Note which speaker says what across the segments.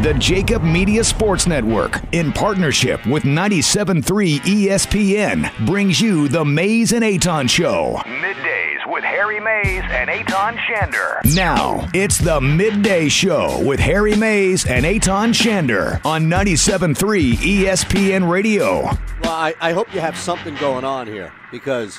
Speaker 1: The Jacob Media Sports Network, in partnership with 97.3 ESPN, brings you the Mays and Aton Show.
Speaker 2: Middays with Harry Mays and Aton Shander.
Speaker 1: Now, it's the Midday Show with Harry Mays and Aton Shander on 97.3 ESPN Radio.
Speaker 3: Well, I, I hope you have something going on here because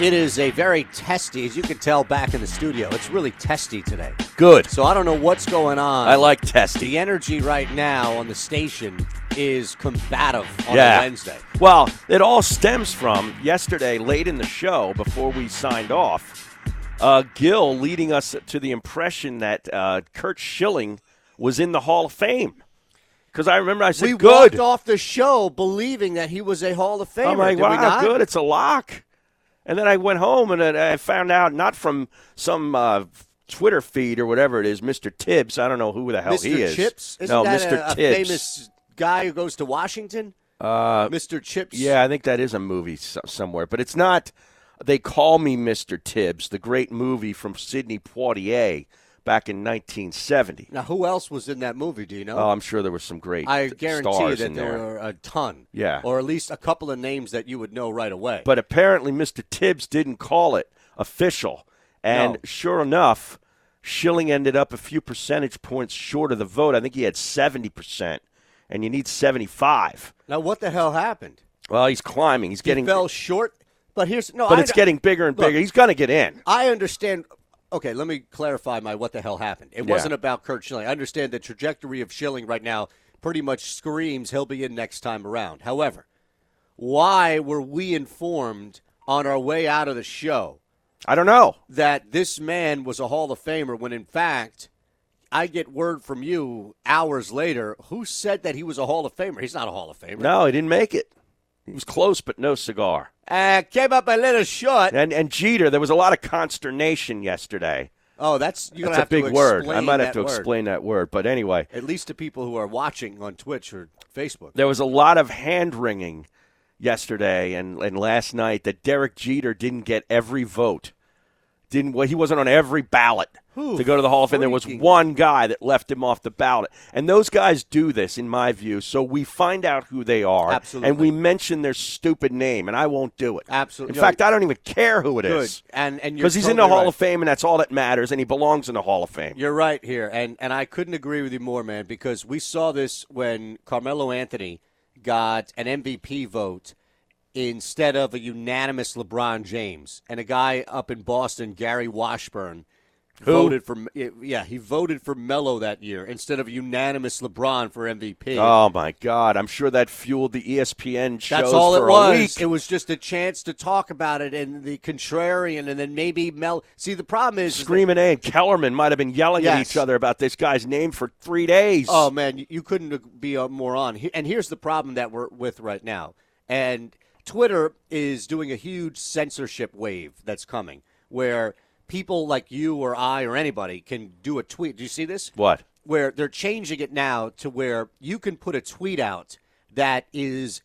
Speaker 3: it is a very testy, as you can tell back in the studio, it's really testy today.
Speaker 4: Good.
Speaker 3: So I don't know what's going on.
Speaker 4: I like testy.
Speaker 3: The energy right now on the station is combative on
Speaker 4: yeah.
Speaker 3: a Wednesday.
Speaker 4: Well, it all stems from yesterday, late in the show, before we signed off. Uh, Gill leading us to the impression that uh, Kurt Schilling was in the Hall of Fame. Because I remember I said,
Speaker 3: we
Speaker 4: "Good."
Speaker 3: walked off the show believing that he was a Hall of Famer.
Speaker 4: I'm like,
Speaker 3: did we
Speaker 4: "Wow,
Speaker 3: not?
Speaker 4: good. It's a lock." And then I went home and then I found out not from some uh, Twitter feed or whatever it is, Mr. Tibbs. I don't know who the hell
Speaker 3: Mr.
Speaker 4: he is.
Speaker 3: Chips? Isn't
Speaker 4: no,
Speaker 3: that
Speaker 4: Mr.
Speaker 3: A, a
Speaker 4: Tibbs.
Speaker 3: famous guy who goes to Washington?
Speaker 4: Uh,
Speaker 3: Mr. Chips.
Speaker 4: Yeah, I think that is a movie so- somewhere, but it's not. They call me Mr. Tibbs, the great movie from Sidney Poitier back in 1970.
Speaker 3: Now, who else was in that movie? Do you know?
Speaker 4: Oh, I'm sure there were some great.
Speaker 3: I guarantee you
Speaker 4: stars
Speaker 3: that
Speaker 4: in
Speaker 3: there,
Speaker 4: there.
Speaker 3: are a ton.
Speaker 4: Yeah.
Speaker 3: Or at least a couple of names that you would know right away.
Speaker 4: But apparently, Mr. Tibbs didn't call it official, and
Speaker 3: No.
Speaker 4: sure enough, Schilling ended up a few percentage points short of the vote. I think he had 70 percent, and you need 75.
Speaker 3: now, what the hell happened?
Speaker 4: Well, he's climbing. He's getting.
Speaker 3: he fell short. But here's no.
Speaker 4: but
Speaker 3: I,
Speaker 4: it's getting bigger and
Speaker 3: Look,
Speaker 4: bigger. he's going to get in.
Speaker 3: I understand. Okay, let me clarify my what the hell happened. It
Speaker 4: Yeah.
Speaker 3: wasn't about Kurt Schilling. I understand the trajectory of Schilling right now pretty much screams he'll be in next time around. However, why were we informed on our way out of the show
Speaker 4: I don't know.
Speaker 3: that this man was a Hall of Famer when in fact I get word from you hours later who said that he was a Hall of Famer? He's not a Hall of Famer.
Speaker 4: No, he didn't make it. He was close, but no cigar.
Speaker 3: Uh, came up a little short.
Speaker 4: And and Jeter, there was a lot of consternation yesterday.
Speaker 3: Oh, that's you're
Speaker 4: That's
Speaker 3: gonna
Speaker 4: a
Speaker 3: have
Speaker 4: big
Speaker 3: to
Speaker 4: word. I
Speaker 3: explain
Speaker 4: might have
Speaker 3: that
Speaker 4: to
Speaker 3: word.
Speaker 4: explain that word, but anyway,
Speaker 3: at least to people who are watching on Twitch or Facebook.
Speaker 4: there was a lot of hand wringing yesterday and, and last night that Derek Jeter didn't get every vote. Didn't well, he wasn't on every ballot
Speaker 3: Who
Speaker 4: to go to the Hall of Fame. There was
Speaker 3: freaking-
Speaker 4: one guy that left him off the ballot, and those guys do this, in my view. So we find out who they are,
Speaker 3: Absolutely.
Speaker 4: and we mention their stupid name, and I won't do it.
Speaker 3: Absolutely.
Speaker 4: In fact, I don't even care who it is.
Speaker 3: Good. And and you're
Speaker 4: because he's in the
Speaker 3: totally
Speaker 4: Hall
Speaker 3: right.
Speaker 4: of Fame, and that's all that matters, and he belongs in the Hall of Fame.
Speaker 3: You're right here, and and I couldn't agree with you more, man. Because we saw this when Carmelo Anthony got an MVP vote instead of a unanimous LeBron James, and a guy up in Boston, Gary Washburn,
Speaker 4: Who?
Speaker 3: voted for yeah he voted for Melo that year instead of a unanimous LeBron for MVP.
Speaker 4: Oh my God! I'm sure that fueled the E ESPN shows
Speaker 3: That's all
Speaker 4: for
Speaker 3: it
Speaker 4: a
Speaker 3: was.
Speaker 4: week.
Speaker 3: It was just a chance to talk about it and the contrarian, and then maybe Mel. See, the problem is, is that-
Speaker 4: Screaming A and Kellerman might have been yelling at
Speaker 3: Yes.
Speaker 4: each other about this guy's name for three days.
Speaker 3: Oh man, you- you couldn't be a moron. He- And here's the problem that we're with right now. And Twitter is doing a huge censorship wave that's coming, where people like you or I or anybody can do a tweet. Do you see this?
Speaker 4: What?
Speaker 3: Where they're changing it now to where you can put a tweet out that is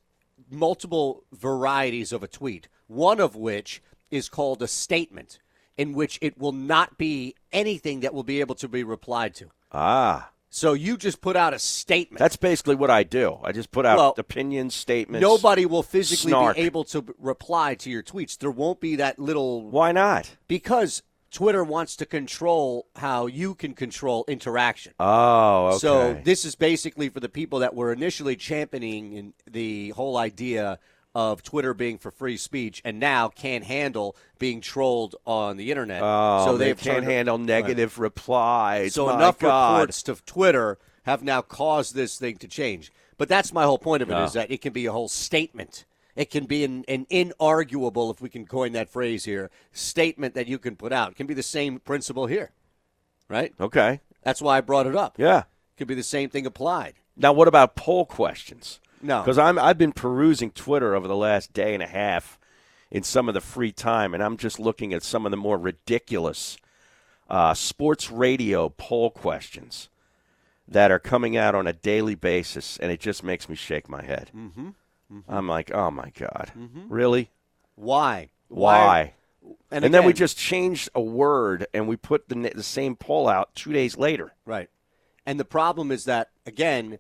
Speaker 3: multiple varieties of a tweet. One of which is called a statement, in which it will not be anything that will be able to be replied to.
Speaker 4: Ah,
Speaker 3: So you just put out a statement.
Speaker 4: that's basically what I do. I just put out
Speaker 3: Well,
Speaker 4: opinions, statements.
Speaker 3: Nobody will physically
Speaker 4: Snark.
Speaker 3: be able to b- reply to your tweets. There won't be that little
Speaker 4: Why not?
Speaker 3: because Twitter wants to control how you can control interaction.
Speaker 4: Oh, okay.
Speaker 3: So this is basically for the people that were initially championing in the whole idea of Twitter being for free speech and now can't handle being trolled on the internet.
Speaker 4: oh,
Speaker 3: so
Speaker 4: they
Speaker 3: they've
Speaker 4: can't
Speaker 3: turned-
Speaker 4: handle negative replies.
Speaker 3: so
Speaker 4: My
Speaker 3: enough
Speaker 4: God.
Speaker 3: reports to Twitter have now caused this thing to change. But that's my whole point of it is that it can be a whole statement. It can be an, an inarguable, if we can coin that phrase here, statement that you can put out. It can be the same principle here, right?
Speaker 4: Okay.
Speaker 3: That's why I brought it up.
Speaker 4: Yeah.
Speaker 3: Could be the same thing applied.
Speaker 4: Now, what about poll questions?
Speaker 3: No.
Speaker 4: because I'm I've been perusing Twitter over the last day and a half in some of the free time, and I'm just looking at some of the more ridiculous uh, sports radio poll questions that are coming out on a daily basis, and it just makes me shake my head. Mm-hmm. I'm like, oh my god, really?
Speaker 3: Mm-hmm. Why?
Speaker 4: Why?
Speaker 3: And,
Speaker 4: And, then we
Speaker 3: again-
Speaker 4: just changed a word, and we put the, the same poll out two days later.
Speaker 3: right. And the problem is that, again,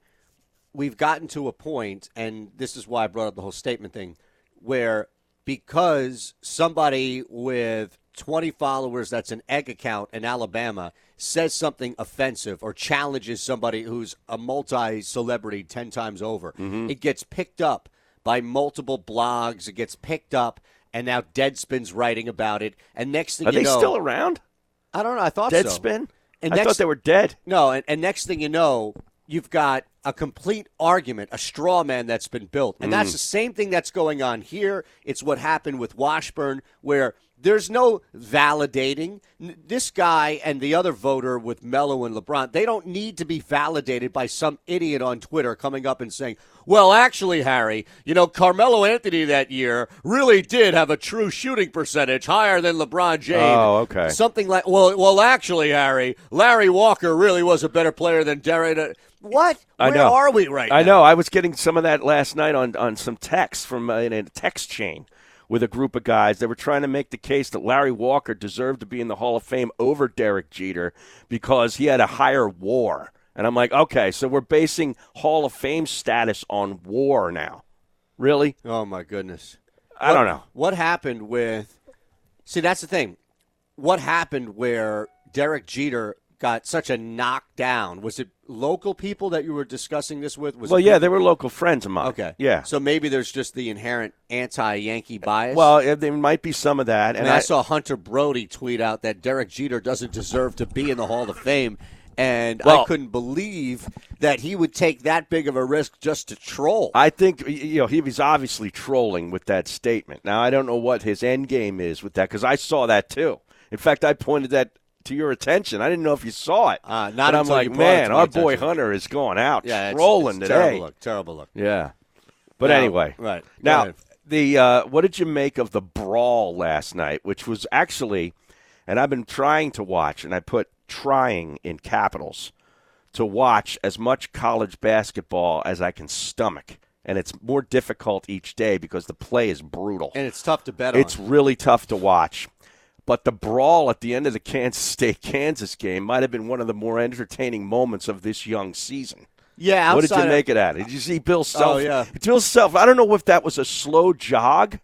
Speaker 3: we've gotten to a point, and this is why I brought up the whole statement thing, where because somebody with 20 followers that's an egg account in Alabama says something offensive or challenges somebody who's a multi celebrity 10 times over,
Speaker 4: Mm-hmm.
Speaker 3: it gets picked up by multiple blogs. It gets picked up, and now Deadspin's writing about it. And next thing
Speaker 4: Are
Speaker 3: you
Speaker 4: they
Speaker 3: know,
Speaker 4: still around?
Speaker 3: I don't know. I thought so.
Speaker 4: Deadspin?
Speaker 3: And
Speaker 4: I
Speaker 3: next-
Speaker 4: thought they were dead.
Speaker 3: No, and, and next thing you know, you've got a complete argument, a straw man that's been built. And
Speaker 4: Mm.
Speaker 3: that's the same thing that's going on here. It's what happened with Washburn, where there's no validating. N- This guy and the other voter with Mello and LeBron, they don't need to be validated by some idiot on Twitter coming up and saying, well, actually, Harry, you know, Carmelo Anthony that year really did have a true shooting percentage higher than LeBron James.
Speaker 4: Oh, okay.
Speaker 3: Something like well, well, actually, Harry, Larry Walker really was a better player than Derek. What?
Speaker 4: I
Speaker 3: Where
Speaker 4: know.
Speaker 3: are we right
Speaker 4: I
Speaker 3: now?
Speaker 4: know. I was getting some of that last night on, on some text from uh, in a text chain with a group of guys that were trying to make the case that Larry Walker deserved to be in the Hall of Fame over Derek Jeter because he had a higher WAR. And I'm like, okay, so we're basing Hall of Fame status on WAR now. Really?
Speaker 3: Oh my goodness!
Speaker 4: I don't know.
Speaker 3: What happened with? See, that's the thing. What happened where Derek Jeter got such a knockdown? Was it local people that you were discussing this with? Was
Speaker 4: Well,
Speaker 3: it
Speaker 4: yeah, they were local friends of mine.
Speaker 3: Okay.
Speaker 4: Yeah.
Speaker 3: So maybe there's just the inherent anti-Yankee bias.
Speaker 4: well, eh, there might be some of that. And
Speaker 3: And I, saw Hunter Brody tweet out that Derek Jeter doesn't deserve to be in the Hall of Fame. And I
Speaker 4: Well-
Speaker 3: couldn't believe that he would take that big of a risk just to troll.
Speaker 4: I think y- you know he was obviously trolling with that statement. Now I don't know what his end game is with that because I saw that too. In fact, I pointed that to your attention. I didn't know if you saw it.
Speaker 3: Uh, not
Speaker 4: but I'm
Speaker 3: until
Speaker 4: like,
Speaker 3: you brought it
Speaker 4: man,
Speaker 3: to my
Speaker 4: our boy
Speaker 3: attention."
Speaker 4: Hunter is going out
Speaker 3: yeah, it's-
Speaker 4: trolling
Speaker 3: it's
Speaker 4: today.
Speaker 3: Terrible look. Terrible look.
Speaker 4: Yeah, but
Speaker 3: Now-
Speaker 4: anyway,
Speaker 3: right, go
Speaker 4: now
Speaker 3: ahead.
Speaker 4: the uh, what did you make of the brawl last night, which was actually, and I've been trying to watch, and I put trying in capitals to watch as much college basketball as I can stomach, and it's more difficult each day because the play is brutal.
Speaker 3: And it's tough to bet
Speaker 4: It's
Speaker 3: on.
Speaker 4: really tough to watch. But the brawl at the end of the Kansas State Kansas game might have been one of the more entertaining moments of this young season.
Speaker 3: Yeah,
Speaker 4: What did you
Speaker 3: outside of- Oh,
Speaker 4: make it out? Did you see Bill Self?
Speaker 3: yeah.
Speaker 4: Bill Self. I don't know if that was a slow jog,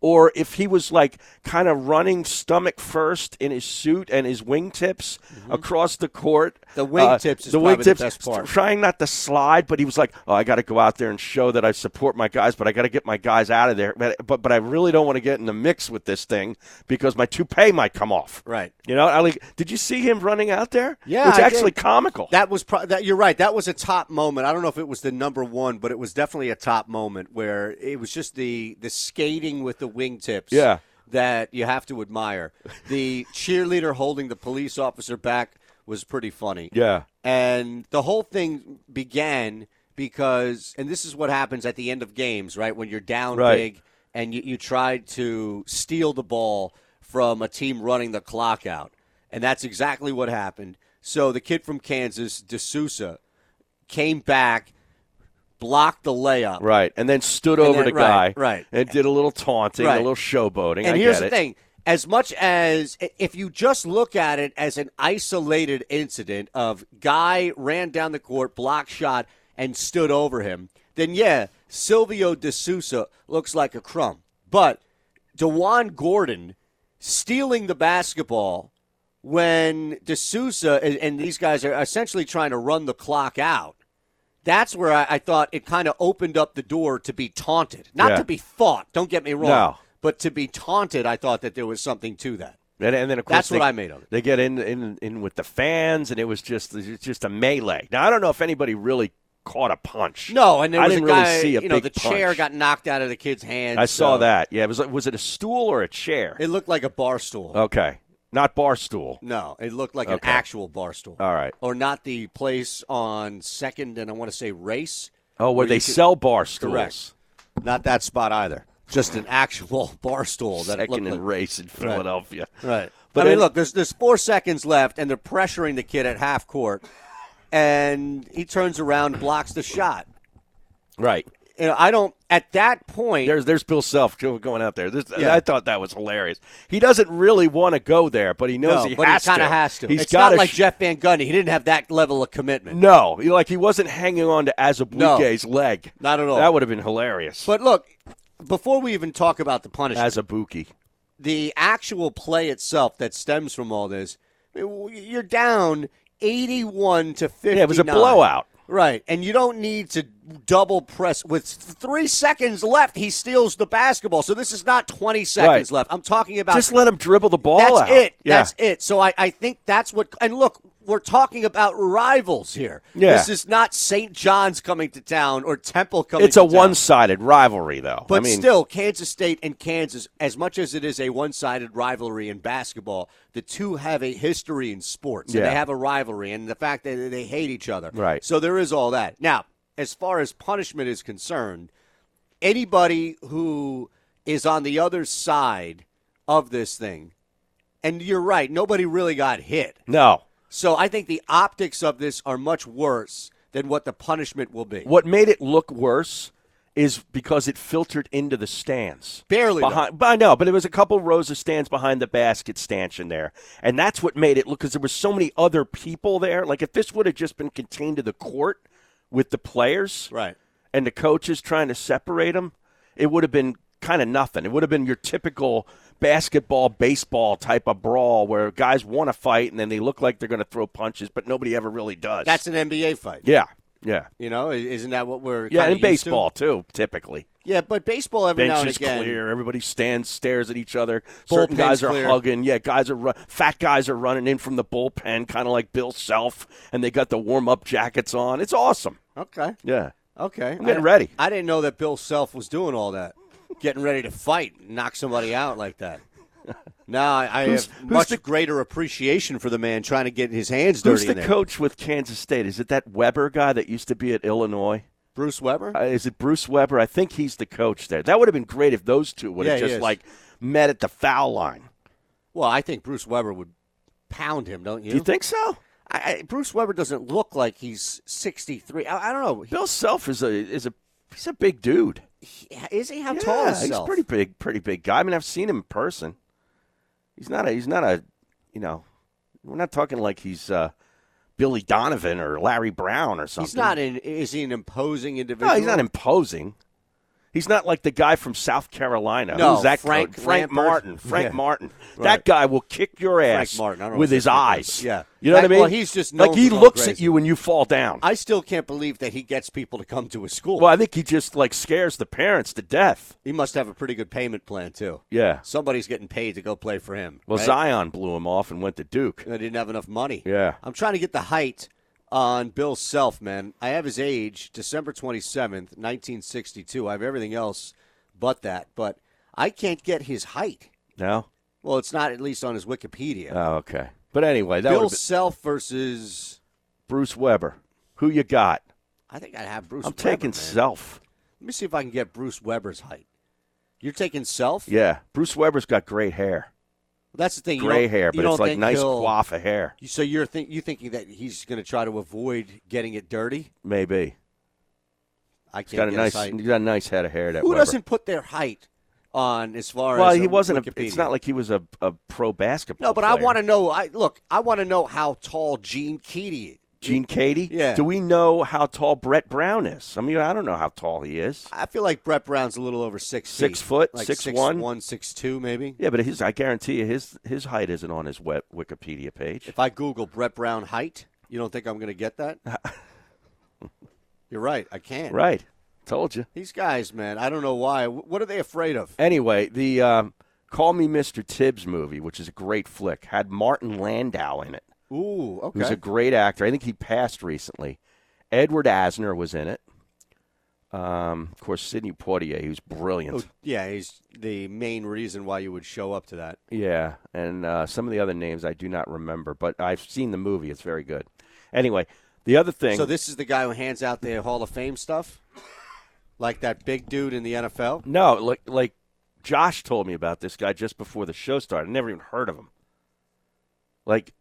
Speaker 4: or if he was like kind of running stomach first in his suit and his wingtips across the court.
Speaker 3: Mm-hmm.
Speaker 4: Uh,
Speaker 3: The wingtips
Speaker 4: the
Speaker 3: is probably the
Speaker 4: wingtips,
Speaker 3: best part.
Speaker 4: Trying not to slide, but he was like, "Oh, I got to go out there and show that I support my guys, but I got to get my guys out of there. But but, but I really don't want to get in the mix with this thing because my toupee might come off."
Speaker 3: Right.
Speaker 4: You know, I like. Did you see him running out there?
Speaker 3: Yeah,
Speaker 4: It's
Speaker 3: I
Speaker 4: actually
Speaker 3: did.
Speaker 4: comical.
Speaker 3: That was pro- that. You're right. That was a top moment. I don't know if it was the number one, but it was definitely a top moment where it was just the the skating with the wingtips.
Speaker 4: Yeah.
Speaker 3: that you have to admire. The cheerleader holding the police officer back was pretty funny.
Speaker 4: Yeah.
Speaker 3: and the whole thing began because, and this is what happens at the end of games, right? When you're down
Speaker 4: Right.
Speaker 3: big and you, you tried to steal the ball from a team running the clock out. And that's exactly what happened. So the kid from Kansas, DeSouza, came back, blocked the layup.
Speaker 4: Right, and then stood
Speaker 3: And
Speaker 4: over
Speaker 3: then-
Speaker 4: the guy,
Speaker 3: right, right.
Speaker 4: and did a little taunting,
Speaker 3: Right.
Speaker 4: a little showboating.
Speaker 3: And
Speaker 4: I
Speaker 3: here's
Speaker 4: get
Speaker 3: the
Speaker 4: it.
Speaker 3: thing: as much as if you just look at it as an isolated incident of guy ran down the court, block shot, and stood over him, then yeah, Silvio De Sousa looks like a crumb. But Dewan Gordon stealing the basketball when D'Souza and, and these guys are essentially trying to run the clock out. That's where I, I thought it kind of opened up the door to be taunted, not
Speaker 4: Yeah.
Speaker 3: to be fought. Don't get me wrong,
Speaker 4: No.
Speaker 3: but to be taunted. I thought that there was something to that.
Speaker 4: And, and then of course
Speaker 3: That's what
Speaker 4: they-
Speaker 3: I made of it.
Speaker 4: They get in, in in with the fans, and it was just it's just a melee. Now I don't know if anybody really caught a punch.
Speaker 3: No, and there
Speaker 4: I
Speaker 3: was
Speaker 4: didn't
Speaker 3: a guy.
Speaker 4: really see a
Speaker 3: you know, the
Speaker 4: big
Speaker 3: chair uh,
Speaker 4: punch.
Speaker 3: got knocked out of the kid's hand.
Speaker 4: I saw
Speaker 3: so
Speaker 4: that. Yeah, it was like- was it a stool or a chair?
Speaker 3: It looked like a bar stool.
Speaker 4: okay, not bar stool.
Speaker 3: No, it looked like an
Speaker 4: Okay.
Speaker 3: actual bar stool.
Speaker 4: All right.
Speaker 3: Or not the place on second and I want to say race.
Speaker 4: Oh, where they
Speaker 3: you could-
Speaker 4: sell bar stools.
Speaker 3: Correct. Not that spot either. Just an actual bar stool that it
Speaker 4: Second
Speaker 3: looked
Speaker 4: and
Speaker 3: like.
Speaker 4: race in Philadelphia.
Speaker 3: Right.
Speaker 4: But
Speaker 3: But I mean,
Speaker 4: it-
Speaker 3: look, there's there's four seconds left, and they're pressuring the kid at half court, and he turns around, blocks the shot.
Speaker 4: Right.
Speaker 3: you know, I don't at that point.
Speaker 4: There's there's Bill Self going out there. There's, I thought that was hilarious. He doesn't really want to go there, but he knows
Speaker 3: no,
Speaker 4: he
Speaker 3: but
Speaker 4: has
Speaker 3: he kind
Speaker 4: to.
Speaker 3: of has to.
Speaker 4: He's
Speaker 3: it's
Speaker 4: got
Speaker 3: not like Jeff Van Gundy. He didn't have that level of commitment.
Speaker 4: No, he- like he wasn't hanging on to Azabuke's leg.
Speaker 3: Not at all.
Speaker 4: That would have been hilarious.
Speaker 3: But look, before we even talk about the punishment,
Speaker 4: Azabuke.
Speaker 3: the actual play itself that stems from all this, you're down 81 to 59.
Speaker 4: it was a blowout.
Speaker 3: Right, and you don't need to double press with three seconds left. He steals the basketball, so this is not twenty seconds left. I'm talking about
Speaker 4: Just let him dribble the ball
Speaker 3: that's
Speaker 4: out.
Speaker 3: it.
Speaker 4: Yeah.
Speaker 3: That's it. So I, I think that's what. And look, we're talking about rivals here.
Speaker 4: Yeah.
Speaker 3: This is not St. John's coming to town or Temple coming.
Speaker 4: It's
Speaker 3: to
Speaker 4: a
Speaker 3: town.
Speaker 4: one-sided rivalry, though.
Speaker 3: But
Speaker 4: I mean,
Speaker 3: still, Kansas State and Kansas, as much as it is a one-sided rivalry in basketball, the two have a history in sports. And
Speaker 4: Yeah.
Speaker 3: they have a rivalry, and the fact that they hate each other.
Speaker 4: Right.
Speaker 3: So there is all that. Now, as far as punishment is concerned, anybody who is on the other side of this thing, and you're right, nobody really got hit.
Speaker 4: no.
Speaker 3: So I think the optics of this are much worse than what the punishment will be.
Speaker 4: What made it look worse is because it filtered into the stands.
Speaker 3: Barely, though.
Speaker 4: Behind, but I know, but it was a couple rows of stands behind the basket stanchion there. And that's what made it look because there were so many other people there. Like if this would have just been contained to the court with the players
Speaker 3: Right.
Speaker 4: and the coaches trying to separate them, it would have been kind of nothing. It would have been your typical basketball, baseball type of brawl where guys want to fight and then they look like they're going to throw punches, but nobody ever really does.
Speaker 3: That's an NBA fight.
Speaker 4: yeah, yeah.
Speaker 3: You know, i- isn't that what we're
Speaker 4: Yeah,
Speaker 3: kinda
Speaker 4: and
Speaker 3: used to?
Speaker 4: baseball too. Typically,
Speaker 3: Yeah, but baseball every now and
Speaker 4: benches
Speaker 3: again.
Speaker 4: clear. Everybody stands, stares at each other. Certain
Speaker 3: Bullpen's
Speaker 4: guys are
Speaker 3: clear.
Speaker 4: hugging. Yeah, guys are ru- fat guys are running in from the bullpen, kind of like Bill Self, and they got the warm up jackets on. It's awesome.
Speaker 3: Okay,
Speaker 4: Yeah,
Speaker 3: okay. I'm
Speaker 4: getting ready.
Speaker 3: I didn't know that Bill Self was doing all that, getting ready to fight, knock somebody out like that. Now I, I have much greater appreciation for the man trying to get his hands dirty.
Speaker 4: who's the
Speaker 3: in there.
Speaker 4: coach with Kansas State? Is it that Weber guy that used to be at Illinois?
Speaker 3: Bruce Weber?
Speaker 4: Uh, is it Bruce Weber? I think he's the coach there. That would have been great if those two would have
Speaker 3: Yeah, he
Speaker 4: just
Speaker 3: is.
Speaker 4: like met at the foul line.
Speaker 3: well, I think Bruce Weber would pound him, don't you?
Speaker 4: Do you think so?
Speaker 3: I, I, Bruce Weber doesn't look like he's sixty three. I, I don't know.
Speaker 4: Bill Self is a is a he's a big dude.
Speaker 3: He- Is he? How tall is
Speaker 4: he's
Speaker 3: Self?
Speaker 4: pretty big, pretty big guy. I mean, I've seen him in person. He's not a, he's not a, you know, we're not talking like he's uh, Billy Donovan or Larry Brown or something.
Speaker 3: He's not an. Is he an imposing individual?
Speaker 4: No, he's not imposing. He's not like the guy from South Carolina.
Speaker 3: No,
Speaker 4: Who's that?
Speaker 3: Frank
Speaker 4: coach? Frank
Speaker 3: Lampard.
Speaker 4: Martin. Frank
Speaker 3: Yeah.
Speaker 4: Martin.
Speaker 3: Right.
Speaker 4: That guy will kick your
Speaker 3: Frank
Speaker 4: ass
Speaker 3: Martin, I don't know
Speaker 4: with
Speaker 3: if
Speaker 4: his
Speaker 3: that's Frank,
Speaker 4: eyes.
Speaker 3: but- yeah.
Speaker 4: you know
Speaker 3: That-
Speaker 4: what I mean.
Speaker 3: well, he's just known
Speaker 4: like he
Speaker 3: for going
Speaker 4: looks at
Speaker 3: crazy.
Speaker 4: you and you fall down.
Speaker 3: I still can't believe that he gets people to come to his school.
Speaker 4: well, I think he just like scares the parents to death.
Speaker 3: He must have a pretty good payment plan too.
Speaker 4: Yeah.
Speaker 3: Somebody's getting paid to go play for him.
Speaker 4: Well,
Speaker 3: right?
Speaker 4: Zion blew him off and went to Duke.
Speaker 3: I didn't have enough money.
Speaker 4: Yeah.
Speaker 3: I'm trying to get the height on Bill Self, man. I have his age, December 27th, 1962. I have everything else but that, but I can't get his height.
Speaker 4: No.
Speaker 3: Well, it's not at least on his Wikipedia.
Speaker 4: Oh, okay. But anyway, that
Speaker 3: Bill
Speaker 4: was
Speaker 3: Self versus
Speaker 4: Bruce Weber. Who you got?
Speaker 3: I think I'd have Bruce
Speaker 4: I'm
Speaker 3: Weber,
Speaker 4: taking
Speaker 3: man.
Speaker 4: Self.
Speaker 3: Let me see if I can get Bruce Weber's height. You're taking Self?
Speaker 4: Yeah, Bruce Weber's got great hair,
Speaker 3: That's the thing. you
Speaker 4: gray
Speaker 3: don't-
Speaker 4: hair,
Speaker 3: you
Speaker 4: but it's
Speaker 3: don't
Speaker 4: like
Speaker 3: think
Speaker 4: nice
Speaker 3: he'll-
Speaker 4: quaff of hair.
Speaker 3: So you're think you thinking that he's going to try to avoid getting it dirty?
Speaker 4: Maybe
Speaker 3: I can't
Speaker 4: he's got a
Speaker 3: get
Speaker 4: nice,
Speaker 3: his height.
Speaker 4: he's got a nice head of hair. That
Speaker 3: Who
Speaker 4: Weber.
Speaker 3: doesn't put their height on as far
Speaker 4: Well,
Speaker 3: as
Speaker 4: he
Speaker 3: on
Speaker 4: wasn't. A,
Speaker 3: Wikipedia?
Speaker 4: it's not like he was a, a pro basketball.
Speaker 3: no, but I
Speaker 4: player.
Speaker 3: want to know. I look, I want to know how tall Gene Keady. is.
Speaker 4: Gene Katie.
Speaker 3: Yeah.
Speaker 4: Do we know how tall Brett Brown is? I mean, I don't know how tall he is.
Speaker 3: I feel like Brett Brown's a little over six
Speaker 4: Six
Speaker 3: feet.
Speaker 4: foot,
Speaker 3: like
Speaker 4: six
Speaker 3: six
Speaker 4: one?
Speaker 3: one, six two, maybe.
Speaker 4: Yeah, but his. I guarantee you, his his height isn't on his web Wikipedia page.
Speaker 3: If I Google Brett Brown height, you don't think I'm going to get that? You're right. I can't.
Speaker 4: Right. Told you.
Speaker 3: These guys, man. I don't know why. Wh- What are they afraid of?
Speaker 4: Anyway, the um, Call Me Mr. Tibbs movie, which is a great flick, had Martin Landau in it,
Speaker 3: Ooh, okay.
Speaker 4: who's a great actor. I think he passed recently. Edward Asner was in it. Um, of course, Sidney Poitier, he was brilliant.
Speaker 3: Oh, yeah, he's the main reason why you would show up to that.
Speaker 4: Yeah, and uh, some of the other names I do not remember, but I've seen the movie. It's very good. Anyway, the other thing.
Speaker 3: So this is the guy who hands out the Hall of Fame stuff, like that big dude in the NFL.
Speaker 4: no, oh, like like Josh told me about this guy just before the show started. I never even heard of him. Like,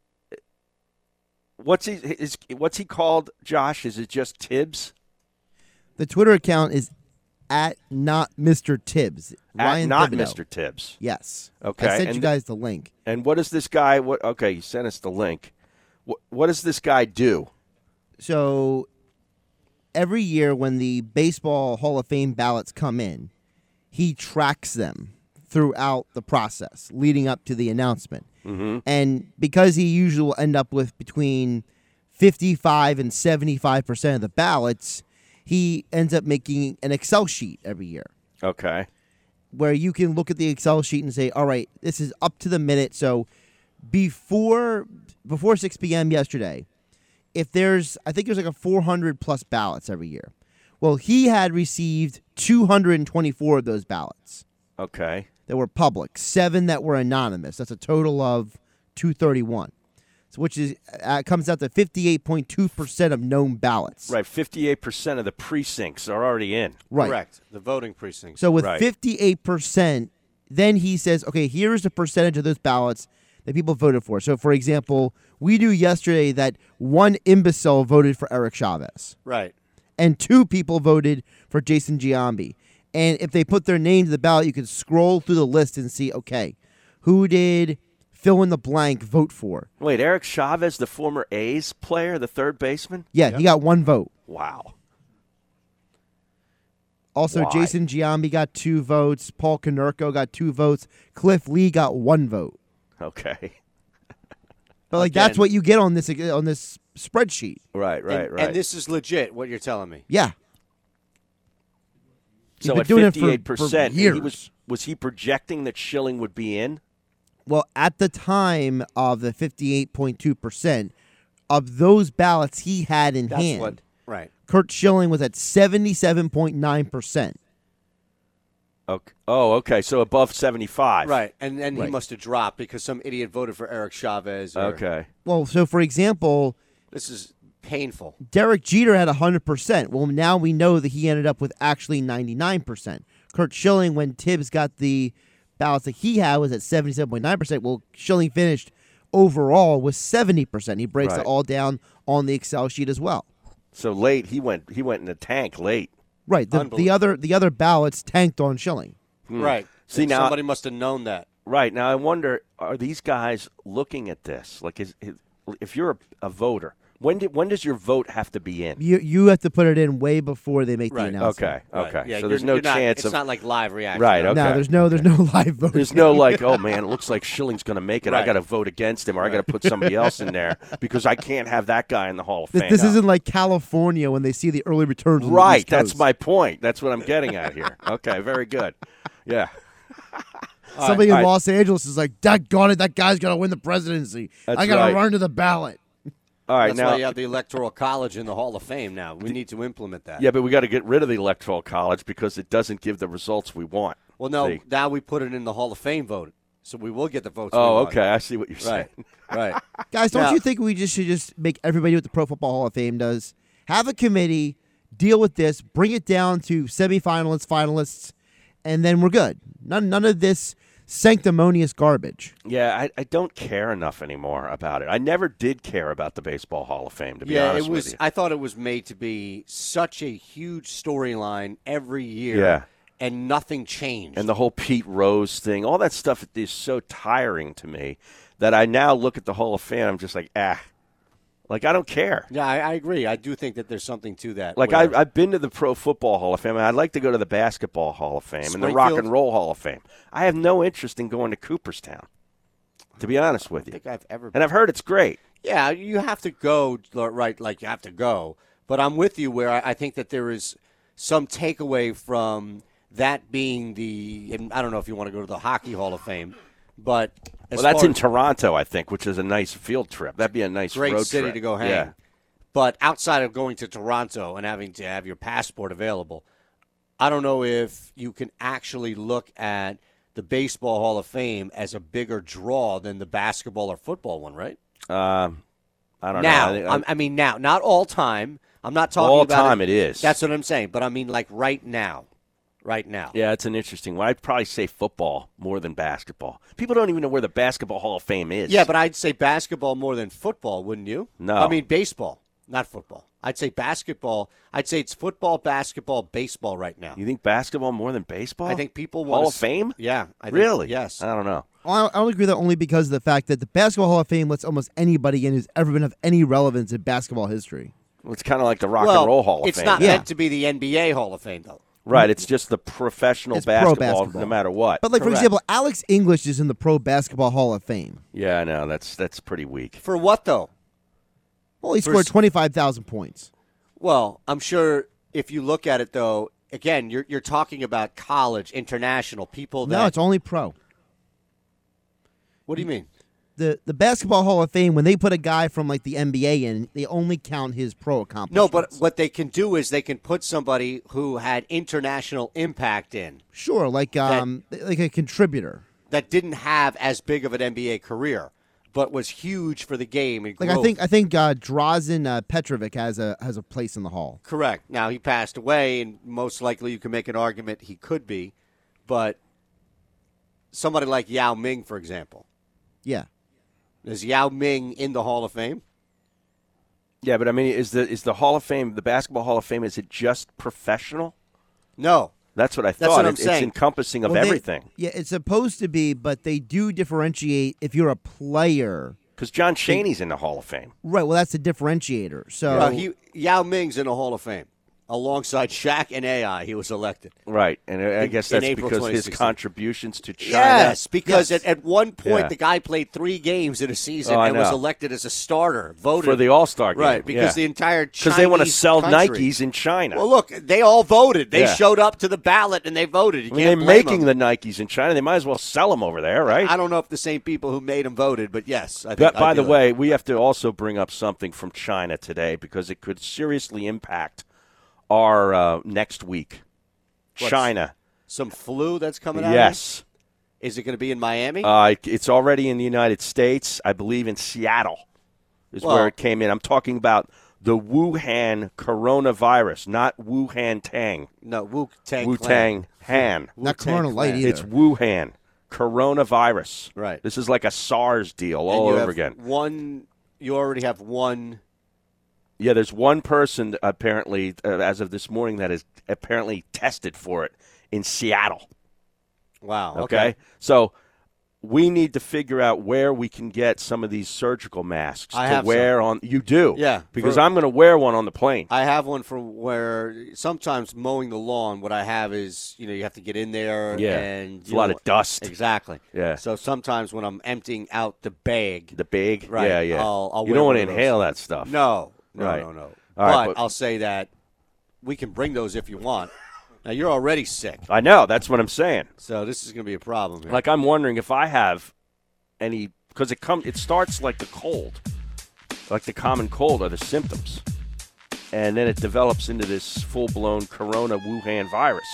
Speaker 4: what's he is what's he called? Josh? Is it just Tibbs?
Speaker 5: The Twitter account is at not Mr. Tibbs.
Speaker 4: At
Speaker 5: Ryan
Speaker 4: not
Speaker 5: Thibodeau.
Speaker 4: Mr. Tibbs.
Speaker 5: Yes.
Speaker 4: Okay,
Speaker 5: I sent
Speaker 4: and
Speaker 5: you
Speaker 4: the-
Speaker 5: guys the link.
Speaker 4: And what does this guy? What? Okay, you sent us the link. What, what does this guy do?
Speaker 5: So every year when the baseball Hall of Fame ballots come in, he tracks them throughout the process leading up to the announcement.
Speaker 4: Mm-hmm.
Speaker 5: And because he usually will end up with between 55 and 75% of the ballots, he ends up making an Excel sheet every year
Speaker 4: Okay.
Speaker 5: where you can look at the Excel sheet and say, all right, this is up to the minute. So before before 6 p.m. yesterday, if there's, I think there's like a 400 plus ballots every year. Well, he had received 224 of those ballots
Speaker 4: Okay.
Speaker 5: that were public, seven that were anonymous. That's a total of 231, so which is uh, comes out to 58.2% of known ballots.
Speaker 4: Right. Fifty-eight percent of the precincts are already in.
Speaker 5: Right.
Speaker 3: Correct. The voting precincts.
Speaker 5: So with
Speaker 4: Right.
Speaker 5: 58%, then he says, okay, here's the percentage of those ballots that people voted for. So, for example, we knew yesterday that one imbecile voted for Eric Chavez
Speaker 3: right.
Speaker 5: and two people voted for Jason Giambi. And if they put their name to the ballot, you could scroll through the list and see, okay, who did fill in the blank vote for?
Speaker 4: Wait, Eric Chavez, the former A's player, the third baseman.
Speaker 5: Yeah, he got one vote.
Speaker 4: Wow.
Speaker 5: Also,
Speaker 4: Why?
Speaker 5: Jason Giambi got two votes. Paul Konerko got two votes. Cliff Lee got one vote.
Speaker 4: Okay.
Speaker 5: But like that's
Speaker 3: Again.
Speaker 5: what you get on this uh, on this spreadsheet.
Speaker 4: Right. Right.
Speaker 3: and,
Speaker 4: right.
Speaker 3: And this is legit. What you're telling me.
Speaker 5: Yeah. He's
Speaker 4: so
Speaker 5: been
Speaker 4: at
Speaker 5: doing it for-
Speaker 4: fifty-eight percent,
Speaker 5: for
Speaker 4: he
Speaker 5: years.
Speaker 4: was was he projecting that Schilling would be in?
Speaker 5: Well, at the time of the fifty-eight point two percent of those ballots he had in
Speaker 3: That's
Speaker 5: hand,
Speaker 3: what. Right.
Speaker 5: Kurt Schilling was at seventy-seven point nine percent.
Speaker 4: Okay. Oh, okay. So above seventy-five.
Speaker 3: Right. And then he must have dropped because some idiot voted for Eric Chavez. or-
Speaker 4: Okay.
Speaker 5: Well, so for example,
Speaker 3: This is painful.
Speaker 5: Derek Jeter had hundred percent. Well, now we know that he ended up with actually ninety-nine percent. Kurt Schilling, when Tibbs got the ballots that he had, was at seventy-seven point nine percent. Well, Schilling finished overall with seventy percent. He breaks
Speaker 4: Right.
Speaker 5: it all down on the Excel sheet as well.
Speaker 4: So late, he went he went in the tank late.
Speaker 5: Right. The, the
Speaker 3: Unbelievable.
Speaker 5: other the other ballots tanked on Schilling.
Speaker 3: Right.
Speaker 4: Hmm. See,
Speaker 3: And
Speaker 4: now-
Speaker 3: somebody must have known that.
Speaker 4: Right now, I wonder: Are these guys looking at this? Like, is, is if you're a, a voter, when did, when does your vote have to be in?
Speaker 5: You you have to put it in way before they make
Speaker 3: Right.
Speaker 5: the announcement.
Speaker 4: Okay,
Speaker 3: Right.
Speaker 4: okay.
Speaker 3: Yeah,
Speaker 4: so
Speaker 3: you're-
Speaker 4: there's no
Speaker 3: you're not-
Speaker 4: chance
Speaker 3: It's
Speaker 4: of
Speaker 3: not like live reaction.
Speaker 4: right. Okay.
Speaker 5: No, there's no there's no live vote.
Speaker 4: There's no like, oh man, it looks like Schilling's going to make it. I
Speaker 3: Right.
Speaker 4: got to vote against him, or I got to put somebody else in there because I can't have that guy in the Hall of Fame.
Speaker 5: Th- this
Speaker 4: No.
Speaker 5: isn't like California when they see the early returns. on the
Speaker 4: right.
Speaker 5: East
Speaker 4: That's
Speaker 5: Coast.
Speaker 4: my point. That's what I'm getting at here. Okay, very good. Yeah.
Speaker 5: Somebody
Speaker 4: all
Speaker 5: in
Speaker 4: right.
Speaker 5: Los Angeles is like, "That got it. That guy's gonna win the presidency.
Speaker 4: That's
Speaker 5: I gotta
Speaker 4: right.
Speaker 5: run to the ballot."
Speaker 4: All right.
Speaker 3: That's
Speaker 4: now,
Speaker 3: why you have the Electoral College in the Hall of Fame now. We need to implement that.
Speaker 4: yeah, but we got to get rid of the Electoral College because it doesn't give the results we want.
Speaker 3: Well, no,
Speaker 4: See?
Speaker 3: now we put it in the Hall of Fame vote. So we will get the votes. we
Speaker 4: Oh,
Speaker 3: want.
Speaker 4: okay. I see what you're saying.
Speaker 3: Right. Right.
Speaker 5: Guys, don't
Speaker 3: Now-
Speaker 5: you think we just should just make everybody do what the Pro Football Hall of Fame does? Have a committee deal with this, bring it down to semifinalists, finalists, and then we're good. None none of this sanctimonious garbage.
Speaker 4: Yeah, I, I don't care enough anymore about it. I never did care about the Baseball Hall of Fame, to be
Speaker 3: yeah,
Speaker 4: honest
Speaker 3: it was.
Speaker 4: with you.
Speaker 3: I thought it was made to be such a huge storyline every year.
Speaker 4: Yeah.
Speaker 3: And nothing changed.
Speaker 4: And the whole Pete Rose thing, all that stuff is so tiring to me that I now look at the Hall of Fame, I'm just like, ah. Like, I don't care.
Speaker 3: yeah, I, I agree. I do think that there's something to that.
Speaker 4: Like,
Speaker 3: where-
Speaker 4: I, I've been to the Pro Football Hall of Fame, and I'd like to go to the Basketball Hall of Fame and the Rock and
Speaker 3: Springfield?
Speaker 4: Roll Hall of Fame. I have no interest in going to Cooperstown, to be honest with you.
Speaker 3: think I've ever.
Speaker 4: And I've heard it's great.
Speaker 3: Yeah, you have to go right. Like you have to go. But I'm with you where I, I think that there is some takeaway from that being the. And I don't know if you want to go to the Hockey Hall of Fame, but as
Speaker 4: Well, that's
Speaker 3: far
Speaker 4: in
Speaker 3: as
Speaker 4: Toronto, I think, which is a nice field trip. That'd be a nice
Speaker 3: great
Speaker 4: road
Speaker 3: city
Speaker 4: trip.
Speaker 3: to go hang.
Speaker 4: Yeah.
Speaker 3: But outside of going to Toronto and having to have your passport available, I don't know if you can actually look at the Baseball Hall of Fame as a bigger draw than the basketball or football one, right?
Speaker 4: Um, I don't
Speaker 3: now,
Speaker 4: know. I think-
Speaker 3: I'm- I, mean now, not all time. I'm not talking
Speaker 4: All
Speaker 3: about
Speaker 4: time it is.
Speaker 3: That's what I'm saying. But I mean, like right now, right now.
Speaker 4: yeah, it's an interesting one. I'd probably say football more than basketball. People don't even know where the Basketball Hall of Fame is.
Speaker 3: Yeah, but I'd say basketball more than football, wouldn't you?
Speaker 4: No.
Speaker 3: I mean baseball. not football. I'd say basketball. I'd say it's football, basketball, baseball right now.
Speaker 4: You think basketball more than baseball?
Speaker 3: I think people want
Speaker 4: Hall of Fame.
Speaker 3: Yeah, I think-
Speaker 4: really?
Speaker 3: Yes,
Speaker 4: I don't know.
Speaker 5: I I would agree with that only because of the fact that the Basketball Hall of Fame lets almost anybody in who's ever been of any relevance in basketball history.
Speaker 4: Well, It's kind of like the Rock
Speaker 3: well,
Speaker 4: and Roll Hall of
Speaker 3: it's
Speaker 4: Fame.
Speaker 3: not
Speaker 5: Yeah.
Speaker 3: meant to be the NBA Hall of Fame though.
Speaker 4: Right. It's just the professional
Speaker 5: It's pro
Speaker 4: basketball,
Speaker 5: basketball.
Speaker 4: no matter what.
Speaker 5: But like for
Speaker 3: Correct.
Speaker 5: example, Alex English is in the Pro Basketball Hall of Fame.
Speaker 4: yeah, I know that's that's pretty weak.
Speaker 3: For what though?
Speaker 5: Well, he scored twenty five thousand points.
Speaker 3: Well, I'm sure if you look at it though, again, you're you're talking about college, international people. That,
Speaker 5: No, it's only pro.
Speaker 3: what do you mean?
Speaker 5: The the Basketball Hall of Fame when they put a guy from like the NBA in, they only count his pro
Speaker 3: No,
Speaker 5: accomplishments.
Speaker 3: but what they can do is they can put somebody who had international impact in
Speaker 5: sure, like um like a contributor.
Speaker 3: that didn't have as big of an NBA career, but was huge for the game. And
Speaker 5: Like I
Speaker 3: growth.
Speaker 5: think I think uh, Drazen uh, Petrovic has a has a place in the hall.
Speaker 3: correct. Now he passed away, and most likely you can make an argument he could be, but somebody like Yao Ming, for example,
Speaker 5: Yeah.
Speaker 3: is Yao Ming in the Hall of Fame?
Speaker 4: Yeah, but I mean, is the is the Hall of Fame, the Basketball Hall of Fame, is it just professional?
Speaker 3: No,
Speaker 4: That's what I
Speaker 3: That's
Speaker 4: thought.
Speaker 3: what I'm
Speaker 4: it's, it's
Speaker 3: saying.
Speaker 4: encompassing of
Speaker 5: Well, they-
Speaker 4: everything.
Speaker 5: yeah, it's supposed to be, but they do differentiate if you're a player.
Speaker 4: Because John Chaney's in the Hall of Fame.
Speaker 5: Right. Well, that's the differentiator. So
Speaker 3: Well, he Yao Ming's in the Hall of Fame alongside Shaq and AI. He was elected.
Speaker 4: Right, and I I guess
Speaker 3: in
Speaker 4: that's
Speaker 3: April
Speaker 4: because his
Speaker 3: 2016.
Speaker 4: contributions to China.
Speaker 3: Yes, because
Speaker 5: Yes.
Speaker 3: At, at one point
Speaker 4: Yeah.
Speaker 3: the guy played three games in a season
Speaker 4: Oh, I
Speaker 3: and was
Speaker 4: know.
Speaker 3: elected as a starter, voted
Speaker 4: For the All-Star game,
Speaker 3: right? Because
Speaker 4: yeah.
Speaker 3: the entire
Speaker 4: Because they want to
Speaker 3: Chinese
Speaker 4: sell
Speaker 3: country-
Speaker 4: Nikes in China.
Speaker 3: Well, look, they all voted. They
Speaker 4: Yeah.
Speaker 3: showed up to the ballot and they voted. You
Speaker 4: I mean,
Speaker 3: can't
Speaker 4: they're
Speaker 3: blame
Speaker 4: making
Speaker 3: them.
Speaker 4: the Nikes in China. They might as well sell them over there, right?
Speaker 3: I don't know if the same people who made them voted, but yes. I think,
Speaker 4: But
Speaker 3: I
Speaker 4: by the
Speaker 3: feel it.
Speaker 4: way, we have to also bring up something from China today because it could seriously impact our uh, next week.
Speaker 3: What's-
Speaker 4: China,
Speaker 3: some flu that's coming out.
Speaker 4: yes,
Speaker 3: Is it going to be in Miami?
Speaker 4: uh, it- it's already in the United States. I believe in Seattle is
Speaker 3: Well-
Speaker 4: where it came in. I'm talking about the Wuhan coronavirus, not Wuhan Tang,
Speaker 3: no, Wu Tang.
Speaker 4: Wu Tang Han.
Speaker 5: not Corona Light either.
Speaker 4: It's Wuhan coronavirus.
Speaker 3: Right.
Speaker 4: This is like a SARS deal all over again.
Speaker 3: One, you already have one.
Speaker 4: Yeah, there's one person apparently, uh, as of this morning, that is apparently tested for it in Seattle.
Speaker 3: Wow.
Speaker 4: Okay? so we need to figure out where we can get some of these surgical masks
Speaker 3: I
Speaker 4: to
Speaker 3: have
Speaker 4: wear on. You do,
Speaker 3: Yeah,
Speaker 4: because
Speaker 3: for-
Speaker 4: I'm going to wear one on the plane.
Speaker 3: I have one for where sometimes mowing the lawn. What I have is you know you have to get in there.
Speaker 4: Yeah.
Speaker 3: and
Speaker 4: It's a
Speaker 3: you
Speaker 4: lot
Speaker 3: know-
Speaker 4: of dust.
Speaker 3: Exactly.
Speaker 4: Yeah.
Speaker 3: So sometimes when I'm emptying out the bag,
Speaker 4: the big,
Speaker 3: Right,
Speaker 4: yeah, yeah.
Speaker 3: I'll- I'll
Speaker 4: you
Speaker 3: wear
Speaker 4: don't want to
Speaker 3: one of those.
Speaker 4: inhale that stuff.
Speaker 3: no, no,
Speaker 4: Right.
Speaker 3: no, no.
Speaker 4: All right,
Speaker 3: but
Speaker 4: but-
Speaker 3: I'll say that we can bring those if you want. Now you're already sick,
Speaker 4: I know. That's what I'm saying.
Speaker 3: so this is going to be a problem. Here.
Speaker 4: Like I'm wondering if I have any because it comes it starts like the cold, like the common cold are the symptoms, and then it develops into this full blown corona Wuhan virus.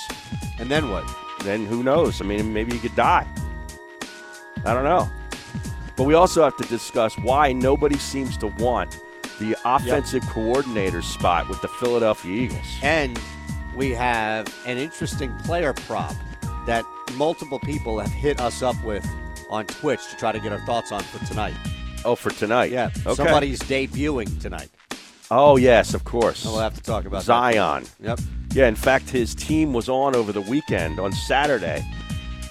Speaker 3: and then what?
Speaker 4: Then who knows? I mean, maybe you could die. I don't know. But we also have to discuss why nobody seems to want the offensive coordinator spot with the Philadelphia Eagles.
Speaker 3: And we have an interesting player prop that multiple people have hit us up with on Twitch to try to get our thoughts on for tonight.
Speaker 4: Oh, for tonight.
Speaker 3: Yeah,
Speaker 4: Okay.
Speaker 3: somebody's debuting tonight.
Speaker 4: Oh yes, of course.
Speaker 3: And we'll have to talk about that.
Speaker 4: Zion.
Speaker 3: Yep.
Speaker 4: Yeah, in fact, his team was on over the weekend on Saturday,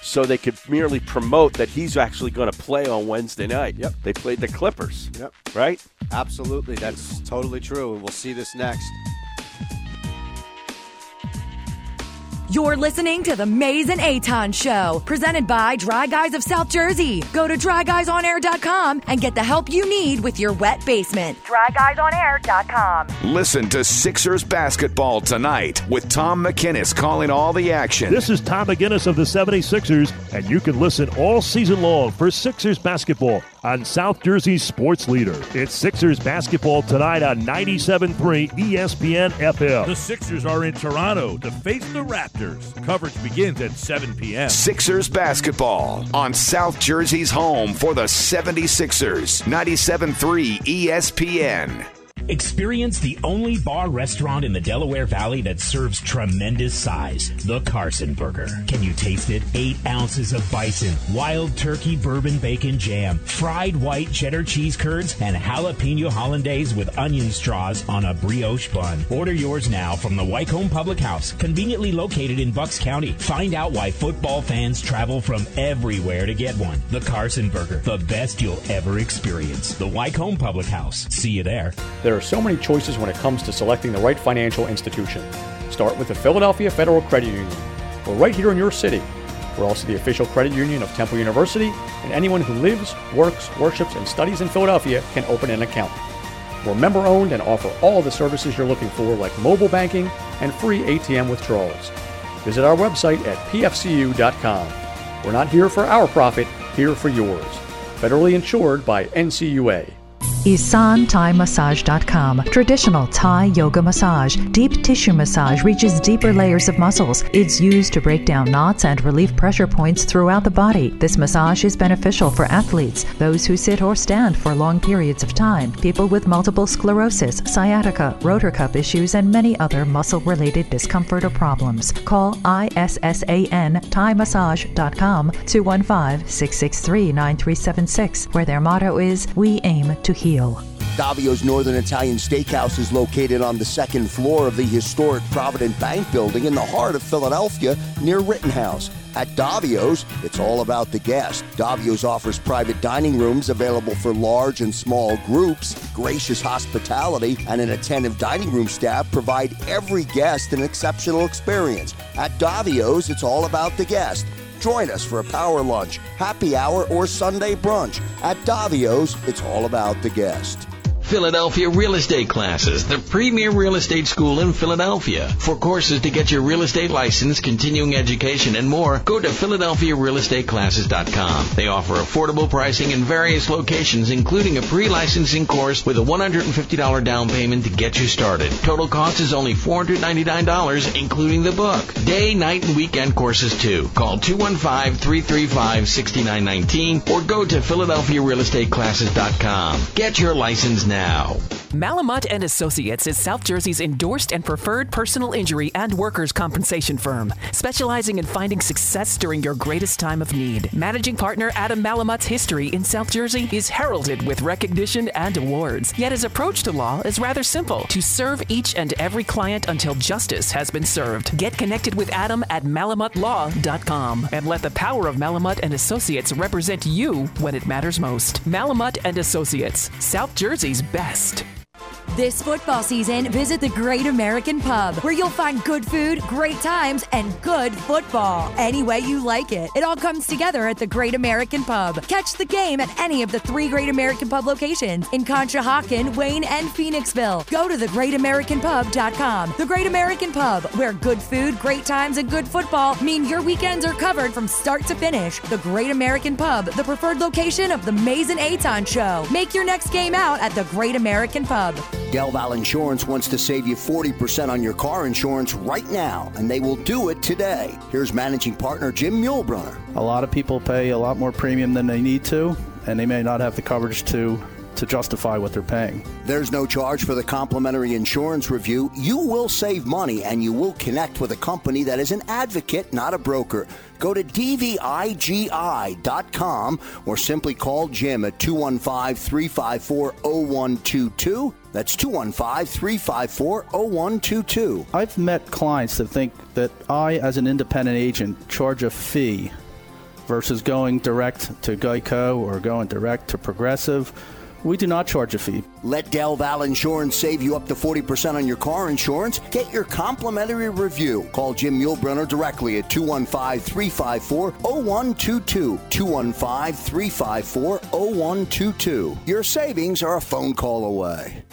Speaker 4: so they could merely promote that he's actually going to play on Wednesday night.
Speaker 3: Yep.
Speaker 4: They played the Clippers.
Speaker 3: Yep.
Speaker 4: Right?
Speaker 3: Absolutely. That's totally true. And we'll see this next.
Speaker 6: You're listening to the Maze and Aton Show, presented by Dry Guys of South Jersey. Go to dryguysonair.com and get the help you need with your wet basement. Dryguysonair.com.
Speaker 1: Listen to Sixers basketball tonight with Tom McKinnis calling all the action.
Speaker 7: This is Tom McGinnis of the 76ers, and you can listen all season long for Sixers basketball on South Jersey's sports leader. It's Sixers basketball tonight on 97.3
Speaker 2: E
Speaker 7: ESPN FM.
Speaker 2: Oh.
Speaker 8: The Sixers are in Toronto to face the Raptors. Coverage begins at 7 p.m.
Speaker 1: Sixers basketball on South E Jersey's home for the 76ers, 97.3 ESPN.
Speaker 7: Experience the only bar restaurant in the Delaware Valley that serves tremendous size, the Carson Burger. Can you taste it? Eight ounces of bison, wild turkey bourbon bacon jam, fried white cheddar cheese curds, and jalapeno hollandaise with onion straws on a brioche bun. Order yours now from the Wycombe Public House, conveniently located in Bucks County. Find out why football fans travel from everywhere to get one. The Carson Burger, the best you'll ever experience. The Wycombe Public House. See you there.
Speaker 9: There are so many choices when it comes to selecting the right financial institution. Start with the Philadelphia Federal Credit Union. We're right here in your city. We're also the official credit union of Temple University, and anyone who lives, works, worships, and studies in Philadelphia can open an account. We're member owned and offer all the services you're looking for, like mobile banking and free ATM withdrawals. Visit our website at pfcu.com. We're not here for our profit, here for yours. Federally insured by NCUA.
Speaker 10: IsanThaiMassage.com. Traditional Thai yoga massage. Deep tissue massage reaches deeper layers of muscles. It's used to break down knots and relieve pressure points throughout the body. This massage is beneficial for athletes, those who sit or stand for long periods of time, people with multiple sclerosis, sciatica, rotor cuff issues, and many other muscle related discomfort or problems. Call ISSAN ThaiMassage.com 215 663 9376, where their motto is We aim to heal.
Speaker 11: Davio's Northern Italian Steakhouse is located on the second floor of the historic Provident Bank building in the heart of Philadelphia near Rittenhouse. At Davio's, it's all about the guest. Davio's offers private dining rooms available for large and small groups, gracious hospitality, and an attentive dining room staff provide every guest an exceptional experience. At Davio's, it's all about the guest. Join us for a power lunch, happy hour, or Sunday brunch. At Davio's, it's all about the guest.
Speaker 12: Philadelphia Real Estate Classes, the premier real estate school in Philadelphia. For courses to get your real estate license, continuing education, and more, go to PhiladelphiaRealEstateClasses.com. They offer affordable pricing in various locations, including a pre-licensing course with a $150 down payment to get you started. Total cost is only $499, including the book. Day, night, and weekend courses too. Call 215-335-6919 or go to PhiladelphiaRealEstateClasses.com. Get your license now now.
Speaker 13: Malamut and Associates is South Jersey's endorsed and preferred personal injury and workers' compensation firm, specializing in finding success during your greatest time of need. Managing partner Adam Malamut's history in South Jersey is heralded with recognition and awards. Yet his approach to law is rather simple: to serve each and every client until justice has been served. Get connected with Adam at malamutlaw.com and let the power of Malamut and Associates represent you when it matters most. Malamut and Associates, South Jersey's best.
Speaker 6: This football season, visit the Great American Pub, where you'll find good food, great times, and good football. Any way you like it. It all comes together at the Great American Pub. Catch the game at any of the three Great American Pub locations in Conshohocken, Wayne, and Phoenixville. Go to thegreatamericanpub.com. The Great American Pub, where good food, great times, and good football mean your weekends are covered from start to finish. The Great American Pub, the preferred location of the Maze and Aton Show. Make your next game out at the Great American Pub.
Speaker 11: Delval Insurance wants to save you 40% on your car insurance right now, and they will do it today. Here's managing partner Jim Muehlbrunner.
Speaker 14: A lot of people pay a lot more premium than they need to, and they may not have the coverage to to justify what they're paying.
Speaker 11: There's no charge for the complimentary insurance review. You will save money and you will connect with a company that is an advocate, not a broker. Go to dvigi.com or simply call Jim at 215 354 0122. That's 215 354 0122.
Speaker 14: I've met clients that think that I, as an independent agent, charge a fee versus going direct to Geico or going direct to Progressive. We do not charge a fee.
Speaker 11: Let Del Val Insurance save you up to 40% on your car insurance. Get your complimentary review. Call Jim Muehlbrenner directly at 215 354 0122. 215 354 0122. Your savings are a phone call away.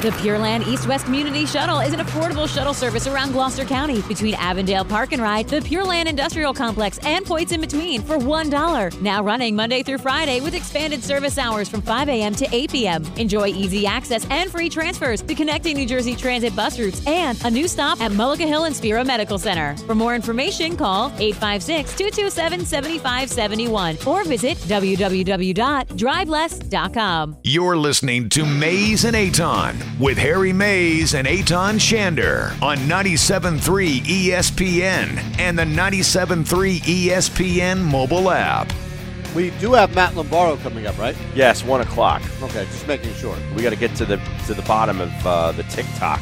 Speaker 15: The Pure Land East West Community Shuttle is an affordable shuttle service around Gloucester County between Avondale Park and Ride, the Pure Land Industrial Complex, and points in between for $1. Now running Monday through Friday with expanded service hours from 5 a.m. to 8 p.m. Enjoy easy access and free transfers to connecting New Jersey Transit bus routes and a new stop at Mullica Hill and Spiro Medical Center. For more information, call 856 227 7571 or visit www.driveless.com.
Speaker 1: You're listening to Mays and Aton with Harry Mays and Aton Shander on 97.3 ESPN and the 97.3 ESPN mobile app.
Speaker 3: We do have Matt Lombardo coming up, right?
Speaker 4: Yes, one o'clock.
Speaker 3: Okay, just making sure.
Speaker 4: We got to get to the to the bottom of uh, the TikTok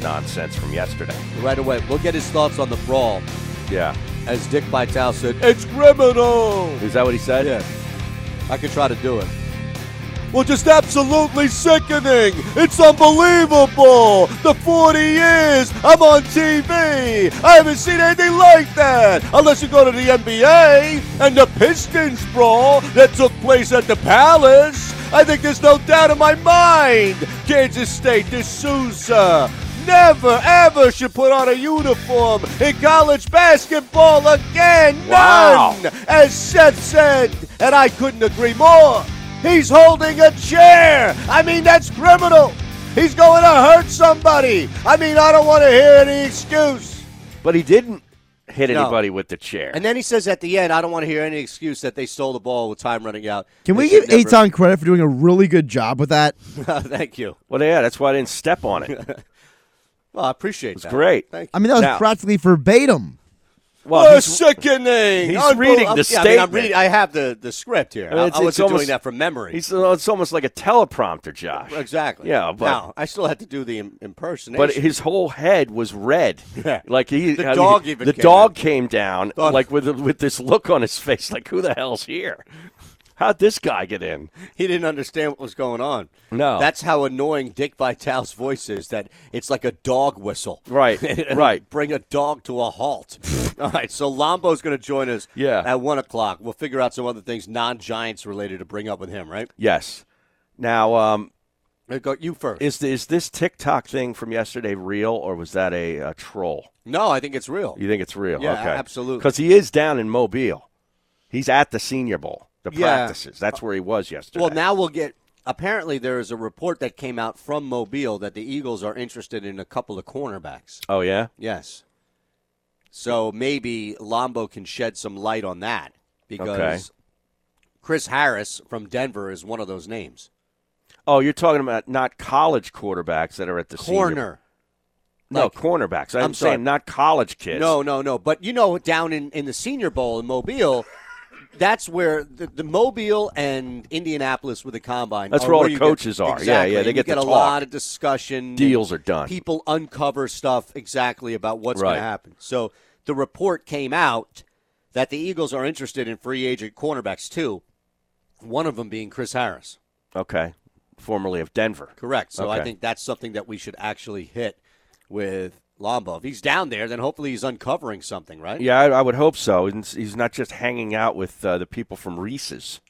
Speaker 4: nonsense from yesterday.
Speaker 3: Right away, we'll get his thoughts on the brawl.
Speaker 4: Yeah.
Speaker 3: As Dick Vitale said, it's criminal.
Speaker 4: Is that what he said?
Speaker 3: Yeah. I could try to do it. Well, just absolutely sickening. It's unbelievable. The 40 years I'm on TV. I haven't seen anything like that. Unless you go to the NBA and the Pistons brawl that took place at the Palace. I think there's no doubt in my mind. Kansas State, D'Souza. Never ever should put on a uniform in college basketball again. None,
Speaker 4: Wow.
Speaker 3: as Seth said, and I couldn't agree more. He's holding a chair. I mean, that's criminal. He's going to hurt somebody. I mean, I don't want to hear any excuse.
Speaker 4: But he didn't hit
Speaker 3: No.
Speaker 4: anybody with the chair.
Speaker 3: And then he says at the end, I don't want to hear any excuse that they stole the ball with time running out.
Speaker 5: Can we
Speaker 3: They
Speaker 5: give
Speaker 3: should never-
Speaker 5: Aton credit for doing a really good job with that?
Speaker 3: Thank you.
Speaker 4: Well, yeah, that's why I didn't step on it.
Speaker 3: Well, I appreciate that.
Speaker 4: great.
Speaker 3: Thank you.
Speaker 5: I mean, that was
Speaker 4: Now-
Speaker 5: practically verbatim.
Speaker 4: Well,
Speaker 3: Oh,
Speaker 4: he's-
Speaker 3: sickening.
Speaker 4: he's
Speaker 3: Unbel-
Speaker 4: reading the
Speaker 3: yeah, I, mean, I'm
Speaker 4: statement.
Speaker 3: reading, I have the, the script here.
Speaker 4: I mean,
Speaker 3: I,
Speaker 4: it's-
Speaker 3: I
Speaker 4: it's
Speaker 3: wasn't
Speaker 4: almost-
Speaker 3: doing that from memory.
Speaker 4: He's, uh, it's almost like a teleprompter, Josh.
Speaker 3: Exactly.
Speaker 4: Yeah, but
Speaker 3: now, I still had to do the im- impersonation.
Speaker 4: But his whole head was red.
Speaker 3: Yeah.
Speaker 4: Like he,
Speaker 3: The
Speaker 4: I mean,
Speaker 3: dog even
Speaker 4: the
Speaker 3: came
Speaker 4: dog came down
Speaker 3: Dog-
Speaker 4: like with with this look on his face, like who the hell's here? How'd this guy get in?
Speaker 3: He didn't understand what was going on.
Speaker 4: No.
Speaker 3: That's how annoying Dick Vitale's voice is, that it's like a dog whistle.
Speaker 4: Right,
Speaker 3: It'll
Speaker 4: right.
Speaker 3: Bring a dog to a halt. All right, so Lombo's going to join us
Speaker 4: Yeah.
Speaker 3: at 1 o'clock. We'll figure out some other things non Giants related to bring up with him, right?
Speaker 4: Yes. Now, um,
Speaker 3: Go, you first.
Speaker 4: is is this TikTok thing from yesterday real or was that a, a troll?
Speaker 3: no, I think it's real.
Speaker 4: You think it's real?
Speaker 3: Yeah,
Speaker 4: okay.
Speaker 3: absolutely.
Speaker 4: Because he is down in Mobile. He's at the Senior Bowl, the
Speaker 3: Yeah.
Speaker 4: practices. That's where he was yesterday.
Speaker 3: Well, now we'll get. Apparently, there is a report that came out from Mobile that the Eagles are interested in a couple of cornerbacks.
Speaker 4: oh yeah.
Speaker 3: Yes. So maybe Lombo can shed some light on that because
Speaker 4: Okay.
Speaker 3: Chris Harris from Denver is one of those names.
Speaker 4: Oh, you're talking about not college quarterbacks that are at the Senior Bowl.
Speaker 3: Corner.
Speaker 4: No,
Speaker 3: Like-
Speaker 4: cornerbacks. I'm,
Speaker 3: I'm sorry.
Speaker 4: saying not college kids.
Speaker 3: No, no, no. But you know, down in, in the Senior Bowl in Mobile, that's where the, the Mobile and Indianapolis with the combine.
Speaker 4: That's
Speaker 3: are
Speaker 4: where all the
Speaker 3: you
Speaker 4: coaches are. Yeah,
Speaker 3: Exactly.
Speaker 4: yeah, they
Speaker 3: And you
Speaker 4: get to
Speaker 3: get a
Speaker 4: talk.
Speaker 3: lot of discussion.
Speaker 4: Deals
Speaker 3: and
Speaker 4: are done.
Speaker 3: People uncover stuff exactly about what's going
Speaker 4: Right.
Speaker 3: to happen. So the report came out that the Eagles are interested in free agent cornerbacks too. One of them being Chris Harris.
Speaker 4: Okay. Formerly of Denver.
Speaker 3: Correct. So I
Speaker 4: Okay.
Speaker 3: think that's something that we should actually hit with Lombo. If he's down there, then hopefully he's uncovering something, right?
Speaker 4: Yeah, I, I would hope so. And s- he's not just hanging out with uh, the people from Reese's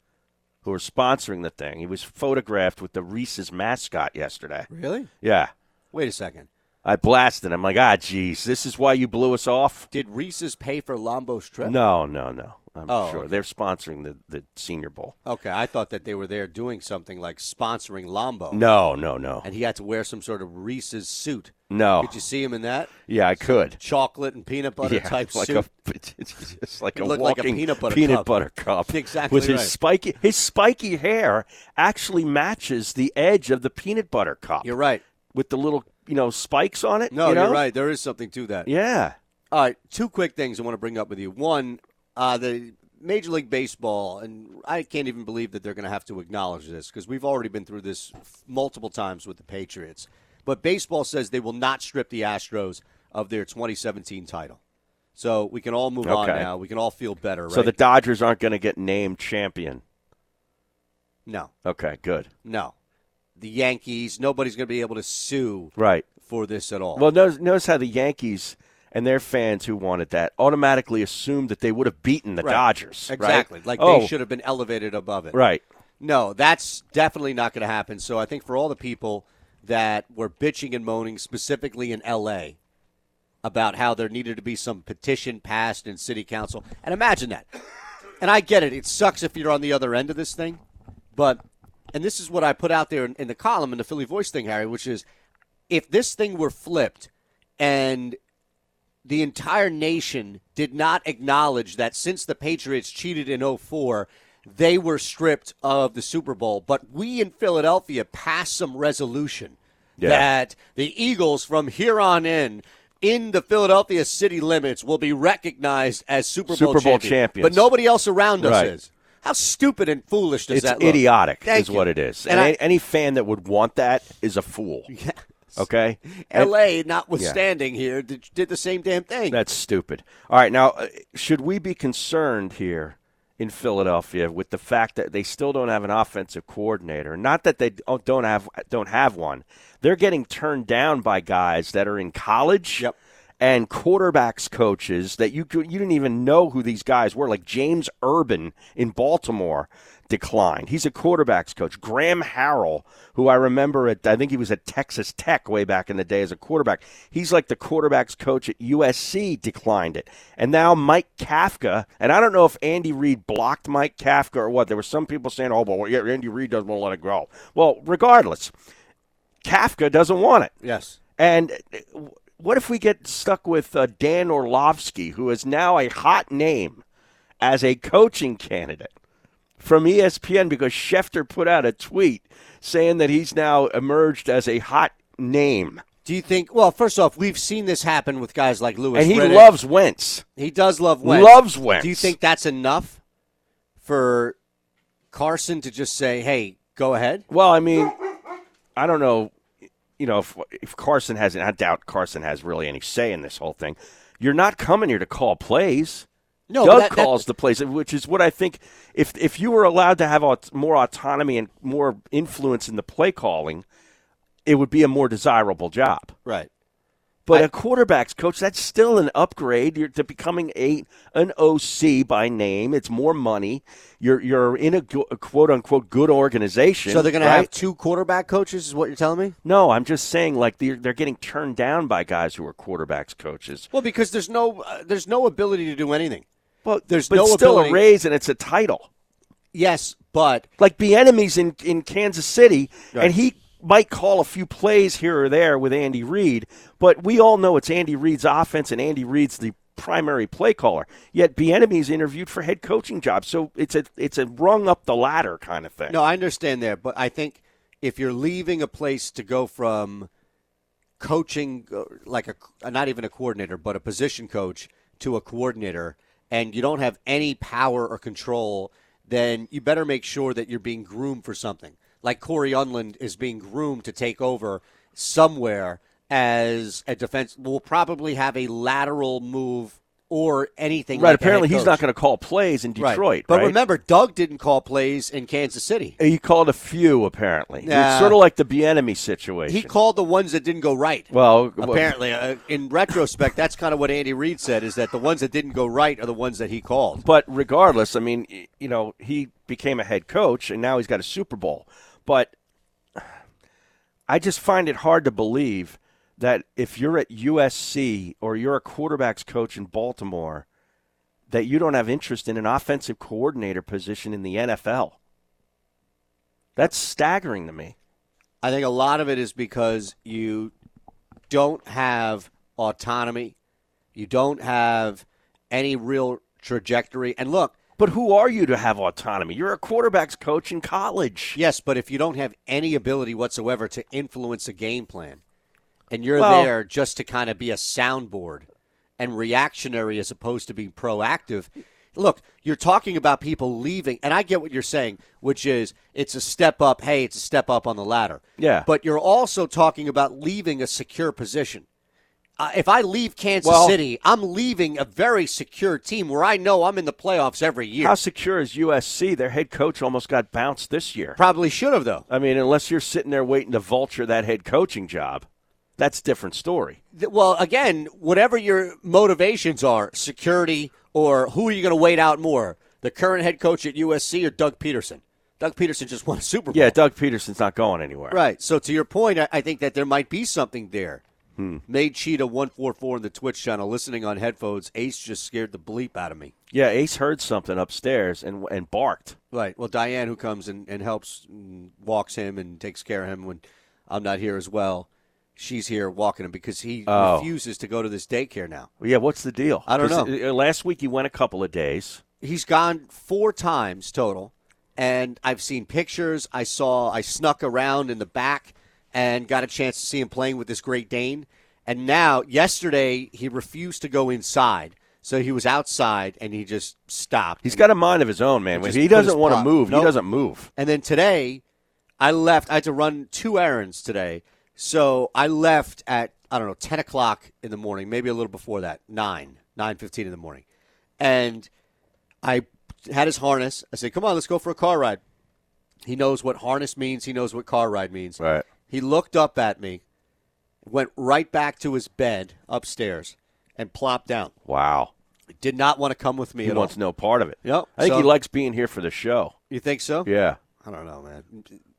Speaker 4: who are sponsoring the thing. He was photographed with the Reese's mascot yesterday.
Speaker 3: Really?
Speaker 4: Yeah.
Speaker 3: Wait a second.
Speaker 4: I blasted him. Like, ah, geez, this is why you blew us off?
Speaker 3: Did Reese's pay for Lombo's trip?
Speaker 4: No, no, no. I'm
Speaker 3: Oh,
Speaker 4: sure.
Speaker 3: okay.
Speaker 4: They're sponsoring the, the Senior Bowl.
Speaker 3: Okay, I thought that they were there doing something like sponsoring Lombo.
Speaker 4: No, no, no.
Speaker 3: And he had to wear some sort of Reese's suit.
Speaker 4: No.
Speaker 3: Did you see him in that?
Speaker 4: Yeah, I could.
Speaker 3: Chocolate and peanut butter
Speaker 4: Yeah,
Speaker 3: type
Speaker 4: it's like
Speaker 3: suit.
Speaker 4: a it's just like
Speaker 3: It
Speaker 4: a
Speaker 3: looked like a
Speaker 4: walking
Speaker 3: peanut butter cup.
Speaker 4: cup.
Speaker 3: Exactly
Speaker 4: With his
Speaker 3: right.
Speaker 4: spiky his spiky hair actually matches the edge of the peanut butter cup. You're
Speaker 3: right.
Speaker 4: With the little you know spikes on it.
Speaker 3: no,
Speaker 4: you know?
Speaker 3: are right. There is something to that.
Speaker 4: Yeah.
Speaker 3: All right, two quick things I want to bring up with you. One, uh, the Major League Baseball, and I can't even believe that they're going to have to acknowledge this because we've already been through this f- multiple times with the Patriots. But baseball says they will not strip the Astros of their 2017 title. So we can all move on
Speaker 4: Okay.
Speaker 3: now. We can all feel better, right?
Speaker 4: So the Dodgers aren't going to get named champion.
Speaker 3: no,
Speaker 4: Okay, good.
Speaker 3: no. The Yankees, nobody's going to be able to sue
Speaker 4: Right.
Speaker 3: for this at all.
Speaker 4: Well, notice, notice how the Yankees and their fans who wanted that automatically assumed that they would have beaten the
Speaker 3: Right.
Speaker 4: Dodgers. right?
Speaker 3: Exactly. Like
Speaker 4: Oh,
Speaker 3: they should have been elevated above it.
Speaker 4: Right.
Speaker 3: No, that's definitely not going to happen. So I think for all the people that were bitching and moaning specifically in LA about how there needed to be some petition passed in city council. And imagine that. And I get it. It sucks if you're on the other end of this thing. But, and this is what I put out there in, in the column in the Philly Voice thing, Harry, which is if this thing were flipped and the entire nation did not acknowledge that since the Patriots cheated in 04, they were stripped of the Super Bowl. But we in Philadelphia passed some resolution
Speaker 16: Yeah.
Speaker 3: that the Eagles from here on in, in the Philadelphia city limits, will be recognized as Super,
Speaker 4: Super Bowl
Speaker 3: champions.
Speaker 4: champions.
Speaker 3: But nobody else around us
Speaker 4: Right.
Speaker 3: is. How stupid and foolish does
Speaker 4: it's
Speaker 3: that look?
Speaker 4: idiotic,
Speaker 3: Thank
Speaker 4: is
Speaker 3: you.
Speaker 4: what it is.
Speaker 3: And
Speaker 4: And,
Speaker 3: I-
Speaker 4: a- any fan that would want that is a fool. Okay. And-
Speaker 3: L.A.,
Speaker 4: Yeah.
Speaker 3: notwithstanding here, did, did the same damn thing.
Speaker 4: That's stupid. All right, now uh, should we be concerned here in Philadelphia with the fact that they still don't have an offensive coordinator? Not that they don't don't have don't have one. They're getting turned down by guys that are in college. And quarterbacks coaches that you could- you didn't even know who these guys were, like James Urban in Baltimore, declined. He's a quarterbacks coach. Graham Harrell, who I remember at I think he was at Texas Tech way back in the day as a quarterback. He's like the quarterbacks coach at USC declined it. And now Mike Kafka, and I don't know if Andy Reid blocked Mike Kafka or what. There were some people saying, "Oh, well, yeah, Andy Reid doesn't want to let it go." Well, regardless, Kafka doesn't want it.
Speaker 3: Yes.
Speaker 4: And uh, what if we get stuck with uh, Dan Orlovsky, who is now a hot name as a coaching candidate from E ESPN because Schefter put out a tweet saying that he's now emerged as a hot name.
Speaker 3: Do you think? Well, first off, we've seen this happen with guys like Lewis,
Speaker 4: And he
Speaker 3: Riddick.
Speaker 4: loves Wentz.
Speaker 3: He does love Wentz.
Speaker 4: Loves Wentz.
Speaker 3: Do you think that's enough for Carson to just say, "Hey, go ahead"?
Speaker 4: Well, I mean, I don't know, you know, if, if Carson hasn't, I doubt Carson has really any say in this whole thing. You're not coming here to call plays.
Speaker 3: No, but
Speaker 4: Doug
Speaker 3: that- that-
Speaker 4: calls the plays, which is what I think. If if you were allowed to have aut- more autonomy and more influence in the play calling, it would be a more desirable job.
Speaker 3: Right.
Speaker 4: But a quarterbacks coach, that's still an upgrade. You're to becoming a an OC by name. It's more money. You're you're in a, go- a quote unquote good organization.
Speaker 3: So they're going
Speaker 4: right?
Speaker 3: to have two quarterback coaches, is what you're telling me?
Speaker 4: No, I'm just saying like they're they're getting turned down by guys who are quarterbacks coaches.
Speaker 3: Well, because there's no uh, there's no ability to do anything.
Speaker 4: Well,
Speaker 3: there's
Speaker 4: but
Speaker 3: no
Speaker 4: it's still
Speaker 3: ability.
Speaker 4: a raise and it's a title.
Speaker 3: Yes, but
Speaker 4: like the enemies in in Kansas City, and he might call a few plays here or there with Andy Reid, but we all know it's Andy Reid's offense and Andy Reid's the primary play caller. Yet Bieniemy's interviewed for head coaching jobs, so it's a it's a rung up the ladder kind of thing.
Speaker 3: No, I understand there, but I think if you're leaving a place to go from coaching, uh, like a uh, not even a coordinator, but a position coach to a coordinator, and you don't have any power or control, then you better make sure that you're being groomed for something. Like Corey Unland is being groomed to take over somewhere as a defense. Will probably have a lateral move or anything.
Speaker 4: right?
Speaker 3: like a head
Speaker 4: apparently, he's
Speaker 3: coach.
Speaker 4: not going to call plays in Detroit.
Speaker 3: Right. But
Speaker 4: right?
Speaker 3: remember, Doug didn't call plays in Kansas City.
Speaker 4: he called a few apparently.
Speaker 3: Nah.
Speaker 4: It's sort of like the Bieniemy situation.
Speaker 3: He called the ones that didn't go right.
Speaker 4: well,
Speaker 3: Apparently, uh, in retrospect, that's kind of what Andy Reid said: is that the ones that didn't go right are the ones that he called.
Speaker 4: But regardless, I mean, y- you know, he became a head coach and now he's got a Super Bowl. But I just find it hard to believe that if you're at USC or you're a quarterbacks coach in Baltimore, that you don't have interest in an offensive coordinator position in the NFL. That's staggering to me.
Speaker 3: I think a lot of it is because you don't have autonomy, you don't have any real trajectory. And look,
Speaker 4: but who are you to have autonomy? You're a quarterbacks coach in college.
Speaker 3: Yes, but if you don't have any ability whatsoever to influence a game plan, and you're
Speaker 4: Well-
Speaker 3: there just to kind of be a soundboard and reactionary as opposed to being proactive. Look, you're talking about people leaving, and I get what you're saying, which is it's a step up. Hey, it's a step up on the ladder.
Speaker 4: Yeah.
Speaker 3: But you're also talking about leaving a secure position. Uh, if I leave Kansas
Speaker 4: Well-
Speaker 3: City, I'm leaving a very secure team where I know I'm in the playoffs every year.
Speaker 4: How secure is USC? Their head coach almost got bounced this year.
Speaker 3: Probably should have though.
Speaker 4: I mean, unless you're sitting there waiting to vulture that head coaching job, that's a different story.
Speaker 3: Th- well, again, whatever your motivations are, security or who are you going to wait out more, the current head coach at USC or Doug Peterson? Doug Peterson just won a Super Bowl.
Speaker 4: Yeah, Doug Peterson's not going anywhere.
Speaker 3: Right. So to your point, I, I think that there might be something there.
Speaker 4: Hmm.
Speaker 3: Made Cheetah one four four in the Twitch channel, listening on headphones. Ace just scared the bleep out of me.
Speaker 4: Yeah, Ace heard something upstairs and and barked.
Speaker 3: Right. Well, Diane, who comes and, and helps, and walks him and takes care of him when I'm not here as well. She's here walking him because he
Speaker 4: Oh.
Speaker 3: refuses to go to this daycare now.
Speaker 4: Yeah, what's the deal?
Speaker 3: I don't
Speaker 4: 'Cause,
Speaker 3: know.
Speaker 4: uh, Last week he went a couple of days.
Speaker 3: He's gone four times total, and I've seen pictures. I saw I snuck around in the back and got a chance to see him playing with this Great Dane. And now, yesterday, he refused to go inside, so he was outside and he just stopped.
Speaker 4: He's got a mind of his own, man. When
Speaker 3: Just
Speaker 4: he
Speaker 3: put his
Speaker 4: doesn't want to
Speaker 3: prop-
Speaker 4: move,
Speaker 3: Nope.
Speaker 4: he doesn't move.
Speaker 3: And then today, I left. I had to run two errands today, so I left at I don't know ten o'clock in the morning, maybe a little before that, nine nine fifteen in the morning, and I had his harness. I said, "Come on, let's go for a car ride." He knows what harness means. He knows what car ride means.
Speaker 4: Right.
Speaker 3: He looked up at me, went right back to his bed upstairs, and plopped down.
Speaker 4: Wow.
Speaker 3: Did not want to come with me
Speaker 4: He
Speaker 3: at
Speaker 4: wants
Speaker 3: all.
Speaker 4: no part of it.
Speaker 3: Yep.
Speaker 4: I think he
Speaker 3: So-
Speaker 4: likes being here for the show.
Speaker 3: You think so?
Speaker 4: Yeah.
Speaker 3: I don't know, man.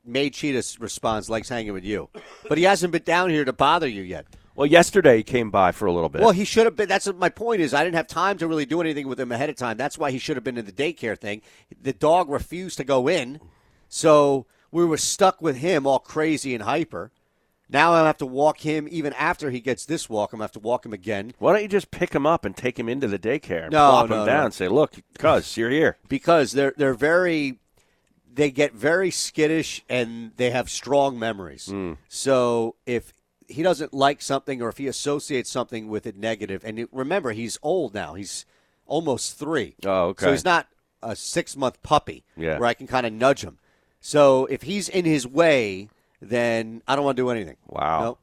Speaker 3: May Cheetah responds, likes hanging with you. But he hasn't been down here to bother you yet.
Speaker 4: Well, yesterday he came by for a little bit.
Speaker 3: Well, he should have been. That's what my point is. I didn't have time to really do anything with him ahead of time. That's why he should have been in the daycare thing. The dog refused to go in, so we were stuck with him all crazy and hyper. Now I'll have to walk him even after he gets this walk. I'm gonna have to walk him again.
Speaker 4: Why don't you just pick him up and take him into the daycare and
Speaker 3: No,
Speaker 4: plop
Speaker 3: no,
Speaker 4: him
Speaker 3: no.
Speaker 4: down and say, look, cuz, you're here.
Speaker 3: because they're they're very they get very skittish and they have strong memories.
Speaker 4: Hmm.
Speaker 3: So if he doesn't like something or if he associates something with it negative, and it- remember he's old now, he's almost three.
Speaker 4: Oh, okay.
Speaker 3: So he's not a six month puppy
Speaker 4: Yeah.
Speaker 3: where I can kind of nudge him. So if he's in his way, then I don't want to do anything.
Speaker 4: Wow.
Speaker 3: Nope.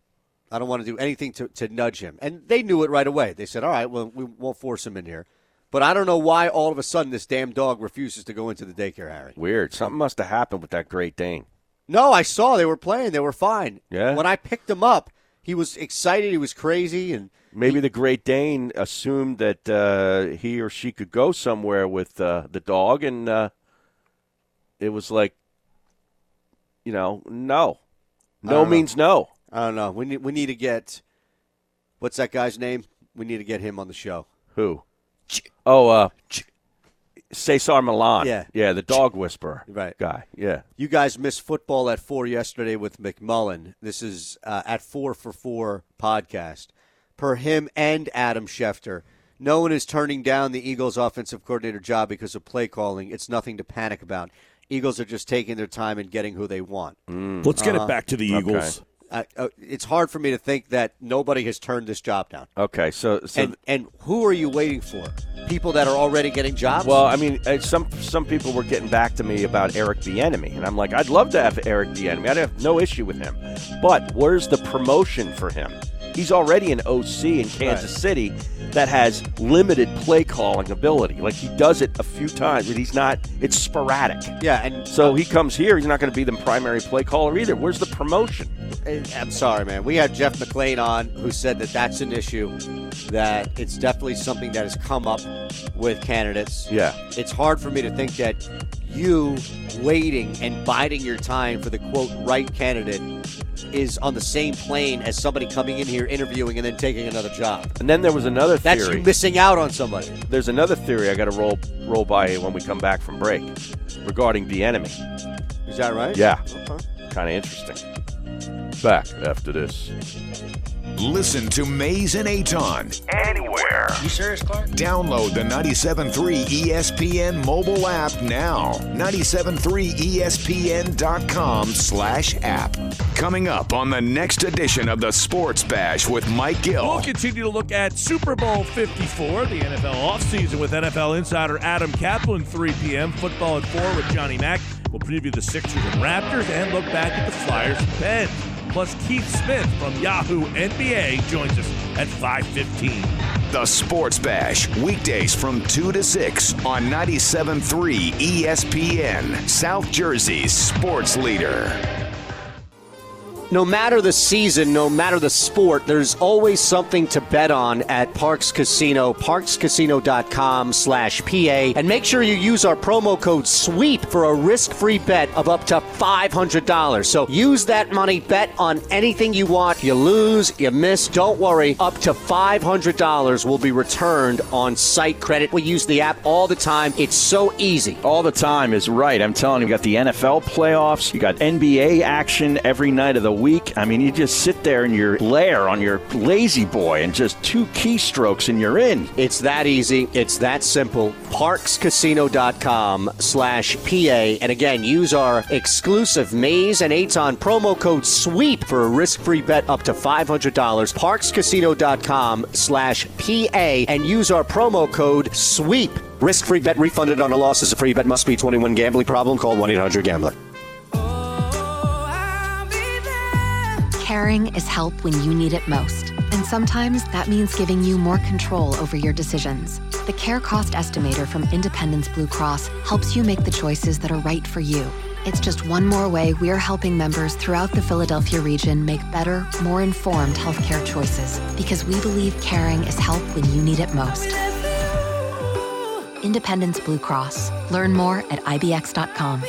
Speaker 3: I don't want to do anything to, to nudge him. And they knew it right away. They said, all right, well, we won't force him in here. But I don't know why all of a sudden this damn dog refuses to go into the daycare, Harry.
Speaker 4: Weird. Something must have happened with that Great Dane.
Speaker 3: No, I saw they were playing. They were fine.
Speaker 4: Yeah?
Speaker 3: When I picked him up, he was excited. He was crazy. And
Speaker 4: Maybe the Great Dane assumed that uh, he or she could go somewhere with uh, the dog, and uh, it was like, you know, no,
Speaker 3: I
Speaker 4: no
Speaker 3: don't know.
Speaker 4: means no.
Speaker 3: I don't know. We need, we need to get what's that guy's name? We need to get him on the show.
Speaker 4: Who? Oh, uh, Cesar Milan.
Speaker 3: Yeah.
Speaker 4: yeah, the dog whisperer.
Speaker 3: Right.
Speaker 4: guy. Yeah,
Speaker 3: You guys missed football at four yesterday with McMullen. This is uh, at four for four podcast. Per him and Adam Schefter, no one is turning down the Eagles' offensive coordinator job because of play calling. It's nothing to panic about. Eagles are just taking their time and getting who they want.
Speaker 16: Let's get
Speaker 3: Uh-huh.
Speaker 16: it back to the Eagles.
Speaker 3: I, uh, it's hard for me to think that nobody has turned this job down.
Speaker 4: Okay, so so
Speaker 3: and and who are you waiting for? People that are already getting jobs?
Speaker 4: Well, I mean, uh, some some people were getting back to me about Eric the Enemy, and I'm like, I'd love to have Eric the Enemy. I'd have no issue with him, but where's the promotion for him? He's already an OC in Kansas
Speaker 17: Right.
Speaker 4: City that has limited play calling ability. Like he does it a few times, but he's not. It's sporadic.
Speaker 3: Yeah, and
Speaker 4: so he comes here. He's not going to be the primary play caller either. Where's the promotion?
Speaker 3: I- I'm sorry, man. We had Jeff McLean on who said that that's an issue, that it's definitely something that has come up with candidates.
Speaker 4: Yeah.
Speaker 3: It's hard for me to think that you waiting and biding your time for the quote right candidate is on the same plane as somebody coming in here interviewing and then taking another job.
Speaker 4: And then there was another theory.
Speaker 3: That's you missing out on somebody.
Speaker 4: There's another theory I got to roll roll by when we come back from break regarding the enemy.
Speaker 3: Is that right?
Speaker 4: Yeah.
Speaker 3: Okay.
Speaker 4: Kind of interesting. Back after this.
Speaker 1: Listen to Mays and Aton anywhere. You serious, Clark? Download the 97.3 ESPN mobile app now. E 97.3ESPN.com slash app. Coming up on the next edition of the Sports Bash with Mike Gill.
Speaker 8: We'll continue to look at Super Bowl 54, the NFL offseason with NFL insider Adam Kaplan, 3 p.m. Football at 4 with Johnny Mack. We'll preview the Sixers and Raptors and look back at the Flyers and Pens. Plus, Keith Smith from Yahoo NBA joins us at 5.15.
Speaker 1: The Sports Bash, weekdays from 2 to 6 on 97.3 ESPN, South Jersey's sports leader.
Speaker 3: No matter the season, no matter the sport, there's always something to bet on at Parks Casino, parkscasino.com slash PA. And make sure you use our promo code SWEEP for a risk-free bet of up to $500. So use that money, bet on anything you want. You lose, you miss, don't worry. Up to $500 will be returned on site credit. We use the app all the time. It's so easy.
Speaker 4: All the time is right. I'm telling you, you got the NFL playoffs, you got NBA action every night of the week. I mean, you just sit there in your lair on your lazy boy and just two keystrokes and you're in.
Speaker 3: It's that easy. It's that simple. ParksCasino.com slash PA. And again, use our exclusive Maze and Aton promo code SWEEP for a risk free bet up to $500. ParksCasino.com slash PA. And use our promo code SWEEP. Risk free bet refunded on a loss is a free bet. Must be 21 gambling problem. Call 1 800 Gambler.
Speaker 18: Caring is help when you need it most. And sometimes that means giving you more control over your decisions. The Care Cost Estimator from Independence Blue Cross helps you make the choices that are right for you. It's just one more way we're helping members throughout the Philadelphia region make better, more informed healthcare choices because we believe caring is help when you need it most. Independence Blue Cross. Learn more at IBX.com.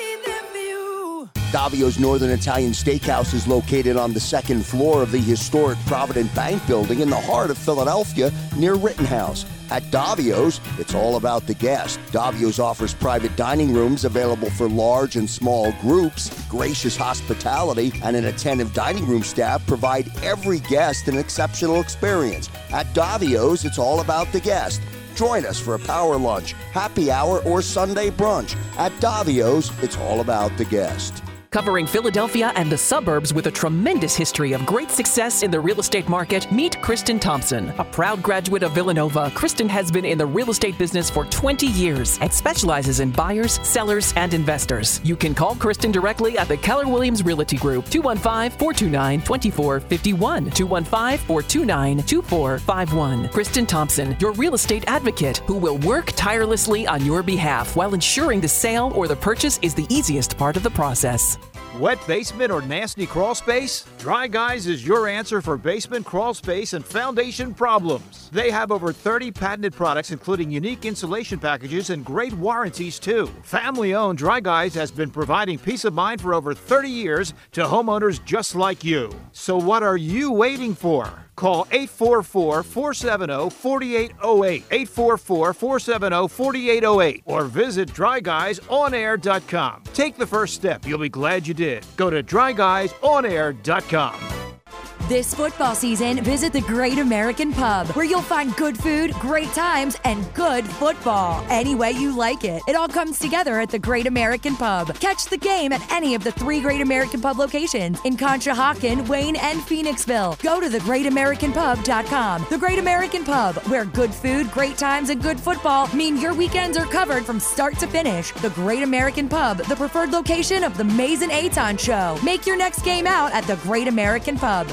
Speaker 11: Davio's Northern Italian Steakhouse is located on the second floor of the historic Provident Bank Building in the heart of Philadelphia near Rittenhouse. At Davio's, it's all about the guest. Davio's offers private dining rooms available for large and small groups, gracious hospitality, and an attentive dining room staff provide every guest an exceptional experience. At Davio's, it's all about the guest. Join us for a power lunch, happy hour, or Sunday brunch. At Davio's, it's all about the guest.
Speaker 13: Covering Philadelphia and the suburbs with a tremendous history of great success in the real estate market, meet Kristen Thompson. A proud graduate of Villanova, Kristen has been in the real estate business for 20 years and specializes in buyers, sellers, and investors. You can call Kristen directly at the Keller Williams Realty Group, 215 429 2451, 215 429 2451. Kristen Thompson, your real estate advocate, who will work tirelessly on your behalf while ensuring the sale or the purchase is the easiest part of the process.
Speaker 19: Wet basement or nasty crawl space? Dry Guys is your answer for basement crawl space and foundation problems. They have over 30 patented products, including unique insulation packages and great warranties, too. Family owned Dry Guys has been providing peace of mind for over 30 years to homeowners just like you. So, what are you waiting for? Call 844 470 4808, 844 470 4808, or visit dryguysonair.com. Take the first step. You'll be glad you did. Go to dryguysonair.com.
Speaker 6: This football season, visit the Great American Pub, where you'll find good food, great times, and good football. Any way you like it. It all comes together at the Great American Pub. Catch the game at any of the three Great American Pub locations in Conshohocken, Wayne, and Phoenixville. Go to thegreatamericanpub.com. The Great American Pub, where good food, great times, and good football mean your weekends are covered from start to finish. The Great American Pub, the preferred location of the Maze and Aton Show. Make your next game out at the Great American Pub.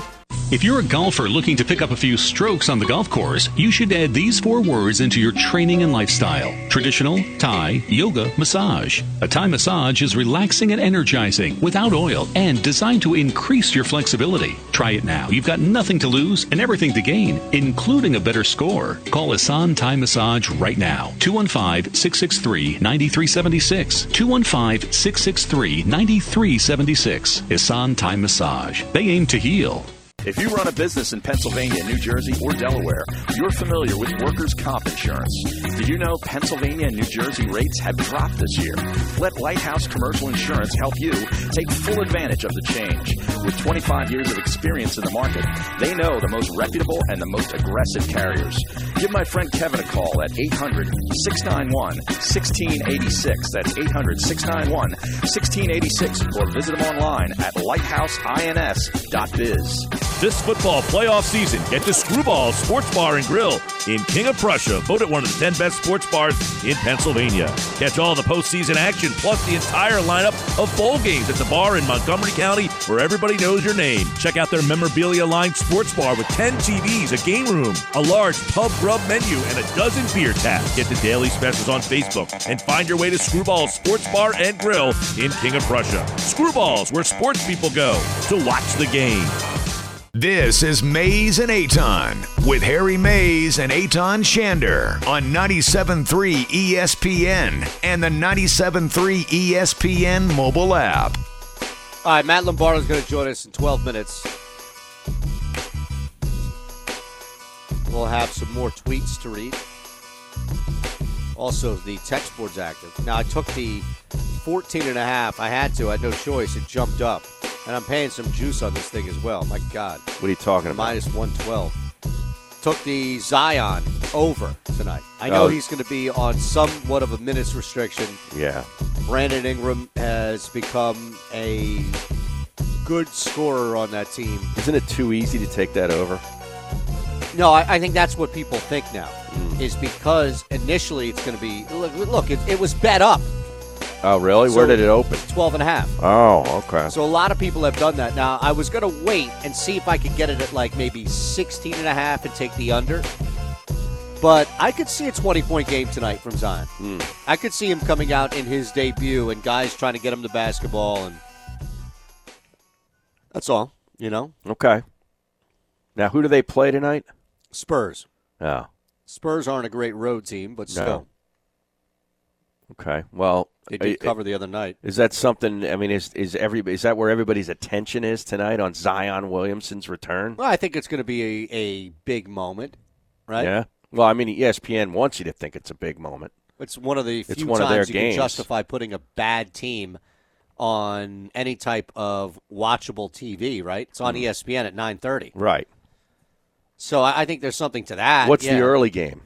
Speaker 20: If you're a golfer looking to pick up a few strokes on the golf course, you should add these four words into your training and lifestyle traditional, Thai, yoga, massage. A Thai massage is relaxing and energizing without oil and designed to increase your flexibility. Try it now. You've got nothing to lose and everything to gain, including a better score. Call Asan Thai Massage right now 215 663 9376. 215 663 9376. Asan Thai Massage. They aim to heal.
Speaker 21: If you run a business in Pennsylvania, New Jersey, or Delaware, you're familiar with workers' comp insurance. Did you know Pennsylvania and New Jersey rates have dropped this year? Let Lighthouse Commercial Insurance help you take full advantage of the change. With 25 years of experience in the market, they know the most reputable and the most aggressive carriers. Give my friend Kevin a call at 800 691 1686. That's 800 691 1686, or visit him online at lighthouseinf.biz.
Speaker 8: This football playoff season, get to Screwball Sports Bar and Grill in King of Prussia, voted one of the 10 best sports bars in Pennsylvania. Catch all the postseason action, plus the entire lineup of bowl games at the bar in Montgomery County, where everybody knows your name. Check out their memorabilia lined sports bar with 10 TVs, a game room, a large pub grub menu, and a dozen beer taps. Get the daily specials on Facebook and find your way to Screwball Sports Bar and Grill in King of Prussia. Screwballs, where sports people go to watch the game.
Speaker 1: This is Mays and Aton with Harry Mays and Aton Shander on 97.3 ESPN and the 97.3 ESPN mobile app.
Speaker 3: All right, Matt Lombardo is going to join us in 12 minutes. We'll have some more tweets to read. Also, the text board's active. Now, I took the 14 and a half. I had to. I had no choice. It jumped up. And I'm paying some juice on this thing as well. My God.
Speaker 4: What are you talking about?
Speaker 3: Minus 112. Took the Zion over tonight. I know
Speaker 4: Oh.
Speaker 3: he's going to be on somewhat of a minutes restriction.
Speaker 4: Yeah.
Speaker 3: Brandon Ingram has become a good scorer on that team.
Speaker 4: Isn't it too easy to take that over?
Speaker 3: No, I, I think that's what people think now.
Speaker 4: Mm.
Speaker 3: Is because initially it's going to be look. Look, it, it was bet up
Speaker 4: Oh, really? Where
Speaker 3: So-
Speaker 4: did it open?
Speaker 3: 12 and a half.
Speaker 4: Oh, okay.
Speaker 3: So a lot of people have done that. Now, I was going to wait and see if I could get it at like maybe 16 and a half and take the under. But I could see a 20 point game tonight from Zion.
Speaker 4: Hmm.
Speaker 3: I could see him coming out in his debut and guys trying to get him the basketball and that's all, you know?
Speaker 4: Okay. Now, who do they play tonight?
Speaker 3: Spurs.
Speaker 4: Oh,
Speaker 3: Spurs aren't a great road team, but still.
Speaker 4: No. okay. Well,
Speaker 3: They did
Speaker 4: i-
Speaker 3: cover the other night.
Speaker 4: Is that something? I mean, is is every is that where everybody's attention is tonight on Zion Williamson's return?
Speaker 3: Well, I think it's going to be a, a big moment, right?
Speaker 4: Yeah. Well, I mean, E ESPN wants you to think it's a big moment.
Speaker 3: It's one of the few
Speaker 4: It's one
Speaker 3: times
Speaker 4: of their
Speaker 3: you
Speaker 4: games.
Speaker 3: can justify putting a bad team on any type of watchable TV, right? It's on E
Speaker 4: Mm.
Speaker 3: ESPN at 9:30.
Speaker 4: Right.
Speaker 3: So I, I think there's something to that.
Speaker 4: What's
Speaker 3: Ah, yeah.
Speaker 4: the early game?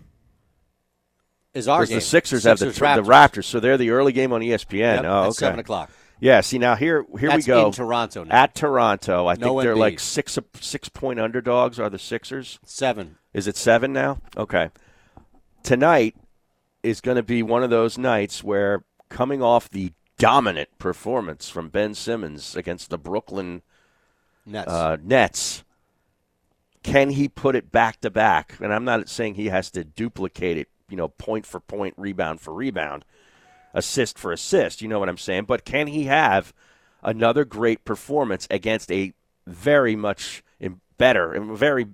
Speaker 3: Is our
Speaker 4: 'Cause
Speaker 3: game.
Speaker 4: the Sixers, have the,
Speaker 3: Raptors.
Speaker 4: the Raptors, so they're the early game on ESPN.
Speaker 3: Yep,
Speaker 4: oh,
Speaker 3: at
Speaker 4: okay.
Speaker 3: 7 o'clock.
Speaker 4: Yeah. See, now here here
Speaker 3: That's
Speaker 4: we go.
Speaker 3: in Toronto now.
Speaker 4: At Toronto, I
Speaker 3: No
Speaker 4: think they're
Speaker 3: Embiid.
Speaker 4: like six six point underdogs. Are the Sixers
Speaker 3: Seven.
Speaker 4: Is it seven now? Okay. Tonight is going to be one of those nights where coming off the dominant performance from Ben Simmons against the Brooklyn
Speaker 3: Nets.
Speaker 4: uh, Nets. Can he put it back to back? And I'm not saying he has to duplicate it, you know, point for point, rebound for rebound, assist for assist. You know what I'm saying? But can he have another great performance against a very much im- better and very,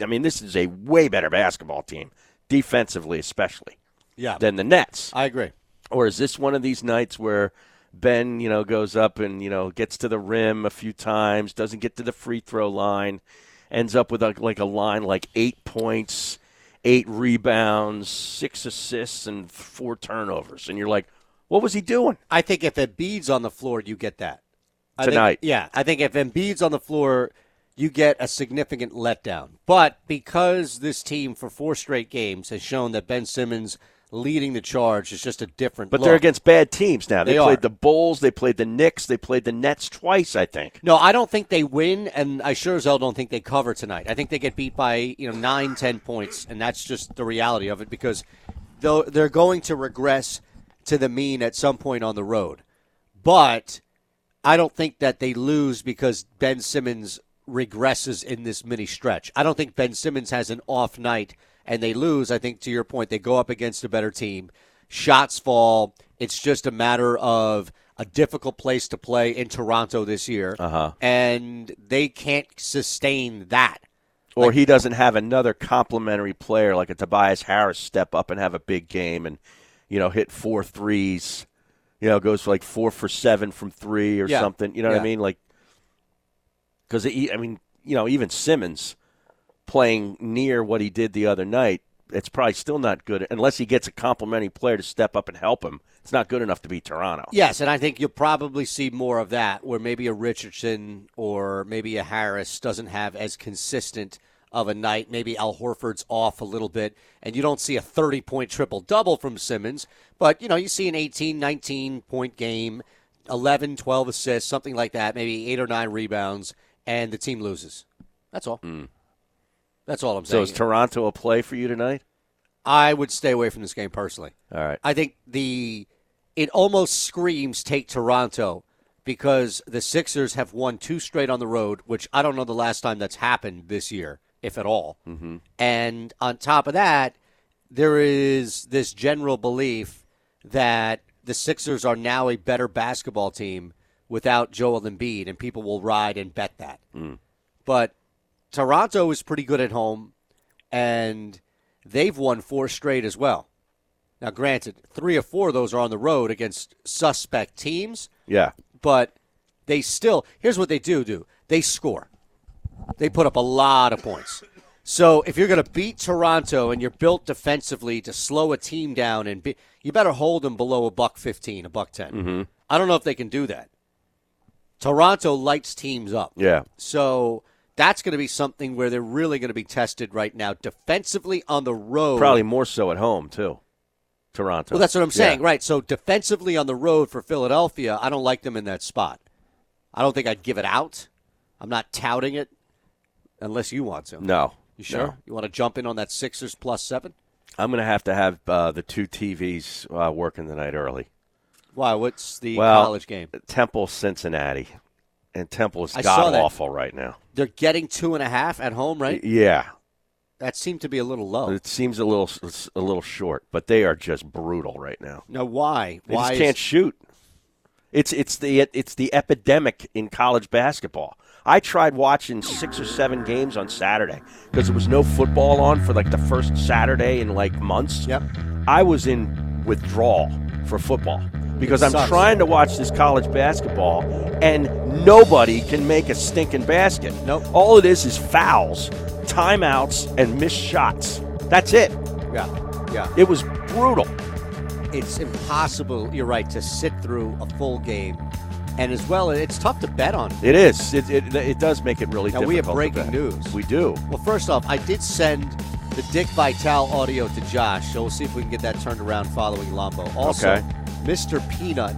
Speaker 4: I mean, this is a way better basketball team, defensively especially,
Speaker 3: Yeah.
Speaker 4: than the Nets?
Speaker 3: I agree.
Speaker 4: Or is this one of these nights where Ben, you know, goes up and, you know, gets to the rim a few times, doesn't get to the free throw line, ends up with a, like a line like eight points, eight rebounds, six assists, and four turnovers. And you're like, what was he doing?
Speaker 3: I think if Embiid's on the floor, you get that. I think-
Speaker 4: Tonight.
Speaker 3: yeah, I think if Embiid's on the floor, you get a significant letdown. But because this team for four straight games has shown that Ben Simmons leading the charge is just a different
Speaker 4: But they're
Speaker 3: look.
Speaker 4: against bad teams now. They,
Speaker 3: They
Speaker 4: played
Speaker 3: are.
Speaker 4: the Bulls, they played the Knicks, they played the Nets twice, I think.
Speaker 3: No, I don't think they win, and I sure as hell don't think they cover tonight. I think they get beat by you know nine, ten points, and that's just the reality of it because though they're going to regress to the mean at some point on the road. But I don't think that they lose because Ben Simmons regresses in this mini stretch. I don't think Ben Simmons has an off night and they lose. I think to your point, they go up against a better team. Shots fall. It's just a matter of a difficult place to play in Toronto this year. Uh-huh. And they can't sustain that.
Speaker 4: Or he doesn't have another complimentary player like a Tobias Harris step up and have a big game and, you know, hit four threes. You know, goes for like four for seven from three or
Speaker 22: Yeah.
Speaker 4: something. You know what
Speaker 22: Yeah.
Speaker 4: I mean? Like, because I mean, you know, even Simmons playing near what he did the other night, it's probably still not good unless he gets a complimentary player to step up and help him. It's not good enough to beat Toronto.
Speaker 3: Yes, and I think you'll probably see more of that where maybe a Richardson or maybe a Harris doesn't have as consistent of a night. Maybe Al Horford's off a little bit, and you don't see a 30 point triple double from Simmons, but you know, you see an 18, 19 point game, 11, 12 assists, something like that, maybe eight or nine rebounds, and the team loses. That's all. That's all I'm
Speaker 4: Hmm. So
Speaker 3: saying.
Speaker 4: is Toronto a play for you tonight?
Speaker 3: I would stay away from this game personally.
Speaker 4: All right.
Speaker 3: I think the it almost screams take Toronto because the Sixers have won two straight on the road, which I don't know the last time that's happened this year, if at all.
Speaker 23: Mm-hmm.
Speaker 3: And on top of that, there is this general belief that the Sixers are now a better basketball team without Joel Embiid, and people will ride and bet that.
Speaker 4: Mm.
Speaker 3: But Toronto is pretty good at home, and they've won four straight as well. Now, granted, three or four of those are on the road against suspect teams,
Speaker 4: Yeah.
Speaker 3: but they still here's what they do do they score they put up a lot of points so if you're going to beat toronto and you're built defensively to slow a team down and be, you better hold them below a buck 15 a buck 10
Speaker 4: Mhm.
Speaker 3: i don't know if they can do that toronto lights teams up
Speaker 4: Yeah.
Speaker 3: so that's going to be something where they're really going to be tested right now defensively on the road
Speaker 4: Probably more so at home too. Toronto.
Speaker 3: Oh. well, that's what I'm saying,
Speaker 4: Yeah.
Speaker 3: right? So defensively on the road for Philadelphia, I don't like them in that spot. I don't think I'd give it out. I'm not touting it, unless you want to.
Speaker 4: No.
Speaker 3: you sure?
Speaker 4: No.
Speaker 3: You want to jump in on that Sixers plus seven?
Speaker 4: I'm going to have to have uh, the two TVs uh, working tonight early.
Speaker 3: Why? What's the
Speaker 4: well,
Speaker 3: college game?
Speaker 4: Temple, Cincinnati, and Temple is
Speaker 3: I saw
Speaker 4: god
Speaker 3: that.
Speaker 4: awful right now.
Speaker 3: They're getting two and a half at home, right? Oh.
Speaker 4: Yeah,
Speaker 3: That seemed to be a little low.
Speaker 4: it seems a little s- a little short, but they are just brutal right now.
Speaker 3: Now, why?
Speaker 4: They
Speaker 3: why
Speaker 4: just
Speaker 3: is-
Speaker 4: can't shoot. It's it's the it's the epidemic in college basketball. I tried watching six or seven games on Saturday because there was no football on for like the first Saturday in like months. Yep. I was in withdrawal for football because
Speaker 8: It
Speaker 4: I'm
Speaker 8: sucks.
Speaker 4: trying to watch this college basketball and nobody can make a stinking basket. No. All it is is fouls, timeouts, and missed shots. That's it.
Speaker 3: Yeah. Yeah.
Speaker 4: It was brutal.
Speaker 3: It's impossible. You're right to sit through a full game, and as well, it's tough to bet on.
Speaker 4: It is. It, it, it does make it really
Speaker 3: Now,
Speaker 4: difficult.
Speaker 3: we have
Speaker 4: to
Speaker 3: breaking
Speaker 4: bet.
Speaker 3: news.
Speaker 4: We do.
Speaker 3: Well, first off, I did send the Dick Vitale audio to Josh, so we'll see if we can get that turned around following Lombo. Also,
Speaker 4: Okay.
Speaker 3: Mr. Peanut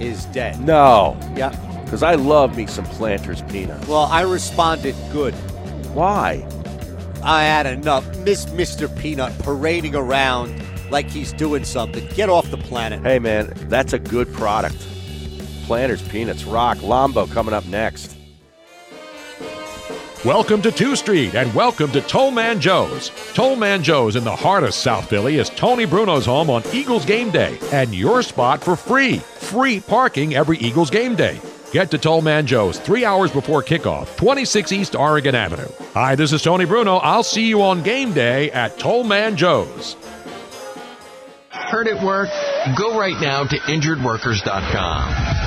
Speaker 3: is dead.
Speaker 4: No.
Speaker 3: Yeah.
Speaker 4: Because I love me some Planters peanuts.
Speaker 3: Well, I responded good.
Speaker 4: Why?
Speaker 3: I had enough. Miss Mr. Peanut parading around like he's doing something. Get off the planet.
Speaker 4: Hey, man, that's a good product. Planters peanuts rock. Lombo coming up next.
Speaker 24: Welcome to 2 Street and welcome to Tollman Joe's. Tollman Joe's in the heart of South Philly is Tony Bruno's home on Eagles game day and your spot for free, free parking every Eagles game day. Get to Tollman Joe's three hours before kickoff, 26 East Oregon Avenue. Hi, this is Tony Bruno. I'll see you on game day at Tollman Joe's.
Speaker 16: Heard it work? Go right now to injuredworkers.com.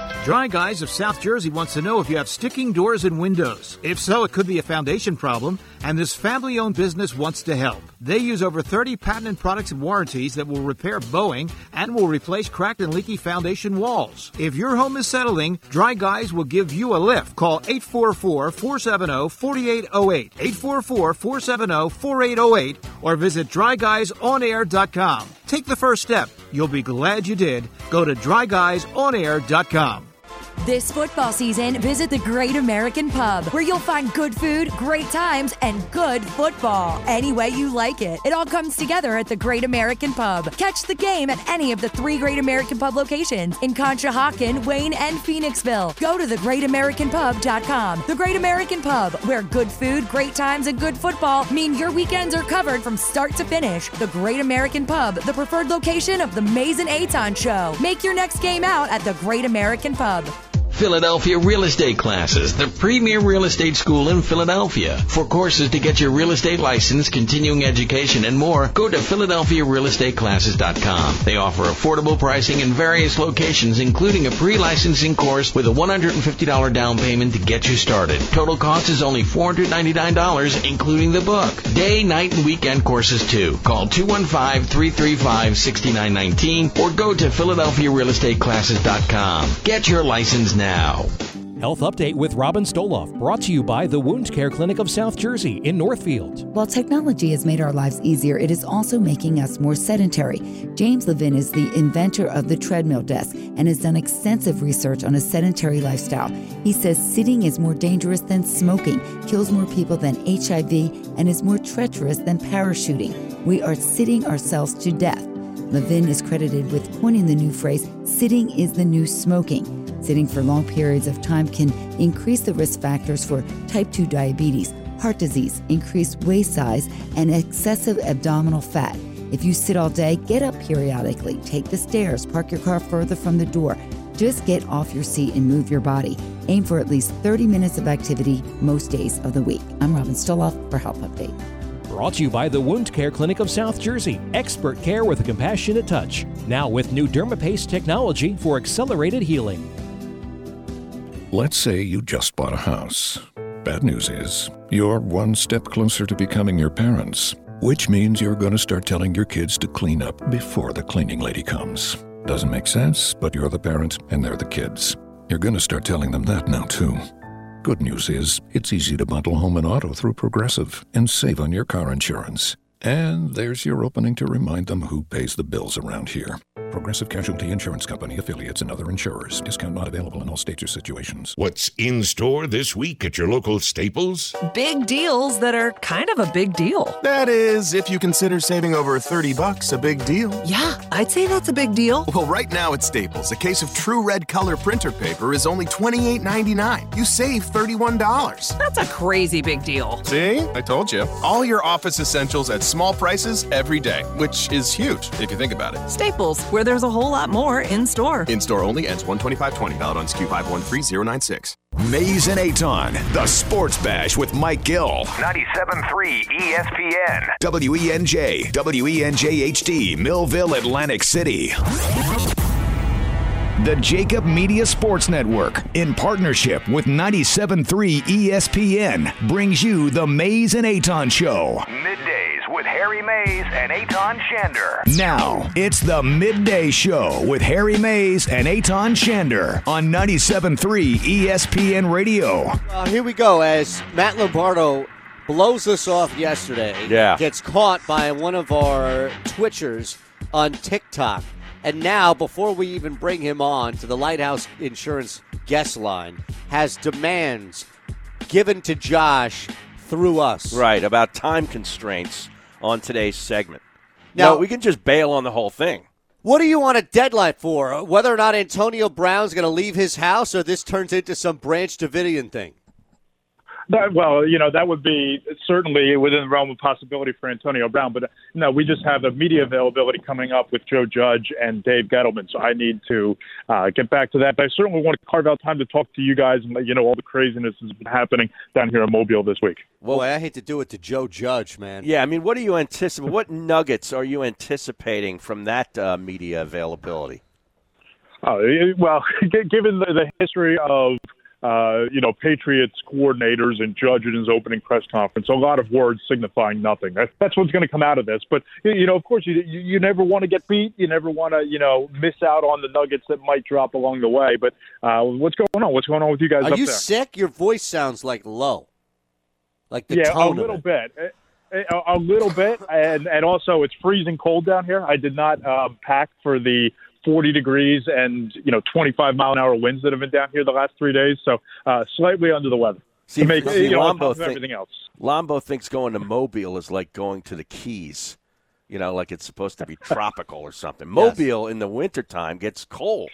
Speaker 19: Dry Guys of South Jersey wants to know if you have sticking doors and windows. If so, it could be a foundation problem, and this family owned business wants to help. They use over 30 patented products and warranties that will repair Boeing and will replace cracked and leaky foundation walls. If your home is settling, Dry Guys will give you a lift. Call 844 470 4808, 844 470 4808, or visit dryguysonair.com. Take the first step. You'll be glad you did. Go to dryguysonair.com.
Speaker 6: This football season, visit the Great American Pub, where you'll find good food, great times, and good football. Any way you like it. It all comes together at the Great American Pub. Catch the game at any of the three Great American Pub locations in Conshohocken, Wayne, and Phoenixville. Go to thegreatamericanpub.com. The Great American Pub, where good food, great times, and good football mean your weekends are covered from start to finish. The Great American Pub, the preferred location of the Maze and Aton Show. Make your next game out at the Great American Pub.
Speaker 19: Philadelphia Real Estate Classes, the premier real estate school in Philadelphia. For courses to get your real estate license, continuing education, and more, go to PhiladelphiaRealEstateClasses.com. They offer affordable pricing in various locations, including a pre-licensing course with a $150 down payment to get you started. Total cost is only $499, including the book. Day, night, and weekend courses too. Call 215-335-6919 or go to PhiladelphiaRealEstateClasses.com. Get your license now.
Speaker 2: Health Update with Robin Stoloff, brought to you by the Wound Care Clinic of South Jersey in Northfield.
Speaker 22: While technology has made our lives easier, it is also making us more sedentary. James Levin is the inventor of the treadmill desk and has done extensive research on a sedentary lifestyle. He says sitting is more dangerous than smoking, kills more people than HIV, and is more treacherous than parachuting. We are sitting ourselves to death. Levin is credited with coining the new phrase, sitting is the new smoking. Sitting for long periods of time can increase the risk factors for type 2 diabetes, heart disease, increased waist size, and excessive abdominal fat. If you sit all day, get up periodically, take the stairs, park your car further from the door. Just get off your seat and move your body. Aim for at least 30 minutes of activity most days of the week. I'm Robin Stoloff for Help Update.
Speaker 2: Brought to you by the Wound Care Clinic of South Jersey, expert care with a compassionate touch. Now with new dermapaste technology for accelerated healing.
Speaker 25: Let's say you just bought a house. Bad news is, you're one step closer to becoming your parents, which means you're going to start telling your kids to clean up before the cleaning lady comes. Doesn't make sense, but you're the parent and they're the kids. You're going to start telling them that now, too. Good news is, it's easy to bundle home and auto through Progressive and save on your car insurance. And there's your opening to remind them who pays the bills around here. Progressive Casualty Insurance Company, affiliates, and other insurers. Discount not available in all states or situations.
Speaker 26: What's in store this week at your local Staples?
Speaker 27: Big deals that are kind of a big deal.
Speaker 28: That is, if you consider saving over 30 bucks a big deal.
Speaker 27: Yeah, I'd say that's a big deal.
Speaker 28: Well, right now at Staples, a case of True Red color printer paper is only $28.99. You save $31.
Speaker 27: That's a crazy big deal.
Speaker 28: See? I told you. All your office essentials at small prices every day, which is huge if you think about it.
Speaker 27: Staples, where there's a whole lot more in store.
Speaker 28: In store only ends 125.20, valid on SKU 513096.
Speaker 1: Mays and Aton, the Sports Bash with Mike Gill.
Speaker 26: 97.3 ESPN.
Speaker 1: E WENJ, WENJ HD, Millville, Atlantic City. The Jacob Media Sports Network, in partnership with 97.3 ESPN, brings you the Mays and Aton Show.
Speaker 26: Middays with Harry Mays and Aton Shander.
Speaker 1: Now, it's the Midday Show with Harry Mays and Aton Shander on 97.3 ESPN Radio.
Speaker 3: Uh, here we go as Matt Lombardo blows us off yesterday.
Speaker 4: Yeah.
Speaker 3: Gets caught by one of our Twitchers on TikTok. And now, before we even bring him on to the Lighthouse Insurance guest line, has demands given to Josh through us.
Speaker 4: Right, about time constraints on today's segment.
Speaker 3: Now-
Speaker 4: no, we can just bail on the whole thing.
Speaker 3: What do you want a deadline for? Uh, Whether or not Antonio Brown's going to leave his house or this turns into some Branch Davidian thing?
Speaker 29: That, well, you know, that would be certainly within the realm of possibility for Antonio Brown. But uh, no, we just have a media availability coming up with Joe Judge and Dave Gettleman. So I need to uh, get back to that. But I certainly want to carve out time to talk to you guys and let you know all the craziness that's been happening down here in Mobile this week.
Speaker 3: Boy, I hate to do it to Joe Judge, man.
Speaker 4: Yeah, I mean, what do you anticipate? what nuggets are you anticipating from that uh, media availability?
Speaker 29: Uh, well, g- given the, the history of uh, you know Patriots coordinators and Judge in his opening press conference, a lot of words signifying nothing. That, that's what's going to come out of this. But y- you know, of course, you you, you never want to get beat. You never want to you know miss out on the nuggets that might drop along the way. But uh, what's going on? What's going on with you guys?
Speaker 3: Are
Speaker 29: up
Speaker 3: you
Speaker 29: there?
Speaker 3: sick? Your voice sounds like low. Like the
Speaker 29: yeah,
Speaker 3: tone
Speaker 29: a little
Speaker 3: of it.
Speaker 29: bit. A, a- a little bit, and and also it's freezing cold down here. I did not um, pack for the 40 degrees and you know 25 mile an hour winds that have been down here the last three days. So uh, slightly under the weather.
Speaker 4: See,
Speaker 29: to make
Speaker 4: see,
Speaker 29: you know, on
Speaker 4: Lombo
Speaker 29: top of
Speaker 4: think-
Speaker 29: everything else.
Speaker 4: Lombo thinks going to Mobile is like going to the Keys. You know, like it's supposed to be tropical or something. Mobile in the wintertime gets cold.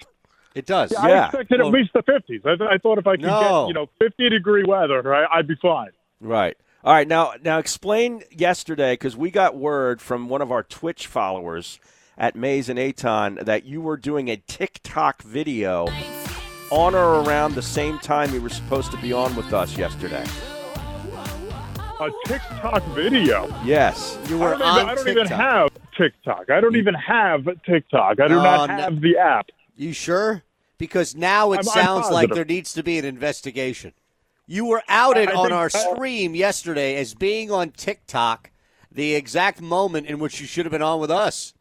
Speaker 3: It does.
Speaker 29: Yeah, I expected at least the 50s. I, th- I thought if I could
Speaker 4: No.
Speaker 29: get you know 50 degree weather, right, I'd be fine.
Speaker 4: Right. All right. Now, now explain yesterday because we got word from one of our Twitch followers at Maze and Aton that you were doing a TikTok video on or around the same time he was supposed to be on with us yesterday.
Speaker 29: A TikTok video.
Speaker 4: Yes.
Speaker 29: You were I don't, even, I don't even have TikTok. I don't even have TikTok. I do
Speaker 3: Um,
Speaker 29: not have the app.
Speaker 3: You sure? Because now it
Speaker 29: I'm- I'm
Speaker 3: sounds like
Speaker 29: positive.
Speaker 3: there needs to be an investigation. You were outed
Speaker 29: I- I
Speaker 3: on
Speaker 29: think-
Speaker 3: our stream yesterday as being on TikTok the exact moment in which you should have been on with us.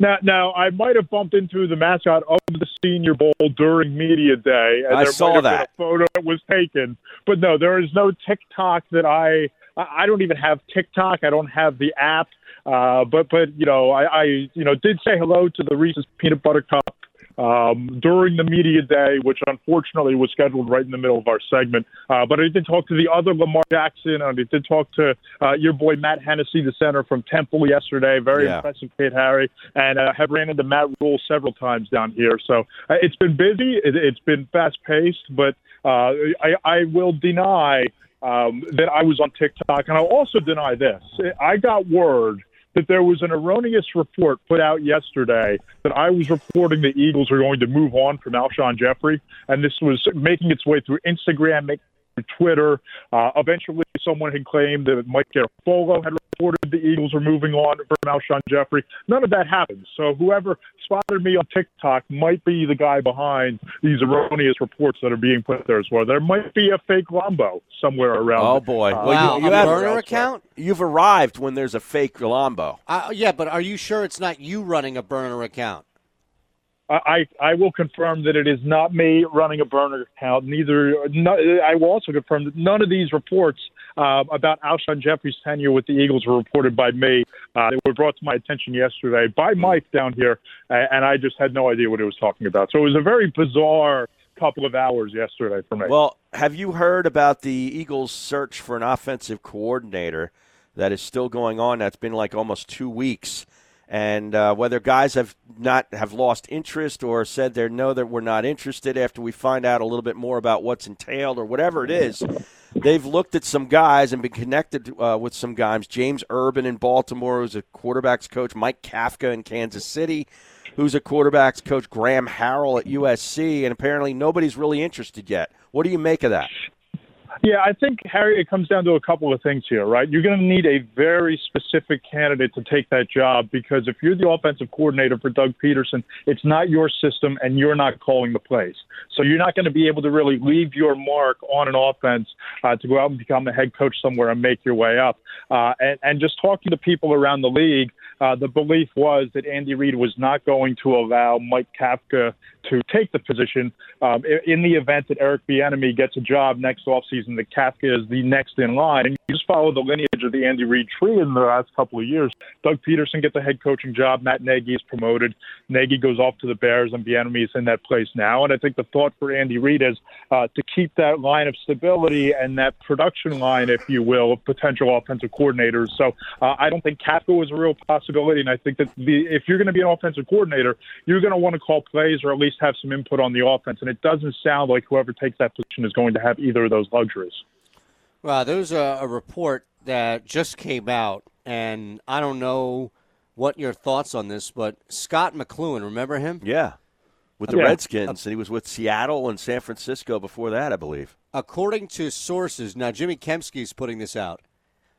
Speaker 29: Now, now I might have bumped into the mascot of the Senior Bowl during media day, and
Speaker 4: I
Speaker 29: there
Speaker 4: saw
Speaker 29: might have
Speaker 4: that.
Speaker 29: been a photo that was taken. But no, there is no TikTok that I I I don't even have TikTok. I don't have the app. Uh, but but you know I, I you know did say hello to the Reese's Peanut Butter Cup. Um, during the media day, which unfortunately was scheduled right in the middle of our segment, uh, but I did talk to the other Lamar Jackson, and I did talk to uh, your boy Matt Hennessy, the center from Temple, yesterday. Very
Speaker 5: Yeah.
Speaker 29: impressive impressive kid, Harry, and uh, have ran into Matt Rule several times down here. So uh, it's been busy. It, it's been fast paced, but uh, I, I will deny um, that I was on TikTok, and I'll also deny this. I got word that there was an erroneous report put out yesterday that I was reporting the Eagles are going to move on from Alshon Jeffrey, and this was making its way through Instagram, making through Twitter. Uh, eventually, someone had claimed that Mike Garafolo had reported the Eagles were moving on from Alshon Jeffrey. None of that happened. So whoever spotted me on TikTok might be the guy behind these erroneous reports that are being put there as well. There might be a fake Lombo somewhere around.
Speaker 4: Oh boy!
Speaker 29: uh,
Speaker 4: well, you, you
Speaker 29: somewhere
Speaker 4: have
Speaker 29: elsewhere.
Speaker 3: account?
Speaker 4: You've arrived when there's a fake Lombo.
Speaker 3: Uh, yeah, but are you sure it's not you running a burner account?
Speaker 29: I, I I will confirm that it is not me running a burner account. Neither no, I will also confirm that none of these reports um, about Alshon Jeffrey's tenure with the Eagles were reported by me. Uh, they were brought to my attention yesterday by Mike down here, a- and I just had no idea what he was talking about. So it was a very bizarre couple of hours yesterday for me.
Speaker 4: Well, have you heard about the Eagles' search for an offensive coordinator that is still going on? That's been like almost two weeks, and uh, whether guys have not have lost interest or said they are no that we're not interested after we find out a little bit more about what's entailed or whatever it is. They've looked at some guys and been connected uh, with some guys. James Urban in Baltimore, who's a quarterbacks coach. Mike Kafka in Kansas City who's a quarterbacks coach, Graham Harrell at USC, and apparently nobody's really interested yet. What do you make of that?
Speaker 29: Yeah, I think Harry, it comes down to a couple of things here, right? You're going to need a very specific candidate to take that job because if you're the offensive coordinator for Doug Peterson, it's not your system and you're not calling the plays. So you're not going to be able to really leave your mark on an offense uh, to go out and become the head coach somewhere and make your way up. Uh, and, and just talking to people around the league, uh, the belief was that Andy Reid was not going to allow Mike Kafka to take the position um, i- in the event that Eric Bieniemy gets a job next offseason. That Kafka is the next in line, and you just follow the lineage of the Andy Reid tree in the last couple of years. Doug Peterson gets the head coaching job. Matt Nagy is promoted. Nagy goes off to the Bears, and Bieniemy is in that place now. And I think the thought for Andy Reid is uh, to keep that line of stability and that production line, if you will, of potential offensive coordinators. So uh, I don't think Kafka was a real possibility, and I think that the, if you're going to be an offensive coordinator, you're going to want to call plays or at least have some input on the offense. And it doesn't sound like whoever takes that position is going to have either of those luxuries.
Speaker 3: Well, there was a, a report that just came out, and I don't know what your thoughts on this, but Scott McLuhan, remember him?
Speaker 4: Yeah, with the
Speaker 3: Yeah.
Speaker 4: Redskins, and he was with Seattle and San Francisco before that, I believe.
Speaker 3: According to sources, now Jimmy Kemsky is putting this out.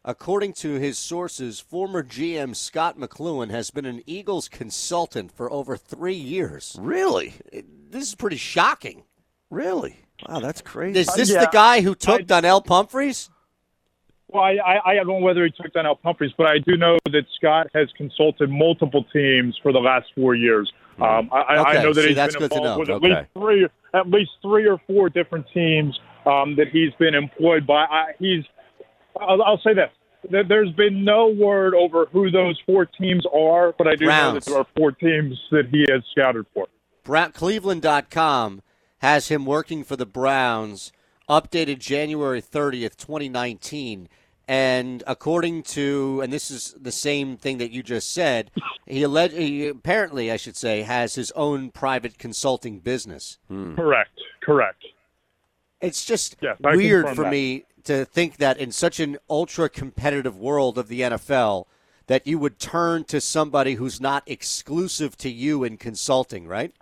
Speaker 3: According to his sources, former GM Scott McLuhan has been an Eagles consultant for over three years.
Speaker 4: Really?
Speaker 3: This is pretty shocking.
Speaker 4: Really? Wow, that's crazy.
Speaker 3: Is this the guy who took Donnell Humphreys?
Speaker 29: Well, I, I, I don't know whether he took Donnell Humphreys, but I do know that Scott has consulted multiple teams for the last four years. Um, I, I-
Speaker 7: Hmm. Okay,
Speaker 29: I know that
Speaker 7: see,
Speaker 29: he's
Speaker 7: that's
Speaker 29: been
Speaker 7: good to
Speaker 29: involved
Speaker 7: know.
Speaker 29: with at
Speaker 7: Okay.
Speaker 29: least three, at least three or four different teams um, that he's been employed by. I, he's, I'll, I'll say this: There- there's been no word over who those four teams are, but I do know that
Speaker 3: Browns.
Speaker 29: there are four teams that he has scouted for.
Speaker 3: Brown, Cleveland.com has him working for the Browns, updated January 30th, 2019. And according to, and this is the same thing that you just said, he, alleged, he apparently, I should say, has his own private consulting business.
Speaker 29: Correct. Correct.
Speaker 3: It's just
Speaker 29: I
Speaker 3: weird
Speaker 29: confirm
Speaker 3: for
Speaker 29: that.
Speaker 3: me to think that in such an ultra competitive world of the NFL, that you would turn to somebody who's not exclusive to you in consulting, right?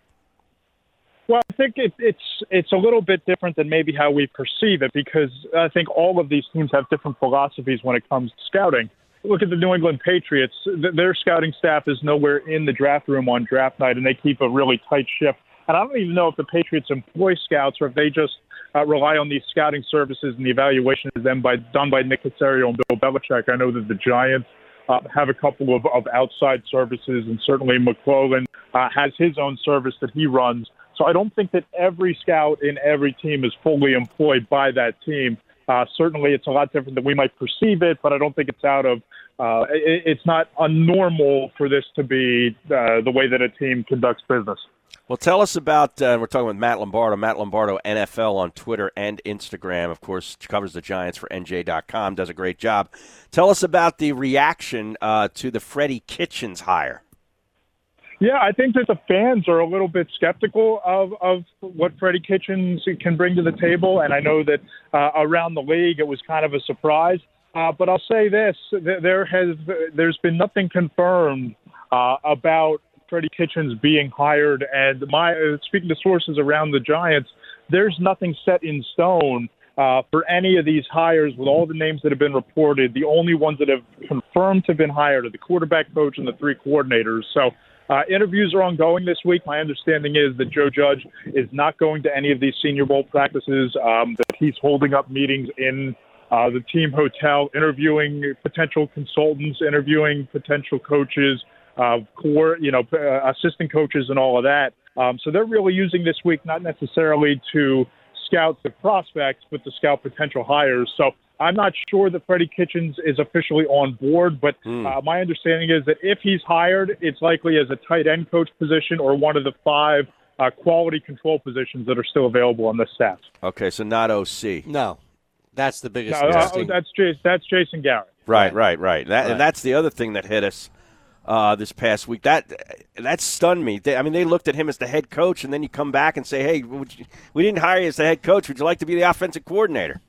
Speaker 29: Well, I think it, it's it's a little bit different than maybe how we perceive it because I think all of these teams have different philosophies when it comes to scouting. Look at the New England Patriots; Th- their scouting staff is nowhere in the draft room on draft night, and they keep a really tight ship. And I don't even know if the Patriots employ scouts or if they just uh, rely on these scouting services and the evaluation is then by done by Nick Casario and Bill Belichick. I know that the Giants uh, have a couple of, of outside services, and certainly McClellan uh, has his own service that he runs. So I don't think that every scout in every team is fully employed by that team. Uh, certainly, it's a lot different than we might perceive it, but I don't think it's out of. Uh, it, it's not unnormal for this to be uh, the way that a team conducts business.
Speaker 4: Well, tell us about. Uh, we're talking with Matt Lombardo, Matt Lombardo NFL on Twitter and Instagram. Of course, covers the Giants for NJ.com, does a great job. Tell us about the reaction uh, to the Freddie Kitchens hire.
Speaker 29: Yeah, I think that the fans are a little bit skeptical of, of what Freddie Kitchens can bring to the table. And I know that uh, around the league, it was kind of a surprise. Uh, but I'll say this: th- there has there's been nothing confirmed uh, about Freddie Kitchens being hired. And my uh, speaking to sources around the Giants, there's nothing set in stone uh, for any of these hires. With all the names that have been reported, the only ones that have confirmed to have been hired are the quarterback coach and the three coordinators. So. Uh, interviews are ongoing this week. My understanding is that Joe Judge is not going to any of these Senior Bowl practices. Um, that he's holding up meetings in uh, the team hotel, interviewing potential consultants, interviewing potential coaches, uh, core, you know, p- uh, assistant coaches, and all of that. Um, so they're really using this week not necessarily to scout the prospects, but to scout potential hires. So I'm not sure that Freddie Kitchens is officially on board, but
Speaker 4: Hmm.
Speaker 29: uh, my understanding is that if he's hired, it's likely as a tight end coach position or one of the five uh, quality control positions that are still available on this staff.
Speaker 4: Okay, so not OC.
Speaker 3: No, that's the biggest.
Speaker 29: No, uh,
Speaker 3: mistake.
Speaker 29: that's Jason, that's Jason Garrett.
Speaker 4: Right, right, right. That,
Speaker 29: Right.
Speaker 4: And that's the other thing that hit us uh, this past week. That that stunned me. They, I mean, they looked at him as the head coach, and then you come back and say, "Hey, would you, we didn't hire you as the head coach. Would you like to be the offensive coordinator?"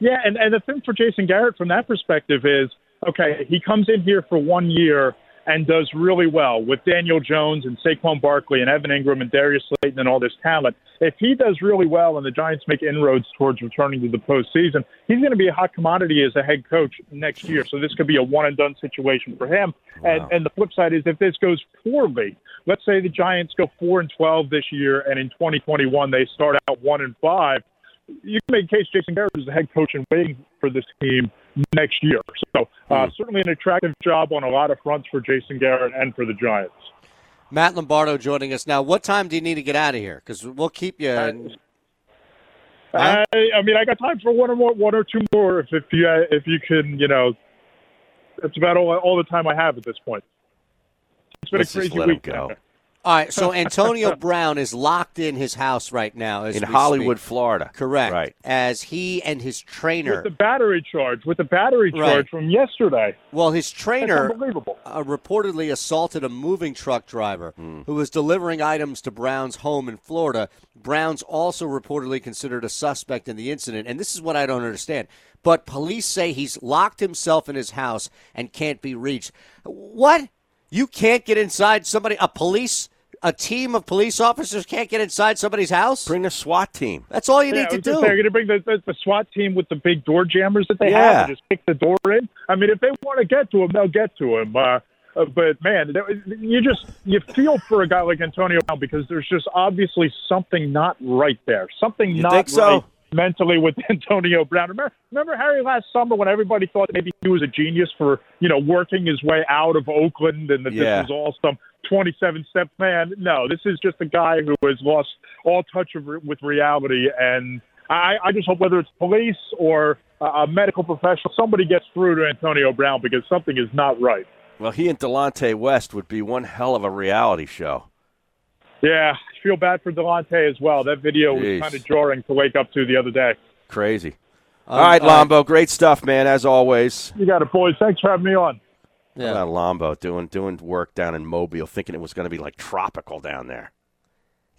Speaker 29: Yeah, and, and the thing for Jason Garrett from that perspective is okay, he comes in here for one year and does really well with Daniel Jones and Saquon Barkley and Evan Ingram and Darius Slayton and all this talent. If he does really well and the Giants make inroads towards returning to the postseason, he's going to be a hot commodity as a head coach next year. So this could be a one and done situation for him. And and the flip side is if this goes poorly, let's say the Giants go 4 and 12 this year and in 2021 they start out 1 and 5, you can make a case Jason Garrett is the head coach and waiting for this team next year. So uh, certainly an attractive job on a lot of fronts for Jason Garrett and for the Giants.
Speaker 3: Matt Lombardo joining us now. What time do you need to get out of here? Because we'll keep you. and- Huh?
Speaker 29: I, I mean, I got time for one or more, one or two more if, if you uh, if you can, you know. That's about all, all the time I have at this point. It's been
Speaker 4: Let's
Speaker 29: a
Speaker 4: just
Speaker 29: crazy
Speaker 4: let him
Speaker 29: week.
Speaker 4: go.
Speaker 3: all right, so Antonio Brown is locked in his house right now as
Speaker 4: In
Speaker 3: we
Speaker 4: Hollywood,
Speaker 3: speak.
Speaker 4: Florida.
Speaker 3: Correct. Right. As he and his trainer
Speaker 29: With the battery charge, with the battery charge
Speaker 3: Right.
Speaker 29: from yesterday.
Speaker 3: Well, his trainer
Speaker 29: That's unbelievable.
Speaker 3: uh, reportedly assaulted a moving truck driver
Speaker 4: Hmm.
Speaker 3: who was delivering items to Brown's home in Florida. Brown's also reportedly considered a suspect in the incident, and this is what I don't understand. But police say he's locked himself in his house and can't be reached. What? You can't get inside somebody? A police? A team of police officers can't get inside somebody's house? Bring
Speaker 4: a SWAT team.
Speaker 3: That's all you
Speaker 29: Yeah,
Speaker 3: need
Speaker 29: I
Speaker 3: to
Speaker 29: was just
Speaker 3: do.
Speaker 29: saying, You're going to bring the, the, the SWAT team with the big door jammers that they
Speaker 3: Yeah.
Speaker 29: have and just kick the door in. I mean, if they want to get to him, they'll get to him. Uh, uh, but man, that- you just you feel for a guy like Antonio Brown because there's just obviously something not right there. Something
Speaker 4: You
Speaker 29: not
Speaker 4: think so?
Speaker 29: right mentally with Antonio Brown. Remember, remember Harry last summer when everybody thought maybe he was a genius for you know working his way out of Oakland and that
Speaker 4: Yeah.
Speaker 29: this was all some 27 step plan. No, this is just a guy who has lost all touch of re- with reality. And I, I just hope whether it's police or uh, a medical professional, somebody gets through to Antonio Brown because something is not right.
Speaker 4: Well, he and Delonte West would be one hell of a reality show.
Speaker 29: Yeah, I feel bad for Delonte as well. That video
Speaker 4: Jeez.
Speaker 29: was kind of jarring to wake up to the other day.
Speaker 4: Crazy.
Speaker 29: Um,
Speaker 4: all right,
Speaker 29: all right.
Speaker 4: Lombo, great stuff, man. As always.
Speaker 29: You got it, boys. Thanks for having me on.
Speaker 4: Yeah. Lombo doing doing work down in Mobile, thinking it was going to be like tropical down there.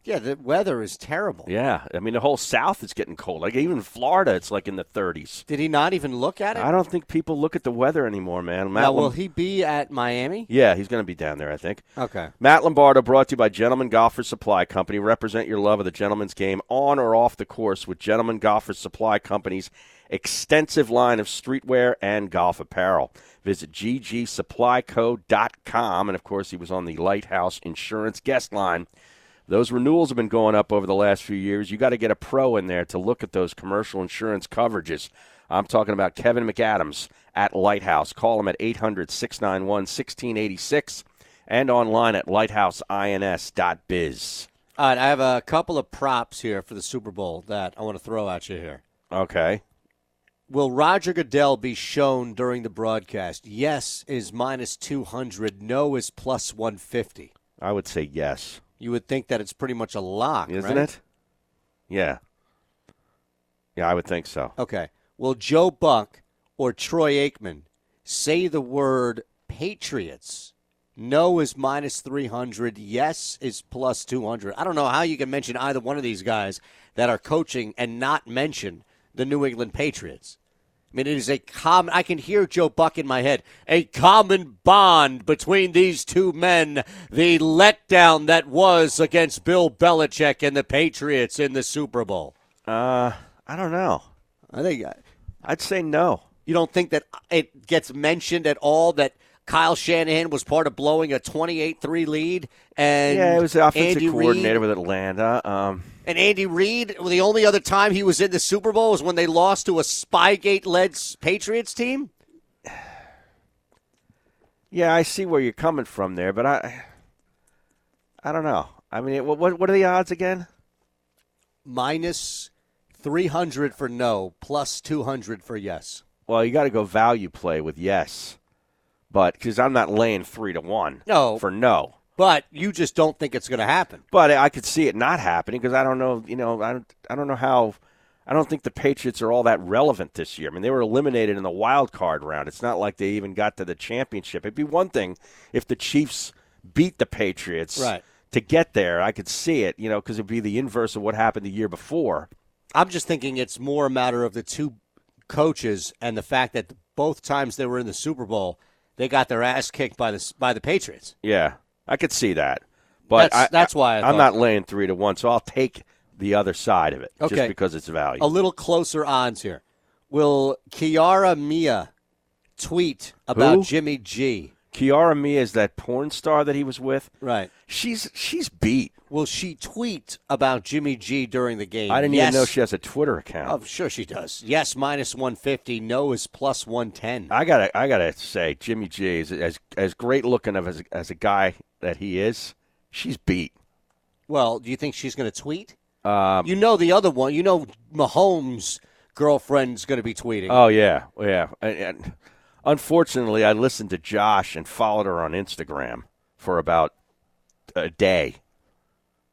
Speaker 3: Yeah, the weather is terrible.
Speaker 4: Yeah, I mean the whole South is getting cold. Like even Florida, it's like in the 30s.
Speaker 3: Did he not even look at it?
Speaker 4: I don't think people look at the weather anymore, man. Matt
Speaker 3: Now, will
Speaker 4: Lom-
Speaker 3: he be at Miami?
Speaker 4: Yeah, he's going to be down there, I think.
Speaker 3: Okay.
Speaker 4: Matt Lombardo brought to you by Gentleman Golfers Supply Company. Represent your love of the gentleman's game on or off the course with Gentleman Golfers Supply Company's extensive line of streetwear and golf apparel. Visit ggsupplyco.com. And of course, he was on the Lighthouse Insurance Guest Line. Those renewals have been going up over the last few years. You got to get a pro in there to look at those commercial insurance coverages. I'm talking about Kevin McAdams at Lighthouse. Call him at 800 691 1686 and online at lighthouseinS.biz.
Speaker 3: All right, I have a couple of props here for the Super Bowl that I want to throw at you here.
Speaker 4: Okay.
Speaker 3: Will Roger Goodell be shown during the broadcast? Yes is minus 200, no is plus 150.
Speaker 4: I would say yes.
Speaker 3: You would think that it's pretty much a lock,
Speaker 4: Isn't
Speaker 3: right?
Speaker 4: it? Yeah. Yeah, I would think so.
Speaker 3: Okay. Will Joe Buck or Troy Aikman say the word Patriots? No is minus 300. Yes is plus 200. I don't know how you can mention either one of these guys that are coaching and not mention the New England Patriots. I mean, it is a common, I can hear Joe Buck in my head, a common bond between these two men. The letdown that was against Bill Belichick and the Patriots in the Super Bowl.
Speaker 4: Uh, I don't know.
Speaker 3: I think I,
Speaker 4: I'd say no.
Speaker 3: You don't think that it gets mentioned at all that Kyle Shanahan was part of blowing a 28-3 lead and
Speaker 4: yeah, it was the offensive
Speaker 3: Andy
Speaker 4: coordinator
Speaker 3: Reid,
Speaker 4: with Atlanta. Um,
Speaker 3: and Andy Reid, well, the only other time he was in the Super Bowl was when they lost to a Spygate-led Patriots team?
Speaker 4: yeah, I see where you're coming from there, but I, I don't know. I mean, what what, what are the odds again?
Speaker 3: Minus 300 for no, plus 200 for yes.
Speaker 4: Well, you got to go value play with yes, but because I'm not laying three to one.
Speaker 3: No.
Speaker 4: for no.
Speaker 3: But you just don't think it's going to happen.
Speaker 4: But I could see it not happening because I don't know. You know, I don't. I don't know how. I don't think the Patriots are all that relevant this year. I mean, they were eliminated in the wild card round. It's not like they even got to the championship. It'd be one thing if the Chiefs beat the Patriots
Speaker 3: Right.
Speaker 4: to get there. I could see it, you know, because it'd be the inverse of what happened the year before.
Speaker 3: I'm just thinking it's more a matter of the two coaches and the fact that both times they were in the Super Bowl, they got their ass kicked by the by the Patriots.
Speaker 4: Yeah, I could see that, but
Speaker 3: That's-
Speaker 4: I-
Speaker 3: that's why I
Speaker 4: I'm
Speaker 3: thought-
Speaker 4: not laying three to one. So I'll take the other side of it
Speaker 3: Okay.
Speaker 4: just because it's value.
Speaker 3: A little closer odds here. Will Kiara Mia tweet about
Speaker 4: Who?
Speaker 3: Jimmy G?
Speaker 4: Kiara Mia is that porn star that he was with.
Speaker 3: Right.
Speaker 4: She's she's beat.
Speaker 3: Will she tweet about Jimmy G during the game?
Speaker 4: I didn't
Speaker 3: yes.
Speaker 4: even know she has a Twitter account.
Speaker 3: Oh, sure she does. Yes, minus 150. No is plus 110.
Speaker 4: I gotta, I gotta say, Jimmy G is as as great looking of as as a guy that he is. She's beat.
Speaker 3: Well, do you think she's going to tweet?
Speaker 4: Um,
Speaker 3: you know the other one. You know Mahomes' girlfriend's going to be tweeting.
Speaker 4: Oh yeah, yeah. And, and unfortunately, I listened to Josh and followed her on Instagram for about a day.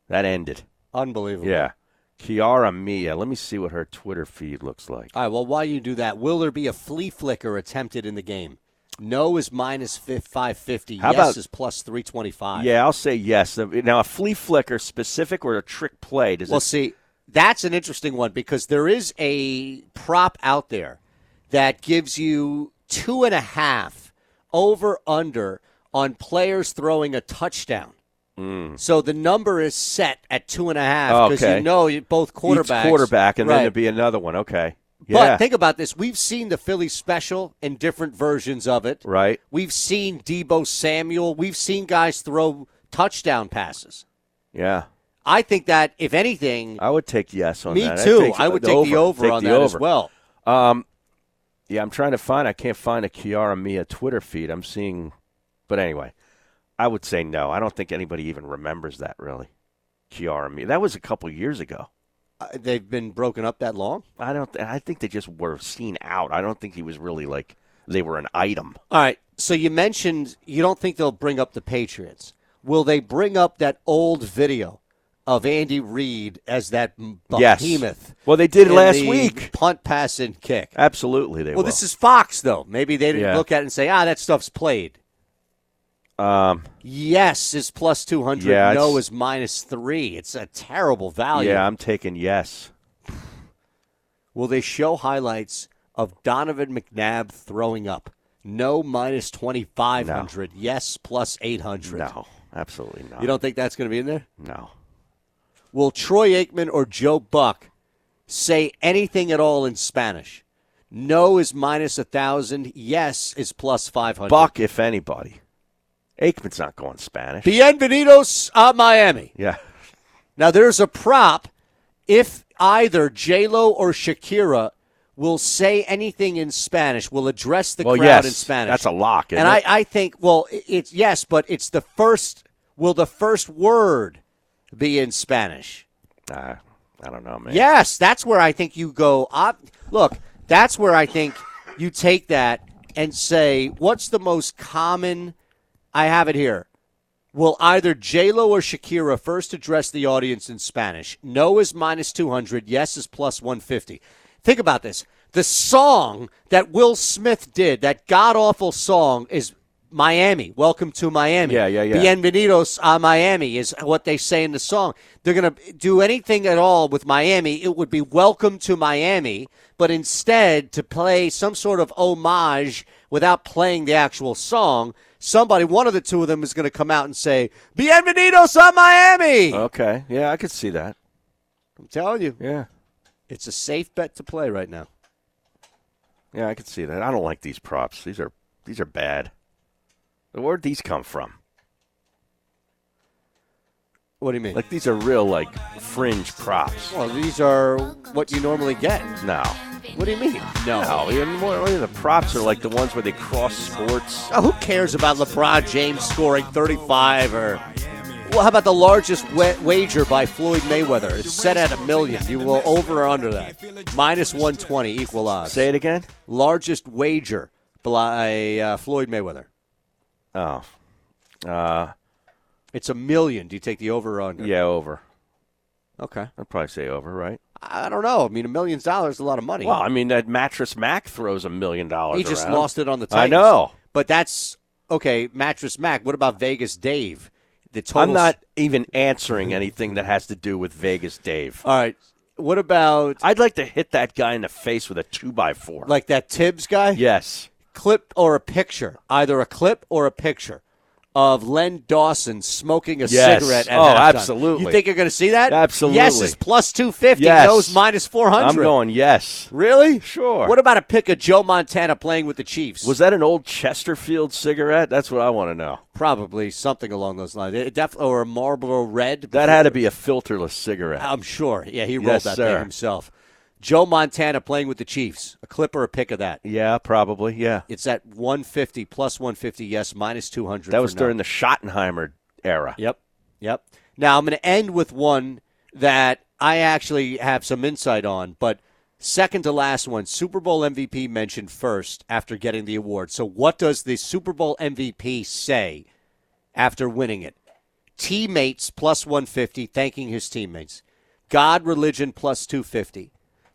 Speaker 4: That ended.
Speaker 3: Unbelievable.
Speaker 4: Yeah, Kiara Mia. Let me see what her Twitter feed looks like.
Speaker 3: All right. Well, while you do that, will there be a flea flicker attempted in the game? No is minus fif- 550.
Speaker 4: How
Speaker 3: yes
Speaker 4: about-
Speaker 3: is plus 325.
Speaker 4: Yeah, I'll say yes. Now, a flea flicker specific or a trick play? Does
Speaker 3: Well,
Speaker 4: it,
Speaker 3: see, that's an interesting one because there is a prop out there that gives you two and a half over under on players throwing a touchdown.
Speaker 4: Mm.
Speaker 3: So the number is set at two and a half because
Speaker 4: Okay.
Speaker 3: you know you- both quarterbacks.
Speaker 4: Each quarterback, and
Speaker 3: Right.
Speaker 4: then there'd be another one. Okay.
Speaker 3: But
Speaker 4: Yeah.
Speaker 3: think about this: we've seen the Philly special in different versions of it.
Speaker 4: right.
Speaker 3: We've seen Debo Samuel. We've seen guys throw touchdown passes.
Speaker 4: Yeah.
Speaker 3: I think that if anything,
Speaker 4: I would take yes on
Speaker 3: Me
Speaker 4: that. I'd
Speaker 3: too. I would take the over
Speaker 4: Take
Speaker 3: on that as well.
Speaker 4: Um, yeah, I'm trying to find. I can't find a Kiara Mia Twitter feed. I'm seeing, but anyway, I would say no. I don't think anybody even remembers that really. Kiara Mia. That was a couple years ago.
Speaker 3: uh, they've been broken up that long.
Speaker 4: I don't. Th- I think they just were seen out. I don't think he was really like they were an item.
Speaker 3: All right. So you mentioned you don't think they'll bring up the Patriots. Will they bring up that old video of Andy Reid as that m-
Speaker 4: Yes.
Speaker 3: behemoth?
Speaker 4: Well, they did
Speaker 3: in
Speaker 4: last
Speaker 3: the
Speaker 4: week.
Speaker 3: Punt, pass, and kick.
Speaker 4: Absolutely, they
Speaker 3: well,
Speaker 4: will.
Speaker 3: this is Fox though. Maybe they didn't
Speaker 4: Yeah.
Speaker 3: look at it and say, "Ah, that stuff's played."
Speaker 4: Um,
Speaker 3: Yes is plus 200.
Speaker 4: Yeah,
Speaker 3: no
Speaker 4: it's-
Speaker 3: is minus three. It's a terrible value.
Speaker 4: yeah, I'm taking yes.
Speaker 3: Will they show highlights of Donovan McNabb throwing up? No minus 2,500. Yes plus 800.
Speaker 4: No, absolutely not.
Speaker 3: You don't think that's going to be in there?
Speaker 4: No.
Speaker 3: Will Troy Aikman or Joe Buck say anything at all in Spanish? No is minus 1,000. Yes is plus 500.
Speaker 4: Buck, if anybody. Aikman's not going Spanish.
Speaker 3: Bienvenidos a Miami.
Speaker 4: Yeah.
Speaker 3: Now there's a prop if either J Lo or Shakira will say anything in Spanish, will address the
Speaker 4: Well,
Speaker 3: crowd
Speaker 4: yes,
Speaker 3: in Spanish.
Speaker 4: that's a lock, isn't
Speaker 3: and
Speaker 4: it?
Speaker 3: I, I think well, i- it's yes, but it's the first. Will the first word be in Spanish?
Speaker 4: Uh, I don't know, man.
Speaker 3: Yes, that's where I think you go. Up. Look, that's where I think you take that and say, what's the most common? I have it here. Will either J Lo or Shakira first address the audience in Spanish? No is minus two hundred. Yes is plus one fifty. Think about this. The song that Will Smith did, that god awful song, is Miami. Welcome to Miami.
Speaker 4: Yeah, yeah, yeah.
Speaker 3: Bienvenidos a Miami is what they say in the song. They're going to do anything at all with Miami. It would be Welcome to Miami, but instead to play some sort of homage without playing the actual song, somebody, one of the two of them, is going to come out and say, Bienvenidos a Miami.
Speaker 4: Okay. Yeah, I could see that.
Speaker 3: I'm telling you.
Speaker 4: Yeah.
Speaker 3: It's a safe bet to play right now.
Speaker 4: Yeah, I could see that. I don't like these props. These are these are bad. Where'd these come from?
Speaker 3: What do you mean?
Speaker 4: Like these are real like fringe props.
Speaker 3: Well, these are what you normally get.
Speaker 4: No.
Speaker 3: What do you mean?
Speaker 4: No. even more, the props are like the ones where they cross sports.
Speaker 3: Oh, who cares about LeBron James scoring 35 or. Well, how about the largest wa- wager by Floyd Mayweather? It's set at a million. You will over or under that. Minus 120 equal odds.
Speaker 4: Say it again?
Speaker 3: Largest wager by uh, Floyd Mayweather.
Speaker 4: Oh. Uh,
Speaker 3: it's a million. Do you take the over or under?
Speaker 4: Yeah, over.
Speaker 3: Oh, Okay.
Speaker 4: I'd probably say over, right?
Speaker 3: I don't know. I mean, a million's dollars is a lot of money.
Speaker 4: Well, I mean that mattress Mac throws a million dollars.
Speaker 3: He just
Speaker 4: around.
Speaker 3: lost it on the
Speaker 4: I
Speaker 3: Titans.
Speaker 4: know.
Speaker 3: But that's okay. Mattress Mac. What about Vegas Dave? The total.
Speaker 4: I'm not even answering anything that has to do with Vegas Dave.
Speaker 3: All right. What about?
Speaker 4: I'd like to hit that guy in the face with a two by four.
Speaker 3: like that Tibbs guy.
Speaker 4: Yes.
Speaker 3: Clip or a picture, either a clip or a picture of Len Dawson smoking a
Speaker 4: Yes.
Speaker 3: cigarette. At
Speaker 4: Oh,
Speaker 3: halftime.
Speaker 4: absolutely.
Speaker 3: You think you're going to see that?
Speaker 4: Absolutely.
Speaker 3: Yes is plus two fifty.
Speaker 4: Yes.
Speaker 3: No is minus four hundred.
Speaker 4: I'm going yes.
Speaker 3: Really?
Speaker 4: Sure.
Speaker 3: What about a pic of Joe Montana playing with the Chiefs?
Speaker 4: Was that an old Chesterfield cigarette? That's what I want to know.
Speaker 3: Probably something along those lines. It def- or a Marlboro Red.
Speaker 4: That had to be a filterless cigarette.
Speaker 3: I'm sure. Yeah, he rolled
Speaker 4: Yes,
Speaker 3: that
Speaker 4: sir.
Speaker 3: thing himself. Joe Montana playing with the Chiefs. A clip or a pick of that.
Speaker 4: Yeah, probably. Yeah.
Speaker 3: It's at 150 plus 150. Yes, minus 200.
Speaker 4: That was during the Schottenheimer era.
Speaker 3: Yep. Yep. Now I'm going to end with one that I actually have some insight on, but second to last one, Super Bowl MVP mentioned first after getting the award. So what does the Super Bowl MVP say after winning it? Teammates plus 150 thanking his teammates. God religion plus 250.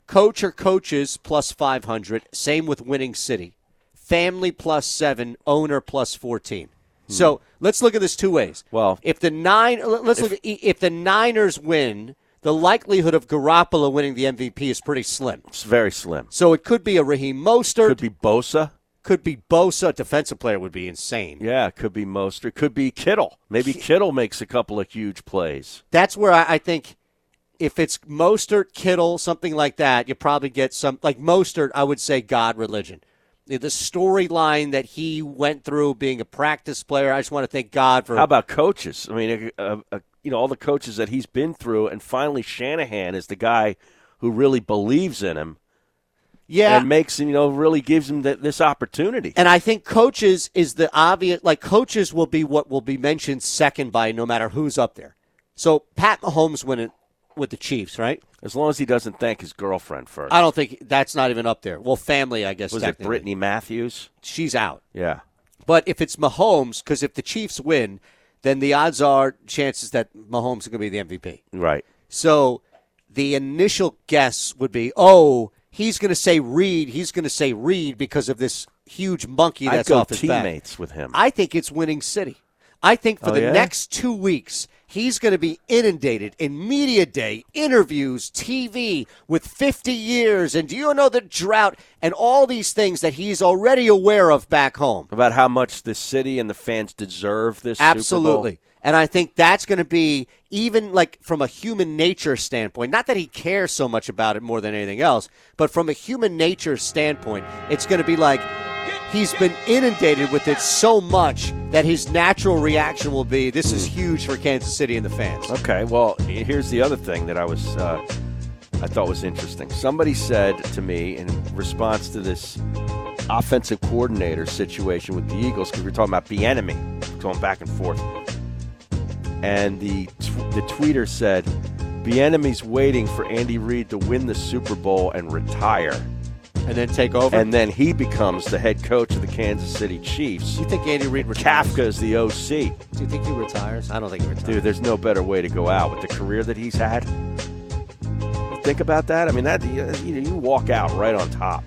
Speaker 3: Coach or coaches plus 500, same with winning city. Family plus 7, owner plus 14. So, let's look at this two ways.
Speaker 4: Well,
Speaker 3: if the nine, l- let's look. At, E, if the Niners win, the likelihood of Garoppolo winning the MVP is pretty slim.
Speaker 4: It's very slim.
Speaker 3: So it could be a Raheem Mostert, could
Speaker 4: be Bosa,
Speaker 3: could be Bosa. Defensive player would be insane.
Speaker 4: Yeah, it could be Mostert. Could be Kittle. Maybe Kittle makes a couple of huge plays.
Speaker 3: That's where I, I think if it's Mostert, Kittle, something like that, you probably get some like Mostert. I would say God religion. The the storyline that he went through being a practice player. I just want to thank God for
Speaker 4: How about coaches? I mean, uh, uh, you know, all the coaches that he's been through, and finally Shanahan is the guy who really believes in him.
Speaker 3: Yeah.
Speaker 4: and makes him, you know, really gives him th- this opportunity.
Speaker 3: And I think coaches is the obvious, like, coaches will be what will be mentioned second by no matter who's up there. So Pat Mahomes winning with the Chiefs, right?
Speaker 4: As long as he doesn't thank his girlfriend first.
Speaker 3: I don't think that's not even up there. Well, family, I guess.
Speaker 4: Was it
Speaker 3: technically.
Speaker 4: Brittany Matthews?
Speaker 3: She's out.
Speaker 4: Yeah.
Speaker 3: But if it's Mahomes, because if the Chiefs win, then the odds are chances that Mahomes is going to be the MVP.
Speaker 4: Right.
Speaker 3: So the initial guess would be, oh, he's going to say Reed. He's going to say Reed because of this huge monkey
Speaker 4: I'd
Speaker 3: that's
Speaker 4: go
Speaker 3: off his back.
Speaker 4: teammates with him.
Speaker 3: I think it's winning city. I think for
Speaker 4: Oh,
Speaker 3: the
Speaker 4: yeah?
Speaker 3: next two weeks, he's going to be inundated in media day, interviews, TV with 50 years, and do you know the drought and all these things that he's already aware of back home.
Speaker 4: About how much the city and the fans deserve this. Super Bowl.
Speaker 3: Absolutely. And I think that's going to be even like from a human nature standpoint, not that he cares so much about it more than anything else, but from a human nature standpoint, it's going to be like he's been inundated with it so much that his natural reaction will be this is huge for Kansas City and the fans.
Speaker 4: Okay, well, here's the other thing that I was uh, I thought was interesting. Somebody said to me in response to this offensive coordinator situation with the Eagles because we were talking about the enemy going back and forth, and the t- the tweeter said, "The enemy's waiting for Andy Reid to win the Super Bowl and retire."
Speaker 3: And then take over.
Speaker 4: And then he becomes the head coach of the Kansas City Chiefs. You
Speaker 3: think Andy Reid
Speaker 4: retires? Kafka is the OC.
Speaker 3: Do you think he retires? I don't think he retires.
Speaker 4: Dude, there's no better way to go out with the career that he's had. Think about that. I mean, that you, you walk out right on top.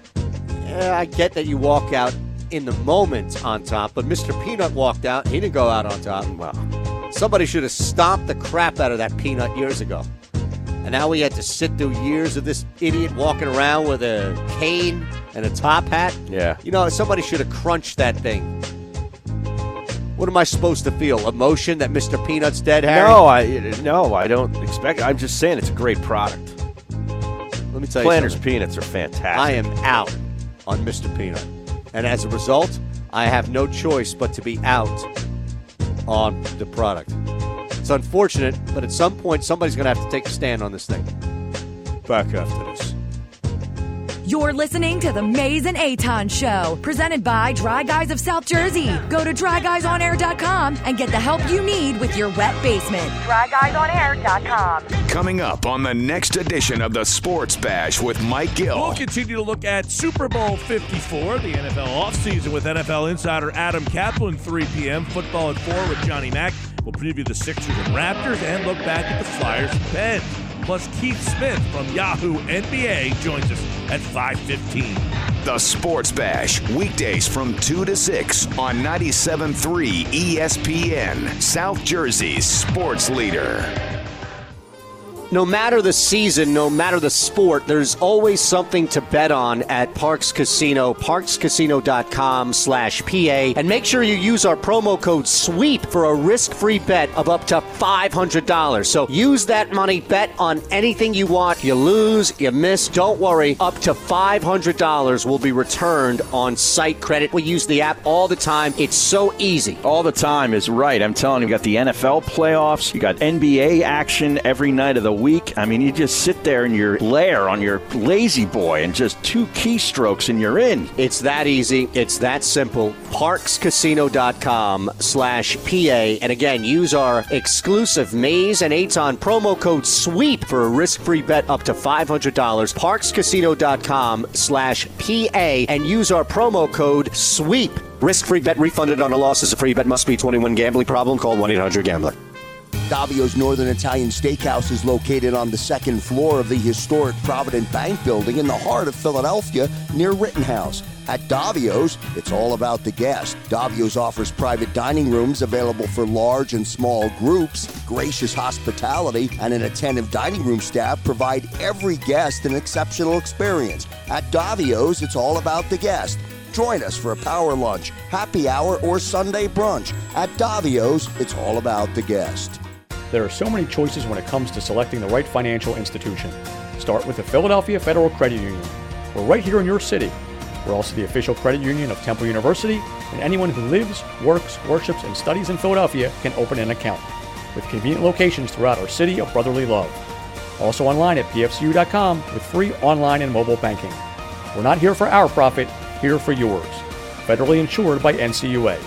Speaker 3: Yeah, I get that you walk out in the moment on top, but Mr. Peanut walked out. He didn't go out on top.
Speaker 4: Wow.
Speaker 3: Somebody should have stomped the crap out of that peanut years ago. And now we had to sit through years of this idiot walking around with a cane and a top hat.
Speaker 4: Yeah.
Speaker 3: You know, somebody should have crunched that thing. What am I supposed to feel? Emotion that Mr. Peanut's dead, Harry?
Speaker 4: No, I no, I don't expect. I'm just saying it's a great product.
Speaker 3: Let me tell you
Speaker 4: Planters
Speaker 3: something.
Speaker 4: peanuts are fantastic.
Speaker 3: I am out on Mr. Peanut. And as a result, I have no choice but to be out on the product. It's unfortunate, but at some point, somebody's going to have to take a stand on this thing. Back after this.
Speaker 6: You're listening to the Maze and Aton Show, presented by Dry Guys of South Jersey. Go to dryguysonair.com and get the help you need with your wet basement. Dryguysonair.com.
Speaker 1: Coming up on the next edition of the Sports Bash with Mike Gill.
Speaker 8: We'll continue to look at Super Bowl 54, the NFL offseason, with NFL insider Adam Kaplan, 3 p.m. Football at 4 with Johnny Mack. We'll preview the Sixers and Raptors and look back at the Flyers and Pens. Plus, Keith Smith from Yahoo NBA joins us at 5.15.
Speaker 1: The Sports Bash, weekdays from 2 to 6 on 97.3 ESPN, South Jersey's sports leader.
Speaker 3: No matter the season, no matter the sport, there's always something to bet on at Parks Casino, parkscasino.com slash PA. And make sure you use our promo code SWEEP for a risk-free bet of up to $500. So use that money, bet on anything you want. You lose, you miss, don't worry. Up to $500 will be returned on site credit. We use the app all the time. It's so easy.
Speaker 21: All the time is right. I'm telling you, you got the NFL playoffs, you got NBA action every night of the week. I mean, you just sit there in your lair on your lazy boy and just two keystrokes and you're in.
Speaker 3: It's that easy. It's that simple. ParksCasino.com slash PA. And again, use our exclusive Maze and Aton promo code SWEEP for a risk free bet up to $500. ParksCasino.com slash PA. And use our promo code SWEEP. Risk free bet refunded on a loss is a free bet. Must be 21 gambling problem. Call 1 800 Gambler.
Speaker 11: Davio's Northern Italian Steakhouse is located on the second floor of the historic Provident Bank Building in the heart of Philadelphia near Rittenhouse. At Davio's, it's all about the guest. Davio's offers private dining rooms available for large and small groups, gracious hospitality, and an attentive dining room staff provide every guest an exceptional experience. At Davio's, it's all about the guest. Join us for a power lunch, happy hour, or Sunday brunch. At Davio's, it's all about the guest.
Speaker 5: There are so many choices when it comes to selecting the right financial institution. Start with the Philadelphia Federal Credit Union. We're right here in your city. We're also the official credit union of Temple University, and anyone who lives, works, worships, and studies in Philadelphia can open an account with convenient locations throughout our city of brotherly love. Also online at pfcu.com with free online and mobile banking. We're not here for our profit, here for yours. Federally insured by NCUA.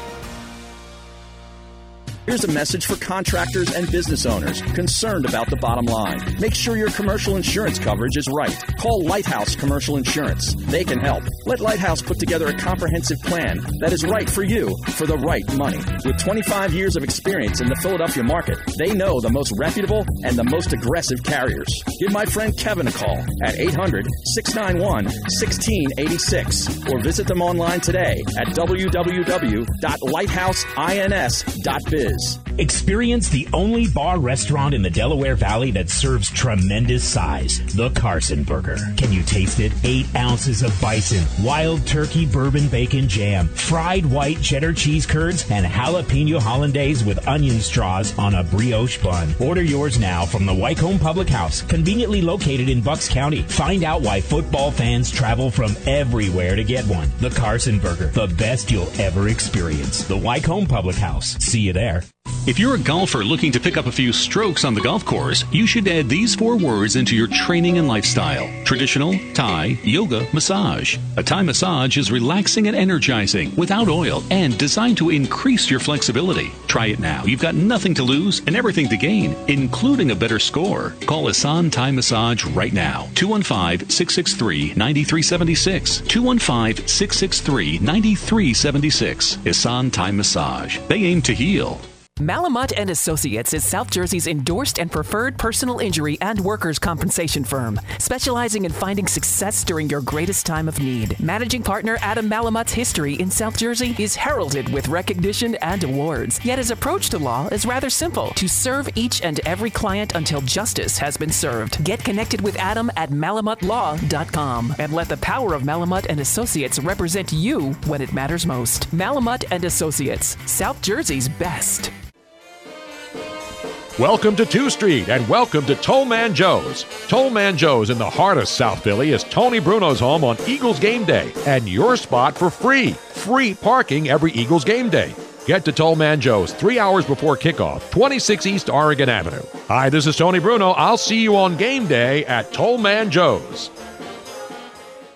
Speaker 21: Here's a message for contractors and business owners concerned about the bottom line. Make sure your commercial insurance coverage is right. Call Lighthouse Commercial Insurance. They can help. Let Lighthouse put together a comprehensive plan that is right for you for the right money. With 25 years of experience in the Philadelphia market, they know the most reputable and the most aggressive carriers. Give my friend Kevin a call at 800 691 1686 or visit them online today at www.lighthouseins.biz.
Speaker 7: is. Experience the only bar restaurant in the Delaware Valley that serves tremendous size, the Carson Burger. Can you taste it? Eight ounces of bison, wild turkey bourbon bacon jam, fried white cheddar cheese curds, and jalapeno hollandaise with onion straws on a brioche bun. Order yours now from the Wycombe Public House, conveniently located in Bucks County. Find out why football fans travel from everywhere to get one. The Carson Burger, the best you'll ever experience. The Wycombe Public House. See you there.
Speaker 20: If you're a golfer looking to pick up a few strokes on the golf course, you should add these four words into your training and lifestyle traditional, Thai, yoga, massage. A Thai massage is relaxing and energizing without oil and designed to increase your flexibility. Try it now. You've got nothing to lose and everything to gain, including a better score. Call Asan Thai Massage right now 215 663 9376. 215 663 9376. Asan Thai Massage. They aim to heal.
Speaker 13: Malamut and Associates is South Jersey's endorsed and preferred personal injury and workers' compensation firm, specializing in finding success during your greatest time of need. Managing partner Adam Malamut's history in South Jersey is heralded with recognition and awards. Yet his approach to law is rather simple: to serve each and every client until justice has been served. Get connected with Adam at malamutlaw.com and let the power of Malamut and Associates represent you when it matters most. Malamut and Associates, South Jersey's best.
Speaker 24: Welcome to 2 Street and welcome to Tollman Joe's. Tollman Joe's in the heart of South Philly is Tony Bruno's home on Eagles game day and your spot for free, free parking every Eagles game day. Get to Tollman Joe's three hours before kickoff, 26 East Oregon Avenue. Hi, this is Tony Bruno. I'll see you on game day at Tollman Joe's.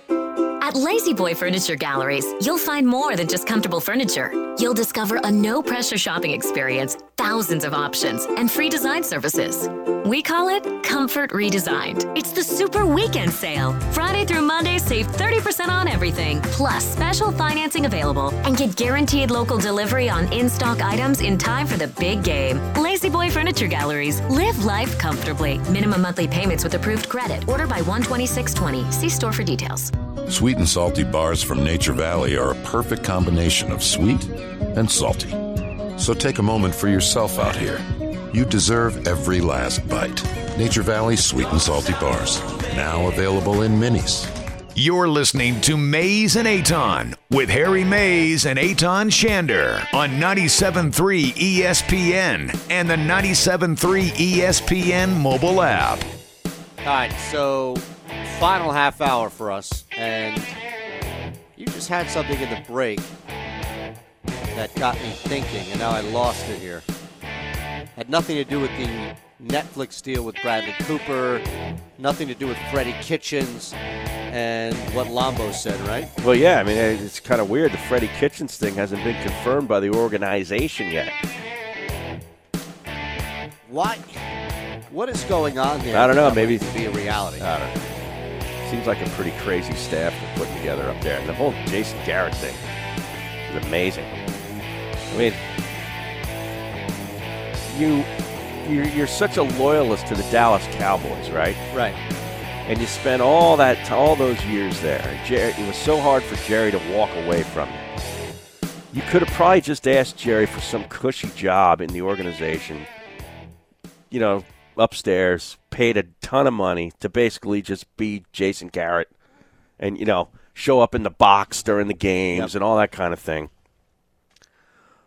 Speaker 30: At Lazy Boy Furniture Galleries, you'll find more than just comfortable furniture. You'll discover a no pressure shopping experience, thousands of options, and free design services. We call it Comfort Redesigned. It's the Super Weekend Sale. Friday through Monday, save 30% on everything, plus special financing available, and get guaranteed local delivery on in stock items in time for the big game. Lazy Boy Furniture Galleries. Live life comfortably. Minimum monthly payments with approved credit. Order by 12620. See store for details.
Speaker 9: Sweet and salty bars from Nature Valley are a perfect combination of sweet and salty. So take a moment for yourself out here. You deserve every last bite. Nature Valley Sweet and Salty Bars, now available in minis.
Speaker 1: You're listening to Mays and Aton with Harry Mays and Aton Shander on 97.3 ESPN and the 97.3 ESPN mobile app.
Speaker 3: All right, so final half hour for us, and you just had something in the break that got me thinking, and now I lost it here. Had nothing to do with the Netflix deal with Bradley Cooper, nothing to do with Freddie Kitchens, and what Lombo said, right?
Speaker 4: Well, yeah, I mean, it's kind of weird. The Freddie Kitchens thing hasn't been confirmed by the organization yet.
Speaker 3: Why? What is going on there?
Speaker 4: I don't know.
Speaker 3: That
Speaker 4: Maybe
Speaker 3: might be a reality.
Speaker 4: I don't know. Seems like a pretty crazy staff they're putting together up there. And the whole Jason Garrett thing is amazing. I mean, you you're, you're such a loyalist to the Dallas Cowboys, right?
Speaker 3: Right.
Speaker 4: And you spent all that all those years there. Jerry, it was so hard for Jerry to walk away from you. You could have probably just asked Jerry for some cushy job in the organization. You know, upstairs, paid a ton of money to basically just be Jason Garrett and, you know, show up in the box during the games and all that kind of thing.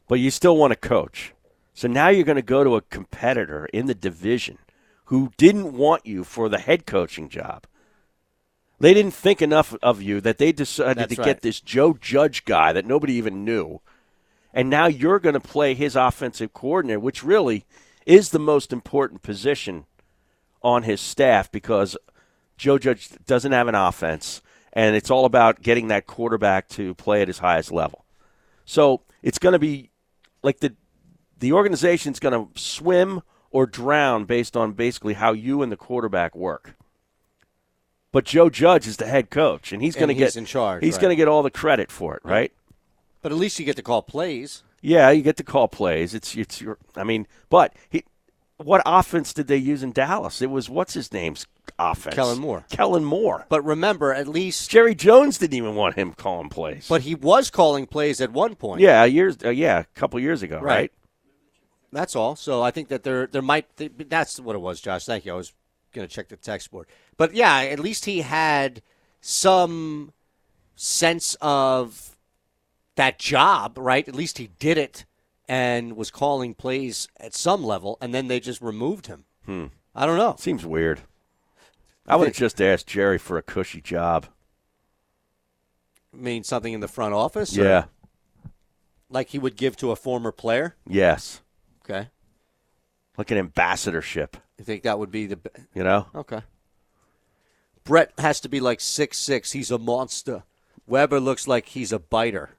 Speaker 4: But you still want to coach. So now you're going to go to a competitor in the division who didn't want you for the head coaching job. They didn't think enough of you that they decided
Speaker 3: That's
Speaker 4: to
Speaker 3: right.
Speaker 4: get this Joe Judge guy that nobody even knew. And now you're going to play his offensive coordinator, which really is the most important position on his staff because Joe Judge doesn't have an offense, and it's all about getting that quarterback to play at his highest level. So it's going to be like the the organization's going to swim or drown based on basically how you and the quarterback work. But Joe Judge is the head coach, and he's
Speaker 3: And
Speaker 4: going to
Speaker 3: he's
Speaker 4: get
Speaker 3: in charge,
Speaker 4: He's
Speaker 3: right.
Speaker 4: going to get all the credit for it, right?
Speaker 3: But at least you get to call plays.
Speaker 4: Yeah, you get to call plays. It's it's your. I mean, but he, what offense did they use in Dallas? It was what's his name's offense.
Speaker 3: Kellen Moore.
Speaker 4: Kellen Moore.
Speaker 3: But remember, at least
Speaker 4: Jerry Jones didn't even want him calling plays.
Speaker 3: But he was calling plays at one point.
Speaker 4: Yeah, years. Uh, yeah, a couple years ago, right?
Speaker 3: Right. That's all. So I think that there there might th- that's what it was, Josh. Thank you. I was going to check the text board, but yeah, at least he had some sense of that job, right? At least he did it and was calling plays at some level, and then they just removed him.
Speaker 4: Hmm.
Speaker 3: I don't know.
Speaker 4: Seems weird. I would have just asked Jerry for a cushy job.
Speaker 3: I mean, something in the front office, or
Speaker 4: Yeah.
Speaker 3: like he would give to a former player.
Speaker 4: Yes.
Speaker 3: Okay,
Speaker 4: Like an ambassadorship.
Speaker 3: you think that would be the b-
Speaker 4: You know.
Speaker 3: Okay. Brett has to be like six six. He's a monster. Weber looks like he's a biter.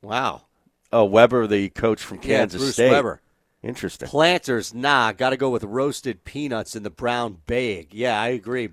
Speaker 3: Wow.
Speaker 4: Oh, Weber, the coach from
Speaker 3: Yeah,
Speaker 4: Kansas
Speaker 3: Bruce
Speaker 4: State.
Speaker 3: Weber.
Speaker 4: Interesting.
Speaker 3: Planters, nah. Got to go with roasted peanuts in the brown bag. Yeah, I agree.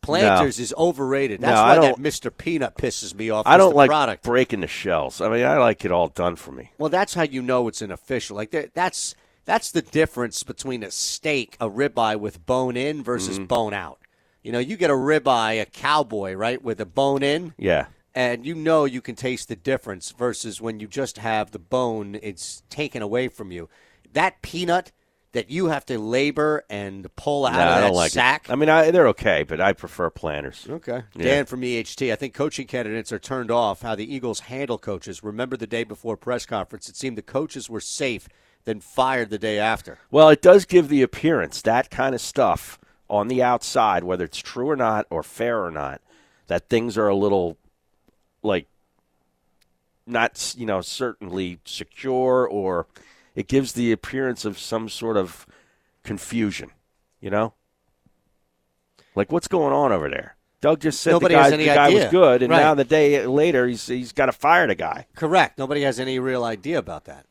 Speaker 3: Planters
Speaker 4: No.
Speaker 3: is overrated.
Speaker 4: No,
Speaker 3: That's
Speaker 4: I
Speaker 3: why that
Speaker 4: don't-
Speaker 3: Mr. Peanut pisses me off.
Speaker 4: I
Speaker 3: It's
Speaker 4: don't
Speaker 3: the
Speaker 4: like
Speaker 3: product.
Speaker 4: breaking the shells. I mean, I like it all done for me.
Speaker 3: Well, that's how you know it's an official. Like that, that's that's the difference between a steak, a ribeye with bone in versus
Speaker 4: Mhm.
Speaker 3: bone out. You know, you get a ribeye, a cowboy, right, with a bone in.
Speaker 4: Yeah.
Speaker 3: and you know you can taste the difference versus when you just have the bone it's taken away from you that peanut that you have to labor and pull out
Speaker 4: No, I
Speaker 3: of
Speaker 4: don't
Speaker 3: that
Speaker 4: like
Speaker 3: sack
Speaker 4: it. I mean, I, they're okay, but I prefer planners.
Speaker 3: Okay.
Speaker 4: Yeah.
Speaker 3: Dan from EHT, I think coaching candidates are turned off how the Eagles handle coaches. Remember the day before press conference, it seemed the coaches were safe, then fired the day after.
Speaker 4: Well, it does give the appearance that kind of stuff on the outside, whether it's true or not, or fair or not, that things are a little like not you know certainly secure, or it gives the appearance of some sort of confusion. You know, like what's going on over there? Doug just said
Speaker 3: Nobody
Speaker 4: the guy,
Speaker 3: has any
Speaker 4: the guy was
Speaker 3: idea.
Speaker 4: good, and
Speaker 3: Right.
Speaker 4: now the day later he's he's got to fire the guy.
Speaker 3: Correct. Nobody has any real idea about that.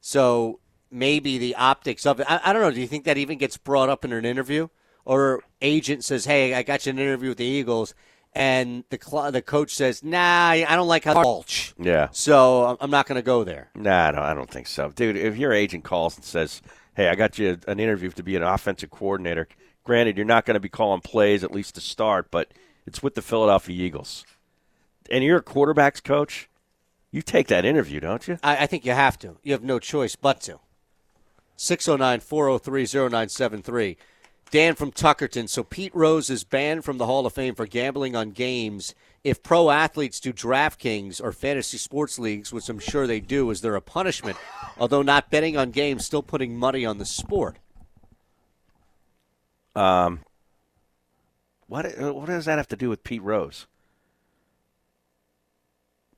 Speaker 3: So maybe the optics of it, I, I don't know. Do you think that even gets brought up in an interview? Or agent says, hey, I got you an interview with the Eagles. And the cl- the coach says, nah, I I don't like how mulch.
Speaker 4: Yeah.
Speaker 3: So I'm- I'm not going to go there.
Speaker 4: Nah, I don't, I don't think so, dude. If your agent calls and says, "Hey, I got you an interview to be an offensive coordinator," granted, you're not going to be calling plays at least to start, but it's with the Philadelphia Eagles, and you're a quarterbacks coach. You take that interview, don't you?
Speaker 3: I, I think you have to. You have no choice but to. 609 403 0973. Dan from Tuckerton. So Pete Rose is banned from the Hall of Fame for gambling on games. If pro athletes do DraftKings or fantasy sports leagues, which I'm sure they do, is there a punishment? Although not betting on games, still putting money on the sport.
Speaker 4: Um, what what does that have to do with Pete Rose?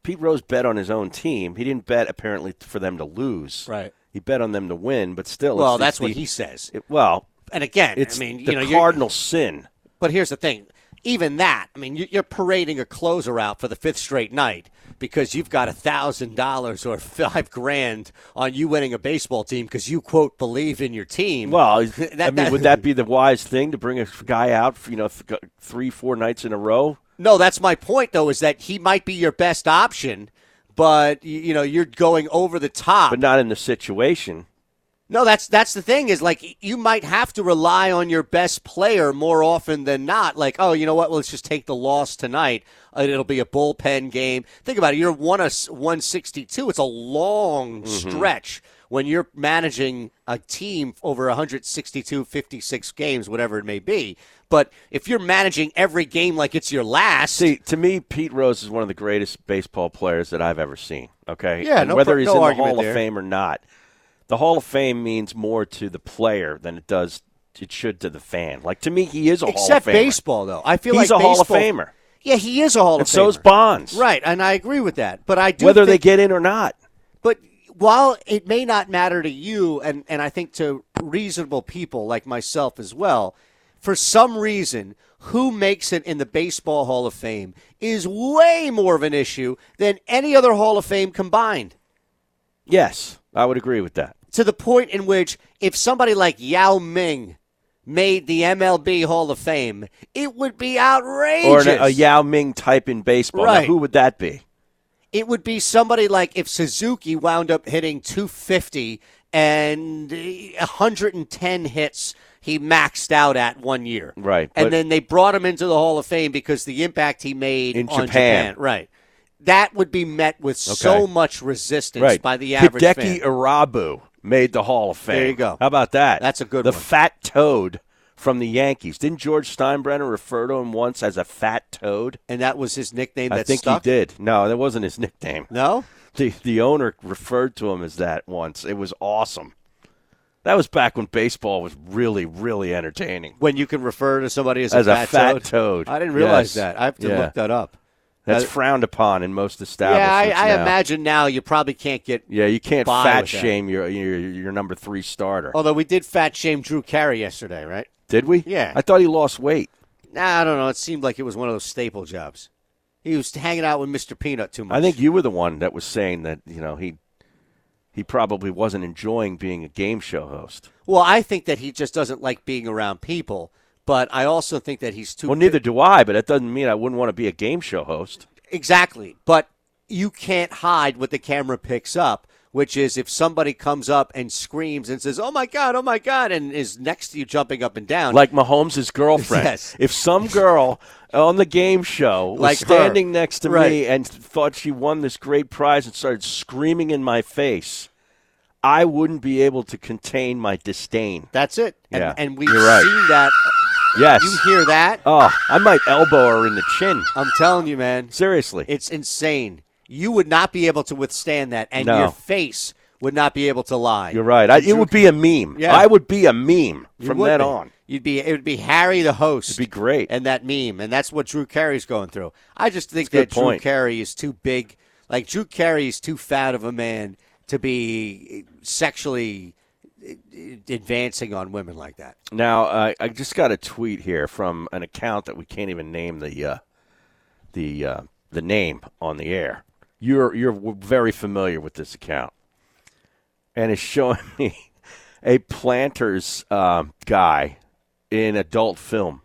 Speaker 4: Pete Rose bet on his own team. He didn't bet apparently for them to lose.
Speaker 3: Right.
Speaker 4: He bet on them to win, but still. it's-
Speaker 3: Well,
Speaker 4: it's
Speaker 3: that's what
Speaker 4: the-
Speaker 3: he says.
Speaker 4: it- well,
Speaker 3: And again,
Speaker 4: it's
Speaker 3: I mean, you
Speaker 4: the
Speaker 3: know, you're-
Speaker 4: cardinal sin.
Speaker 3: But here's the thing. Even that, I mean, you- you're parading a closer out for the fifth straight night because you've got a thousand dollars or five grand on you winning a baseball team because you quote believe in your team.
Speaker 4: Well,
Speaker 3: That-
Speaker 4: I mean,
Speaker 3: that-
Speaker 4: would that be the wise thing to bring a guy out, for, you know, th- three, four nights in a row?
Speaker 3: no, that's my point though, is that he might be your best option, but you, you know you're going over the top.
Speaker 4: But not in the situation.
Speaker 3: No, that's that's the thing is like you might have to rely on your best player more often than not. Like, oh, you know what? Let's just take the loss tonight. Uh, It'll be a bullpen game. Think about it. You're one us one sixty two. It's a long
Speaker 4: Mm-hmm.
Speaker 10: Mhm.
Speaker 3: stretch when you're managing a team over 162 56 games whatever it may be but if you're managing every game like it's your last
Speaker 4: See, to me, Pete Rose is one of the greatest baseball players that I've ever seen. Okay,
Speaker 3: Yeah,
Speaker 4: And
Speaker 3: no
Speaker 4: whether
Speaker 3: pro-
Speaker 4: he's
Speaker 3: no
Speaker 4: in the
Speaker 3: argument
Speaker 4: Hall
Speaker 3: there.
Speaker 4: of Fame or not, the Hall of Fame means more to the player than it does it should to the fan. Like to me, he is a Hall of
Speaker 3: Except
Speaker 4: Famer.
Speaker 3: baseball, though. I feel
Speaker 4: he's
Speaker 3: like
Speaker 4: a Hall of
Speaker 3: baseball-
Speaker 4: Famer.
Speaker 3: yeah he is a hall
Speaker 4: And
Speaker 3: of
Speaker 4: so is
Speaker 3: Famer.
Speaker 4: Bonds.
Speaker 3: right and i agree with that but i do
Speaker 4: Whether they
Speaker 3: think-
Speaker 4: get in or not.
Speaker 3: But while it may not matter to you, and, and I think to reasonable people like myself as well, for some reason, who makes it in the Baseball Hall of Fame is way more of an issue than any other Hall of Fame combined.
Speaker 4: Yes, I would agree with that.
Speaker 3: To the point in which, if somebody like Yao Ming made the MLB Hall of Fame, it would be
Speaker 4: Or
Speaker 3: outrageous.
Speaker 4: an- a Yao Ming type in baseball. Now,
Speaker 3: Right.
Speaker 4: who would that be?
Speaker 3: it would be somebody like if Suzuki wound up hitting 250 and uh, 110 hits he maxed out at one year.
Speaker 4: Right.
Speaker 3: And
Speaker 4: but-
Speaker 3: then they brought him into the Hall of Fame because the impact he made
Speaker 4: In
Speaker 3: on
Speaker 4: Japan.
Speaker 3: Right. That would be met with so
Speaker 4: Okay.
Speaker 3: much resistance
Speaker 4: right.
Speaker 3: by the average
Speaker 4: Hideki
Speaker 3: fan.
Speaker 4: Arabu made the Hall of Fame.
Speaker 3: There you go.
Speaker 4: How about that?
Speaker 3: That's a good
Speaker 4: the
Speaker 3: one.
Speaker 4: fat toad from the Yankees. Didn't George Steinbrenner refer to him once as a fat toad?
Speaker 3: And that was his nickname
Speaker 4: I
Speaker 3: that
Speaker 4: think
Speaker 3: stuck?
Speaker 4: he did. No, that wasn't his nickname.
Speaker 3: No?
Speaker 4: The the owner referred to him as that once. It was awesome. That was back when baseball was really, really entertaining.
Speaker 3: When you can refer to somebody as,
Speaker 4: as
Speaker 3: a,
Speaker 4: a fat toad.
Speaker 3: I didn't realize
Speaker 4: Yes.
Speaker 3: that. I have to
Speaker 4: Yeah.
Speaker 3: look that up.
Speaker 4: That's
Speaker 3: Uh,
Speaker 4: frowned upon in most
Speaker 3: Yeah,
Speaker 4: establishments.
Speaker 3: I, I
Speaker 4: now.
Speaker 3: imagine now you probably can't get.
Speaker 4: Yeah, you can't
Speaker 3: by
Speaker 4: fat
Speaker 3: with that.
Speaker 4: shame your, your your number three starter.
Speaker 3: Although we did fat shame Drew Carey yesterday, right?
Speaker 4: Did we?
Speaker 3: Yeah.
Speaker 4: I thought he lost weight.
Speaker 3: Nah, I don't know. It seemed like it was one of those staple jobs. He was hanging out with Mr. Peanut too much.
Speaker 4: I think you were the one that was saying that you know he he probably wasn't enjoying being a game show host.
Speaker 3: Well, I think that he just doesn't like being around people, but I also think that he's too.
Speaker 4: Well, neither do I, but that doesn't mean I wouldn't want to be a game show host.
Speaker 3: Exactly. But you can't hide what the camera picks up, which is if somebody comes up and screams and says, oh my God, oh my God, and is next to you jumping up and down.
Speaker 4: Like Mahomes' girlfriend.
Speaker 3: Yes.
Speaker 4: If some girl on the game show was
Speaker 3: Like her.
Speaker 4: standing next to
Speaker 3: Right.
Speaker 4: me and thought she won this great prize and started screaming in my face, I wouldn't be able to contain my disdain.
Speaker 3: That's it. And,
Speaker 4: Yeah,
Speaker 3: and we've
Speaker 4: you're right.
Speaker 3: seen that.
Speaker 4: Yes.
Speaker 3: You hear that?
Speaker 4: Oh, I might elbow her in the chin.
Speaker 3: I'm telling you, man.
Speaker 4: Seriously.
Speaker 3: It's insane. You would not be able to withstand that, and
Speaker 4: No.
Speaker 3: your face would not be able to lie.
Speaker 4: You're right. I, it would be a meme.
Speaker 3: Yeah.
Speaker 4: I would be a meme
Speaker 3: You
Speaker 4: from
Speaker 3: would
Speaker 4: then
Speaker 3: be.
Speaker 4: on.
Speaker 3: You'd be it would be Harry the host. It'd be
Speaker 4: great.
Speaker 3: And that meme. And that's what Drew Carey's going through. I just think
Speaker 4: That's a
Speaker 3: that
Speaker 4: good point.
Speaker 3: Drew Carey is too big like Drew Carey is too fat of a man to be sexually eh, eh, advancing on women like that.
Speaker 4: Now, uh, I I just got a tweet here from an account that we can't even name the uh, the uh, the name on the air. You're you're w- very familiar with this account, and it's showing me a planters um, guy in adult film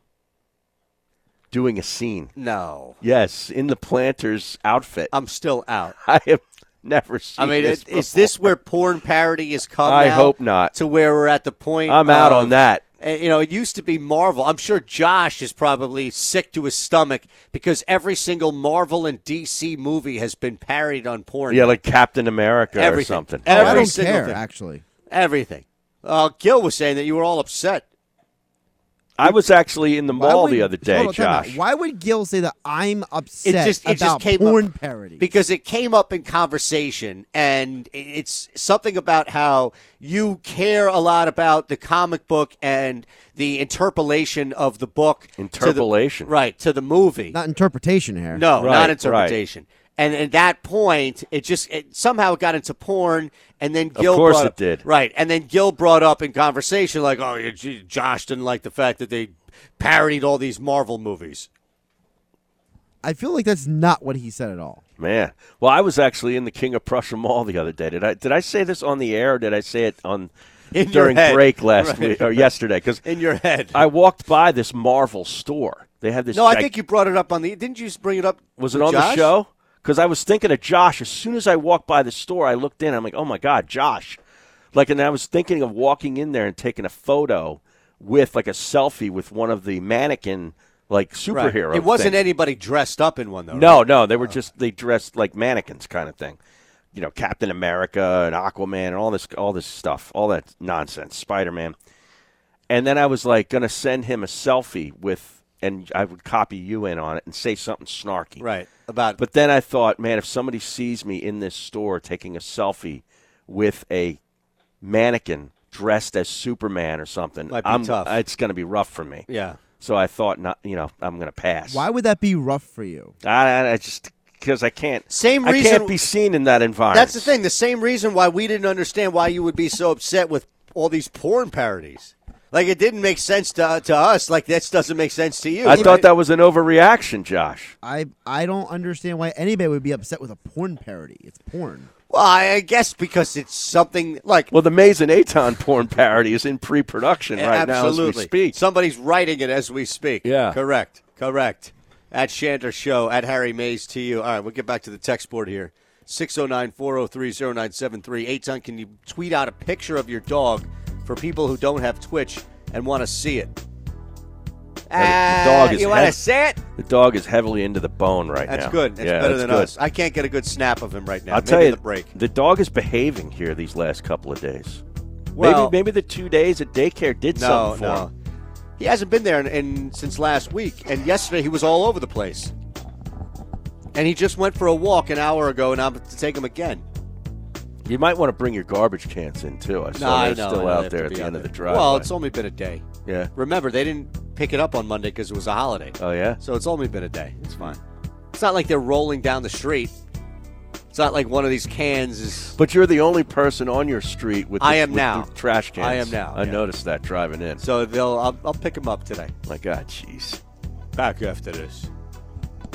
Speaker 4: doing a scene.
Speaker 3: No.
Speaker 4: Yes, in the planters outfit.
Speaker 3: I'm still out.
Speaker 4: I have never seen.
Speaker 3: I mean,
Speaker 4: this
Speaker 3: it, is this where porn parody has come?
Speaker 4: I
Speaker 3: now?
Speaker 4: hope not.
Speaker 3: To where we're at the point.
Speaker 4: I'm out
Speaker 3: of-
Speaker 4: on that.
Speaker 3: Uh, You know, it used to be Marvel. I'm sure Josh is probably sick to his stomach because every single Marvel and DC movie has been parodied on porn.
Speaker 4: Yeah, like Captain America or
Speaker 3: everything.
Speaker 4: something.
Speaker 3: Every
Speaker 10: Oh, I don't
Speaker 3: single
Speaker 10: care,
Speaker 3: thing.
Speaker 10: actually.
Speaker 3: Everything. Uh, Gil was saying that you were all upset.
Speaker 4: I was actually in the
Speaker 10: Why
Speaker 4: mall
Speaker 10: would-
Speaker 4: the other day,
Speaker 10: hold on, time out.
Speaker 4: Josh.
Speaker 10: Why would Gil say that I'm
Speaker 3: It
Speaker 10: upset
Speaker 3: just it just
Speaker 10: about
Speaker 3: came
Speaker 10: porn
Speaker 3: up
Speaker 10: parody?
Speaker 3: because it came up in conversation, and i- it's something about how you care a lot about the comic book and the interpolation of the book. to the-
Speaker 4: Interpolation.
Speaker 3: right to the movie.
Speaker 10: Not interpretation here.
Speaker 3: No, not interpretation. And at that point, it just it somehow it got into porn, and then Gil.
Speaker 4: course
Speaker 3: brought
Speaker 4: it
Speaker 3: up-
Speaker 4: did.
Speaker 3: Right, and then Gil brought up in conversation like, "Oh, yeah, gee, Josh didn't like the fact that they parodied all these Marvel movies."
Speaker 10: I feel like that's not what he said at all.
Speaker 4: Man, well, I was actually in the King of Prussia Mall the other day. Did I did I say this on the air? or Did I say it on
Speaker 3: In your
Speaker 4: during
Speaker 3: head.
Speaker 4: break last
Speaker 3: Right.
Speaker 4: week or yesterday? Because
Speaker 3: In your head.
Speaker 4: I walked by this Marvel store. They had this.
Speaker 3: No, I
Speaker 4: gig-
Speaker 3: think you brought it up on the. Didn't you just bring it up?
Speaker 4: was it
Speaker 3: with
Speaker 4: on the
Speaker 3: Josh?
Speaker 4: show? Because I was thinking of Josh as soon as I walked by the store. I looked in. I'm like, oh my god, Josh! Like, and I was thinking of walking in there and taking a photo with like a selfie with one of the mannequin like
Speaker 3: Right.
Speaker 4: superhero.
Speaker 3: It wasn't
Speaker 4: things.
Speaker 3: anybody dressed up in one though.
Speaker 4: No,
Speaker 3: right?
Speaker 4: no, they
Speaker 10: uh,
Speaker 4: were just they dressed like mannequins, kind of thing. You know, Captain America and Aquaman and all this, all this stuff, all that nonsense. Spider Man, and then I was like gonna send him a selfie with, and I would copy you in on it and say something snarky,
Speaker 3: right? About,
Speaker 4: but then I thought, man, if somebody sees me in this store taking a selfie with a mannequin dressed as Superman or something,
Speaker 10: Might be
Speaker 4: I'm,
Speaker 10: tough.
Speaker 4: It's gonna be rough for me.
Speaker 10: Yeah.
Speaker 4: So I thought, not, you know, I'm gonna pass.
Speaker 10: Why would that be rough for you?
Speaker 4: I, I- I just because I can't.
Speaker 3: Same
Speaker 4: I
Speaker 3: reason-
Speaker 4: can't be seen in that environment.
Speaker 3: That's the thing. The same reason why we didn't understand why you would be so upset with all these porn parodies. Like it didn't make sense to to us. Like this doesn't make sense to you.
Speaker 4: I thought that was an overreaction, Josh.
Speaker 10: I I don't understand why anybody would be upset with a porn parody. It's porn.
Speaker 3: Well, I I guess because it's something like
Speaker 4: Well, the Maze and Aton porn parody is in pre-production right now as
Speaker 3: absolutely.
Speaker 4: we speak.
Speaker 3: Somebody's writing it as we speak.
Speaker 4: Yeah.
Speaker 3: correct, correct. At Shander Show, at Harry Mays to you. All right, we'll get back to the text board here. 609-403-0973. Aton, can you tweet out a picture of your dog for people who don't have Twitch and want to see it?
Speaker 4: the dog is
Speaker 3: Uh, Ah, you wanna
Speaker 4: hev-
Speaker 3: say it?
Speaker 4: The dog is heavily into the bone right now.
Speaker 3: That's good. That's
Speaker 4: Yeah,
Speaker 3: better
Speaker 4: that's
Speaker 3: than
Speaker 4: good.
Speaker 3: us. I can't get a good snap of him right now.
Speaker 4: I'll
Speaker 3: Maybe
Speaker 4: tell you,
Speaker 3: the break.
Speaker 4: the dog is behaving here these last couple of days.
Speaker 3: Well-
Speaker 4: maybe maybe the two days at daycare did something for him.
Speaker 3: He hasn't been there in, in, since last week, and yesterday he was all over the place. And he just went for a walk an hour ago, and I'm to take him again.
Speaker 4: You might want to bring your garbage cans in too. I saw
Speaker 3: Nah, I
Speaker 4: they're
Speaker 3: know, I
Speaker 4: still
Speaker 3: know, they
Speaker 4: out
Speaker 3: have
Speaker 4: there
Speaker 3: to
Speaker 4: at
Speaker 3: be
Speaker 4: the
Speaker 3: out
Speaker 4: end of the
Speaker 3: there.
Speaker 4: driveway.
Speaker 3: Well, it's only been a day.
Speaker 4: Yeah.
Speaker 3: Remember, they didn't pick it up on Monday because it was a holiday.
Speaker 4: Oh yeah.
Speaker 3: So it's only been a day. It's fine. It's not like they're rolling down the street. It's not like one of these cans is.
Speaker 4: But you're the only person on your street with the,
Speaker 3: I am
Speaker 4: with
Speaker 3: now.
Speaker 4: the trash cans.
Speaker 3: I am now,
Speaker 4: I
Speaker 3: yeah.
Speaker 4: noticed that driving in.
Speaker 3: So they'll. I'll, I'll pick him up today.
Speaker 4: My God, jeez.
Speaker 3: Back after this.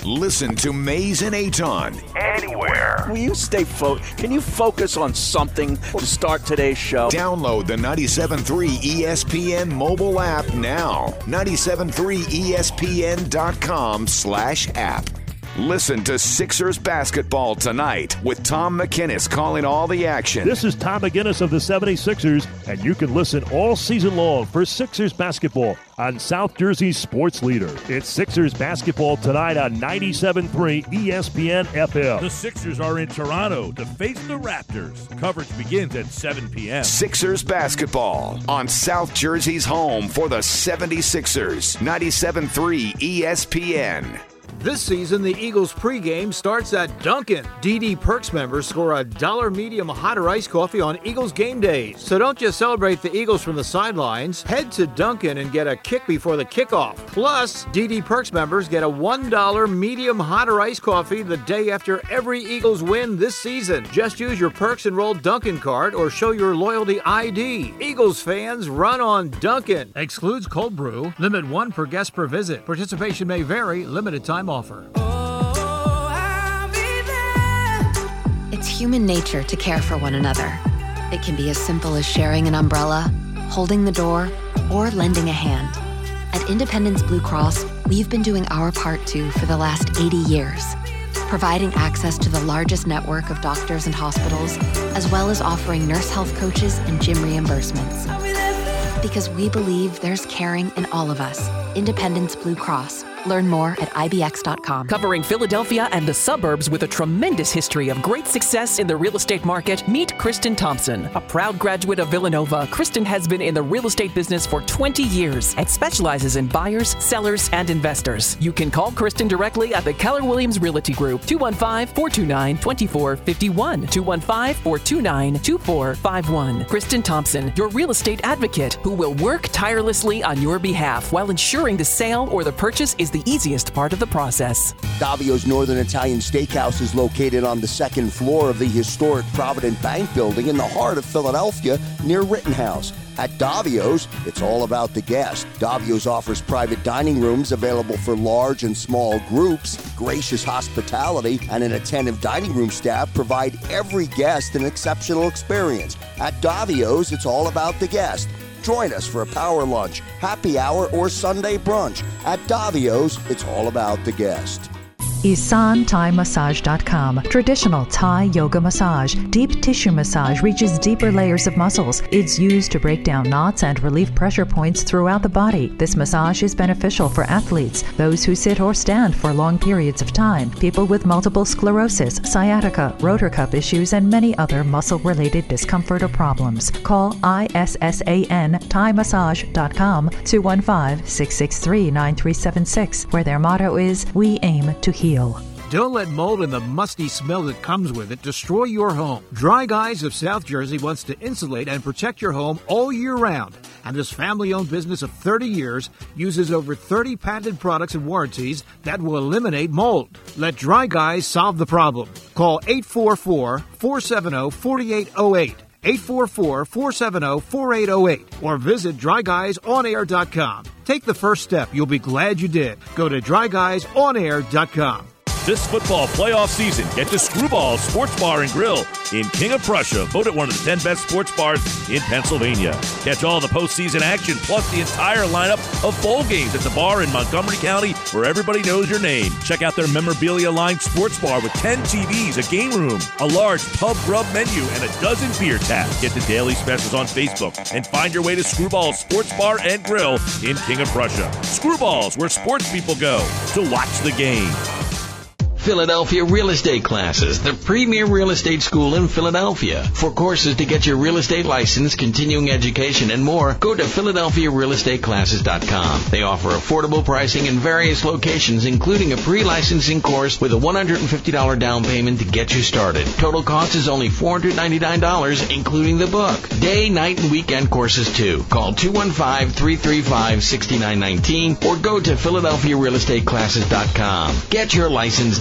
Speaker 1: Listen to Mays and Aton
Speaker 26: anywhere.
Speaker 21: Will you stay fo- Can you focus on something to start today's show?
Speaker 1: Download the 97.3 ESPN mobile app now. E 97.3ESPN.com slash app. Listen to Sixers basketball tonight with Tom McKinnis calling all the action.
Speaker 2: This is Tom McGinnis of the 76ers, and you can listen all season long for Sixers basketball on South Jersey's sports leader. It's Sixers basketball tonight on 97.3 ESPN FM.
Speaker 8: The Sixers are in Toronto to face the Raptors. Coverage begins at 7 p.m.
Speaker 1: Sixers basketball on South Jersey's home for the 76ers. 97.3 ESPN.
Speaker 19: This season, the Eagles pregame starts at Dunkin'. DD Perks members score a dollar medium hot or iced coffee on Eagles game days. So don't just celebrate the Eagles from the sidelines. Head to Dunkin' and get a kick before the kickoff. Plus, DD Perks members get a $1 medium hot or iced coffee the day after every Eagles win this season. Just use your Perks enrolled Dunkin' card or show your loyalty ID. Eagles fans run on Dunkin'. Excludes cold brew. Limit one per guest per visit. Participation may vary. Limited time offer.
Speaker 18: It's human nature to care for one another. It can be as simple as sharing an umbrella, holding the door, or lending a hand. At Independence Blue Cross, we've been doing our part too for the last 80 years, providing access to the largest network of doctors and hospitals, as well as offering nurse health coaches and gym reimbursements. Because we believe there's caring in all of us. Independence Blue Cross. Learn more at IBX.com.
Speaker 13: Covering Philadelphia and the suburbs with a tremendous history of great success in the real estate market, meet Kristen Thompson. A proud graduate of Villanova, Kristen has been in the real estate business for 20 years and specializes in buyers, sellers, and investors. You can call Kristen directly at the Keller Williams Realty Group, 215 429 2451. 215 429 2451. Kristen Thompson, your real estate advocate, who will work tirelessly on your behalf while ensuring the sale or the purchase is the easiest part of the process.
Speaker 11: Davio's Northern Italian Steakhouse is located on the second floor of the historic Provident Bank Building in the heart of Philadelphia near Rittenhouse. At Davio's, it's all about the guest. Davio's offers private dining rooms available for large and small groups, gracious hospitality, and an attentive dining room staff provide every guest an exceptional experience. At Davio's, it's all about the guest. Join us for a power lunch, happy hour, or Sunday brunch. At Davio's, it's all about the guest.
Speaker 15: IsanThaiMassage.com. Traditional Thai yoga massage. Deep tissue massage reaches deeper layers of muscles. It's used to break down knots and relieve pressure points throughout the body. This massage is beneficial for athletes, those who sit or stand for long periods of time, people with multiple sclerosis, sciatica, rotor cuff issues, and many other muscle related discomfort or problems. Call ISSAN ThaiMassage.com 215 663 9376, where their motto is We aim to heal.
Speaker 19: Don't let mold and the musty smell that comes with it destroy your home. Dry Guys of South Jersey wants to insulate and protect your home all year round. And this family owned business of 30 years uses over 30 patented products and warranties that will eliminate mold. Let Dry Guys solve the problem. Call 844 470 4808. 844 470 4808 or visit dryguysonair.com. Take the first step. You'll be glad you did. Go to dryguysonair.com.
Speaker 8: This football playoff season, get to Screwball Sports Bar and Grill in King of Prussia, voted one of the 10 best sports bars in Pennsylvania. Catch all the postseason action, plus the entire lineup of bowl games at the bar in Montgomery County, where everybody knows your name. Check out their memorabilia lined sports bar with 10 TVs, a game room, a large pub grub menu, and a dozen beer taps. Get the daily specials on Facebook and find your way to Screwball Sports Bar and Grill in King of Prussia. Screwballs, where sports people go to watch the game.
Speaker 12: Philadelphia Real Estate Classes, the premier real estate school in Philadelphia. For courses to get your real estate license, continuing education, and more, go to PhiladelphiaRealEstateClasses.com. They offer affordable pricing in various locations, including a pre-licensing course with a $150 down payment to get you started. Total cost is only $499, including the book. Day, night, and weekend courses too. Call 215-335-6919 or go to PhiladelphiaRealEstateClasses.com. Get your license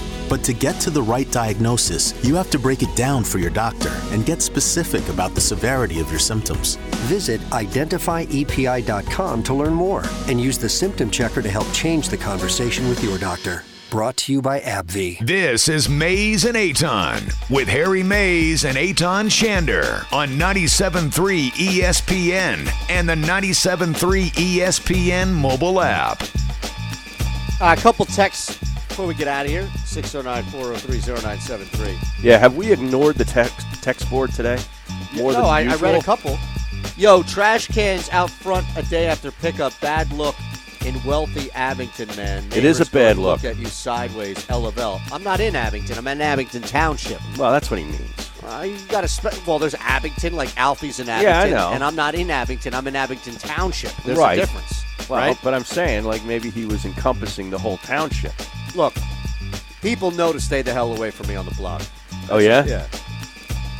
Speaker 17: But to get to the right diagnosis, you have to break it down for your doctor and get specific about the severity of your symptoms.
Speaker 31: Visit E identifyepi.com to learn more and use the symptom checker to help change the conversation with your doctor. Brought to you by AbbVie.
Speaker 1: This is Mays and Aton with Harry Mays and Aton Shander on E 97.3 ESPN and the E 97.3 ESPN mobile app.
Speaker 3: Uh, a couple texts before we get out of here 609 403 0973.
Speaker 4: Yeah, have we ignored the text text board today? More
Speaker 3: no,
Speaker 4: than
Speaker 3: I, I
Speaker 4: usual?
Speaker 3: read a couple. Yo, trash cans out front a day after pickup. Bad look in wealthy Abington, man.
Speaker 4: It is a
Speaker 3: Neighbors gonna
Speaker 4: bad
Speaker 3: look.
Speaker 4: look.
Speaker 3: at you sideways. LFL. I'm not in Abington. I'm in Abington Township.
Speaker 4: Well, that's what he means.
Speaker 3: Uh, you got to spe- well. There's Abington, like Alfie's in Abington,
Speaker 4: I know.
Speaker 3: and I'm not in Abington. I'm in Abington Township. There's
Speaker 4: right.
Speaker 3: a difference,
Speaker 4: Well,
Speaker 3: right?
Speaker 4: but I'm saying, like, maybe he was encompassing the whole township.
Speaker 3: Look, people know to stay the hell away from me on the block.
Speaker 4: Oh, yeah?
Speaker 3: Yeah.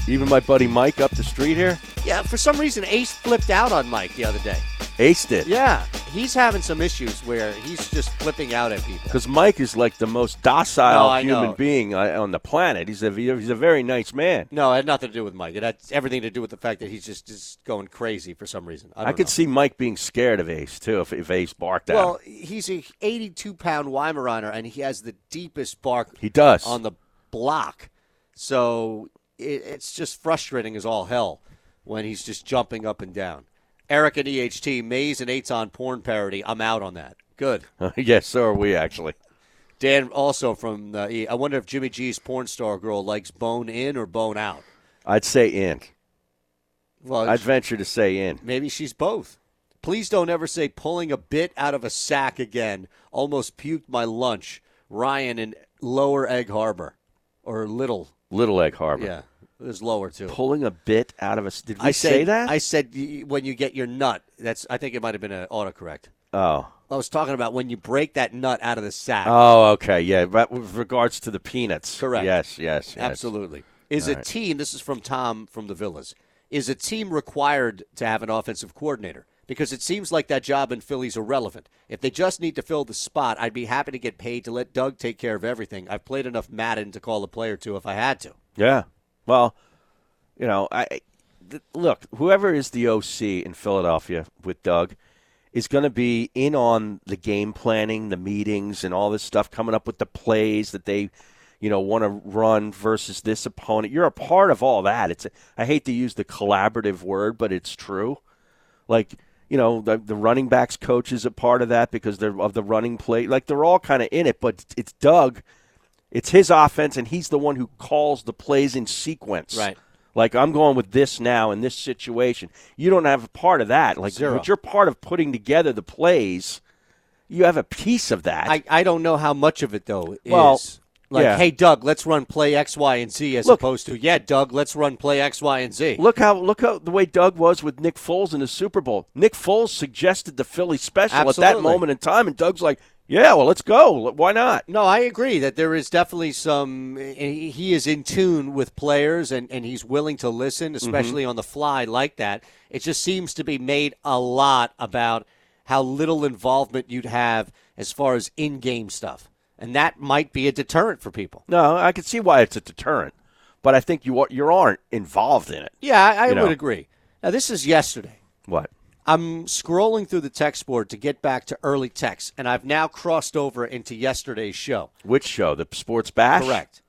Speaker 4: Even my buddy Mike up the street here,
Speaker 3: Yeah, for some reason, Ace flipped out on Mike the other day.
Speaker 4: aced it.
Speaker 3: Yeah, he's having some issues where he's just flipping out at people.
Speaker 4: Because Mike is like the most docile
Speaker 3: No, I
Speaker 4: human
Speaker 3: know.
Speaker 4: being uh, on the planet. He's a he's a very nice man.
Speaker 3: No, it had nothing to do with Mike. It had everything to do with the fact that he's just, just going crazy for some reason. I,
Speaker 4: I,
Speaker 3: don't
Speaker 4: could
Speaker 3: know.
Speaker 4: see Mike being scared of Ace too if, if Ace barked at him.
Speaker 3: Well, he's a 82 pound Weimaraner, and he has the deepest bark.
Speaker 4: He does.
Speaker 3: on the block. So it, it's just frustrating as all hell when he's just jumping up and down. Eric and E EHT, Mays and Eights on porn parody. I'm out on that. Good.
Speaker 4: yes, so are we actually.
Speaker 3: Dan also from the E. I wonder if Jimmy G's porn star girl likes bone in or bone out.
Speaker 4: I'd say in.
Speaker 3: Well,
Speaker 4: I'd venture to say in.
Speaker 3: Maybe she's both. Please don't ever say pulling a bit out of a sack again. Almost puked my lunch. Ryan in Lower Egg Harbor, or Little.
Speaker 4: Little Egg Harbor.
Speaker 3: Yeah, there's lower too.
Speaker 4: Pulling a bit out of us. Did we
Speaker 3: I
Speaker 4: say,
Speaker 3: said,
Speaker 4: that?
Speaker 3: I said y- when you get your nut. That's. I think it might have been an autocorrect.
Speaker 4: oh.
Speaker 3: I was talking about when you break that nut out of the sack.
Speaker 4: Oh, okay. Yeah. But with regards to the peanuts.
Speaker 3: Correct.
Speaker 4: Yes, yes. yes.
Speaker 3: Absolutely. Is
Speaker 4: All
Speaker 3: a
Speaker 4: right.
Speaker 3: team, this is from Tom from the Villas, is a team required to have an offensive coordinator? Because it seems like that job in Philly's irrelevant. If they just need to fill the spot, I'd be happy to get paid to let Doug take care of everything. I've played enough Madden to call a play or two if I had to.
Speaker 4: Yeah. Well, you know, I I- th- look. Whoever is the OC in Philadelphia with Doug is going to be in on the game planning, the meetings, and all this stuff. Coming up with the plays that they, you know, want to run versus this opponent. You're a part of all that. It's. I hate to use the collaborative word, but it's true. Like. You know the, the running backs coach is a part of that because they're of the running play. Like they're all kind of in it, but it's Doug it's his offense, and he's the one who calls the plays in sequence.
Speaker 3: Right.
Speaker 4: Like I'm going with this now in this situation. You don't have a part of that. Like
Speaker 3: Zero.
Speaker 4: but you're part of putting together the plays. You have a piece of that.
Speaker 3: I, I don't know how much of it, though, is.
Speaker 4: well,
Speaker 3: Like,
Speaker 4: Yeah.
Speaker 3: hey, Doug, let's run play X, Y, and Z as
Speaker 4: Look-
Speaker 3: opposed to, yeah, Doug, let's run play X, Y, and Z.
Speaker 4: Look how look how the way Doug was with Nick Foles in the Super Bowl. Nick Foles suggested the Philly special at that
Speaker 3: Absolutely.
Speaker 4: moment in time, and Doug's like, "Yeah, well, let's go. Why not?"
Speaker 3: No, I agree that there is definitely some. eh, He he is in tune with players, and, and he's willing to
Speaker 4: Mm-hmm.
Speaker 3: listen, especially on the fly like that. It just seems to be made a lot about how little involvement you'd have as far as in-game stuff, and that might be a deterrent for people.
Speaker 4: No, I can see why it's a deterrent, but I think you are, you aren't involved in it.
Speaker 3: Yeah, I, I
Speaker 4: You
Speaker 3: would
Speaker 4: know.
Speaker 3: agree. Now, this is yesterday.
Speaker 4: What?
Speaker 3: I'm scrolling through the text board to get back to early text, and I've now crossed over into yesterday's show.
Speaker 4: Which show? The Sports Bash.
Speaker 3: Correct.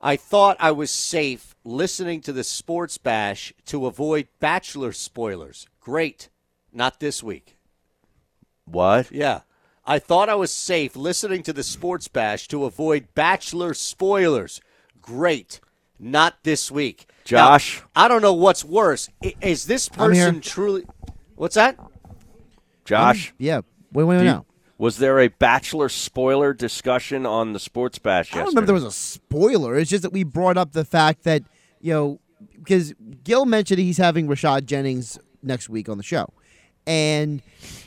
Speaker 3: I thought I was safe listening to the sports bash to avoid bachelor spoilers. Great. Not this week.
Speaker 4: What?
Speaker 3: Yeah. I thought I was safe listening to the sports bash to avoid bachelor spoilers. Great. Not this week. Now,
Speaker 4: Josh?
Speaker 3: I don't know what's worse. I- Is this
Speaker 5: I'm here.
Speaker 3: person truly. What's that?
Speaker 4: Josh.
Speaker 5: yeah. Wait, wait, wait.
Speaker 4: Do you-
Speaker 5: now.
Speaker 4: Was there a bachelor spoiler discussion on the Sports Bash?
Speaker 5: I don't remember there was a spoiler. It's just that we brought up the fact that, you know, because Gil mentioned he's having Rashad Jennings next week on the show. And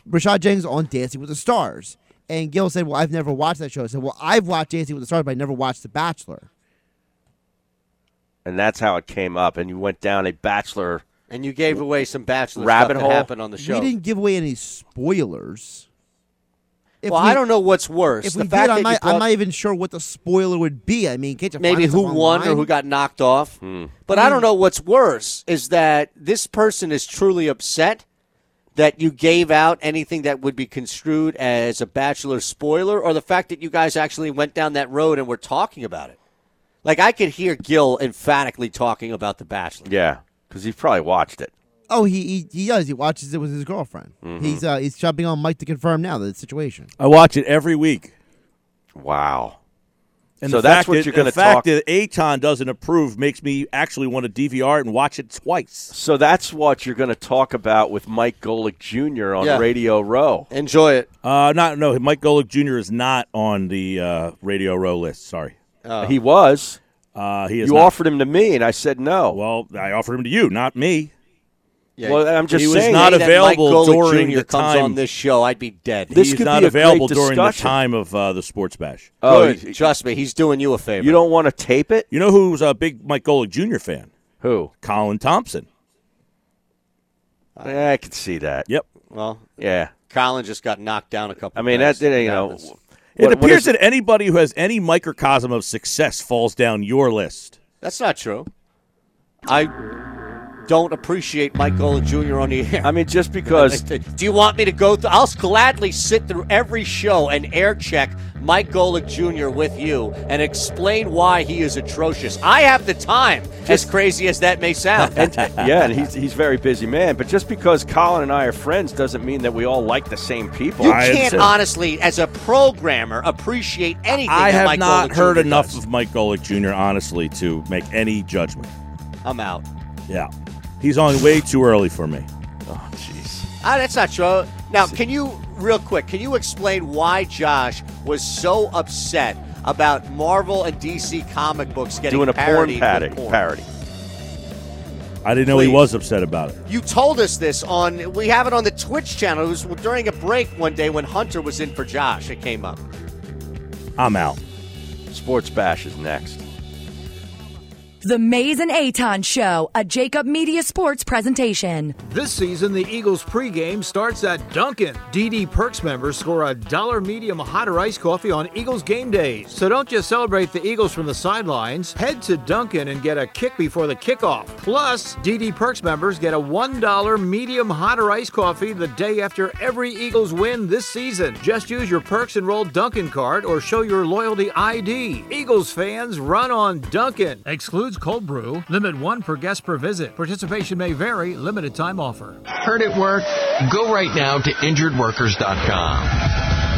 Speaker 5: Rashad Jennings on Dancing with the Stars. And Gil said, Well, I've never watched that show. I said, Well, I've watched Dancing with the Stars, but I never watched The Bachelor.
Speaker 4: and that's how it came up. And you went down a bachelor.
Speaker 3: And you gave away some bachelor
Speaker 4: rabbit
Speaker 3: stuff that
Speaker 4: hole
Speaker 3: happened on the show.
Speaker 5: We didn't give away any spoilers. If
Speaker 3: well,
Speaker 5: we-
Speaker 3: I don't know what's worse.
Speaker 5: If
Speaker 3: the
Speaker 5: we did,
Speaker 3: fact that
Speaker 5: I'm
Speaker 3: you
Speaker 5: not,
Speaker 3: brought-
Speaker 5: I'm not even sure what the spoiler would be. I mean, can't you
Speaker 3: maybe
Speaker 5: find
Speaker 3: who
Speaker 5: us
Speaker 3: won or
Speaker 5: online?
Speaker 3: who got knocked off.
Speaker 4: Hmm.
Speaker 3: But I don't know what's worse is that this person is truly upset that you gave out anything that would be construed as a bachelor spoiler or the fact that you guys actually went down that road and were talking about it. Like I could hear Gil emphatically talking about the bachelor.
Speaker 4: Yeah, because he probably watched it.
Speaker 5: Oh, he, he he does. He watches it with his girlfriend. He's uh, he's jumping on Mike to confirm now the situation.
Speaker 8: I watch it every week.
Speaker 4: Wow.
Speaker 8: And
Speaker 4: So
Speaker 8: the
Speaker 4: that's
Speaker 8: fact
Speaker 4: what
Speaker 8: that-
Speaker 4: you're gonna
Speaker 8: The fact
Speaker 4: talk-
Speaker 8: that Aton doesn't approve makes me actually want to DVR it and watch it twice.
Speaker 4: So that's what you're going to talk about with Mike Golick Jr. on
Speaker 8: Yeah.
Speaker 4: Radio Row.
Speaker 3: Enjoy it.
Speaker 8: Uh, not no. Mike Golick Jr. is not on the uh, Radio Row list. Sorry,
Speaker 3: Oh.
Speaker 4: He was.
Speaker 8: Uh, he is.
Speaker 4: You
Speaker 8: not.
Speaker 4: offered him to me, and I said no.
Speaker 8: Well, I offered him to you, not me.
Speaker 3: Yeah.
Speaker 4: Well, I'm just
Speaker 8: He was
Speaker 4: saying
Speaker 8: not
Speaker 4: that Mike
Speaker 8: available
Speaker 4: Golick
Speaker 8: during
Speaker 4: Jr.
Speaker 8: the
Speaker 4: comes
Speaker 8: time
Speaker 4: on
Speaker 3: this show. I'd be dead.
Speaker 4: This
Speaker 8: He's
Speaker 4: could
Speaker 8: not
Speaker 4: be a great
Speaker 8: available during the
Speaker 4: discussion.
Speaker 8: time of uh, the sports bash.
Speaker 4: Oh,
Speaker 8: Good.
Speaker 4: you-
Speaker 3: Trust me, he's doing you a favor.
Speaker 4: You don't want to tape it.
Speaker 8: You know who's a big Mike Golick Jr. fan?
Speaker 4: Who?
Speaker 8: Colin Thompson.
Speaker 4: I could see that.
Speaker 8: Yep.
Speaker 3: Well,
Speaker 4: yeah.
Speaker 3: Colin just got knocked down a couple
Speaker 4: I mean,
Speaker 3: times.
Speaker 4: that you know.
Speaker 3: happens.
Speaker 8: It
Speaker 4: what- what
Speaker 8: appears
Speaker 4: is-
Speaker 8: that anybody who has any microcosm of success falls down your list.
Speaker 3: That's not true. I don't appreciate Mike Golick Jr. on the air. I
Speaker 4: mean, just because-
Speaker 3: Do you want me to go through? I'll gladly sit through every show and air check Mike Golick Jr. with you and explain why he is atrocious. I have the time, as crazy as that may sound.
Speaker 4: yeah, and he's he's a very busy man. But just because Colin and I are friends doesn't mean that we all like the same people.
Speaker 3: You can't honestly, as a programmer, appreciate anything.
Speaker 8: I
Speaker 3: that
Speaker 8: have
Speaker 3: Mike
Speaker 8: not
Speaker 3: Golick
Speaker 8: heard
Speaker 3: Jr.
Speaker 8: enough
Speaker 3: does.
Speaker 8: of Mike Golick Jr. honestly to make any judgment.
Speaker 3: I'm out.
Speaker 8: Yeah, he's on way too early for me.
Speaker 4: Oh, jeez.
Speaker 3: Ah, that's not true. Now, can you, real quick, can you explain why Josh was so upset about Marvel and DC comic books getting
Speaker 4: Doing a porn
Speaker 3: parodied with
Speaker 4: parody.
Speaker 3: porn?
Speaker 4: parody.
Speaker 8: I didn't know he was upset about it.
Speaker 3: You told us this on, we have it on the Twitch channel. It was during a break one day when Hunter was in for Josh. It came up.
Speaker 8: I'm out.
Speaker 4: Sports Bash is next.
Speaker 6: The Maze and Aton Show, a Jacob Media Sports presentation.
Speaker 19: This season, the Eagles pregame starts at Dunkin'. DD Perks members score a dollar medium hot or iced coffee on Eagles game day. So don't just celebrate the Eagles from the sidelines. Head to Dunkin' and get a kick before the kickoff. Plus, DD Perks members get a $1 medium hot or iced coffee the day after every Eagles win this season. Just use your Perks enrolled Dunkin' card or show your loyalty ID. Eagles fans run on Dunkin'. Excludes cold brew. Limit one per guest per visit. Participation may vary. Limited time offer.
Speaker 16: Heard it work? Go right now to injuredworkers.com.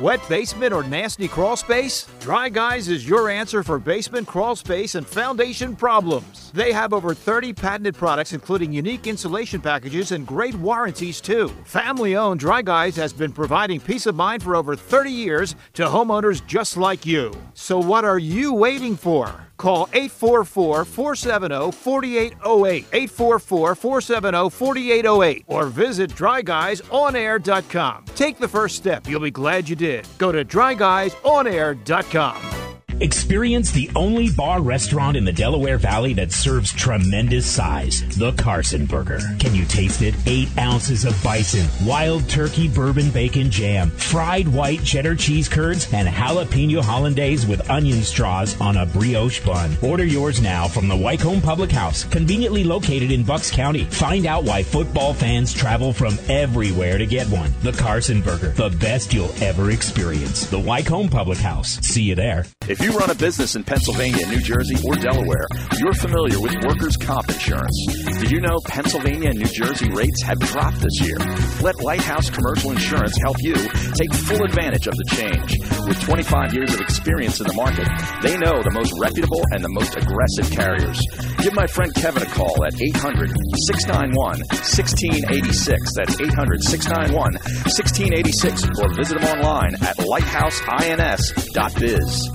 Speaker 19: Wet basement or nasty crawl space? Dry Guys is your answer for basement crawl space and foundation problems. They have over 30 patented products, including unique insulation packages and great warranties, too. Family owned Dry Guys has been providing peace of mind for over 30 years to homeowners just like you. So, what are you waiting for? Call 844 470 4808, 844 470 4808, or visit dryguysonair.com. Take the first step. You'll be glad you did. Go to dryguysonair.com.
Speaker 7: Experience the only bar restaurant in the Delaware Valley that serves tremendous size, the Carson Burger. Can you taste it? Eight ounces of bison, wild turkey bourbon bacon jam, fried white cheddar cheese curds, and jalapeno hollandaise with onion straws on a brioche bun. Order yours now from the Wycombe Public House, conveniently located in Bucks County. Find out why football fans travel from everywhere to get one. The Carson Burger, the best you'll ever experience. The Wycombe Public House. See you there.
Speaker 21: If you run a business in Pennsylvania, New Jersey, or Delaware, you're familiar with workers' comp insurance. Did you know Pennsylvania and New Jersey rates have dropped this year? Let Lighthouse Commercial Insurance help you take full advantage of the change. With 25 years of experience in the market, they know the most reputable and the most aggressive carriers. Give my friend Kevin a call at 800 691 1686. That's 800 691 1686, or visit them online at lighthouse ins.biz.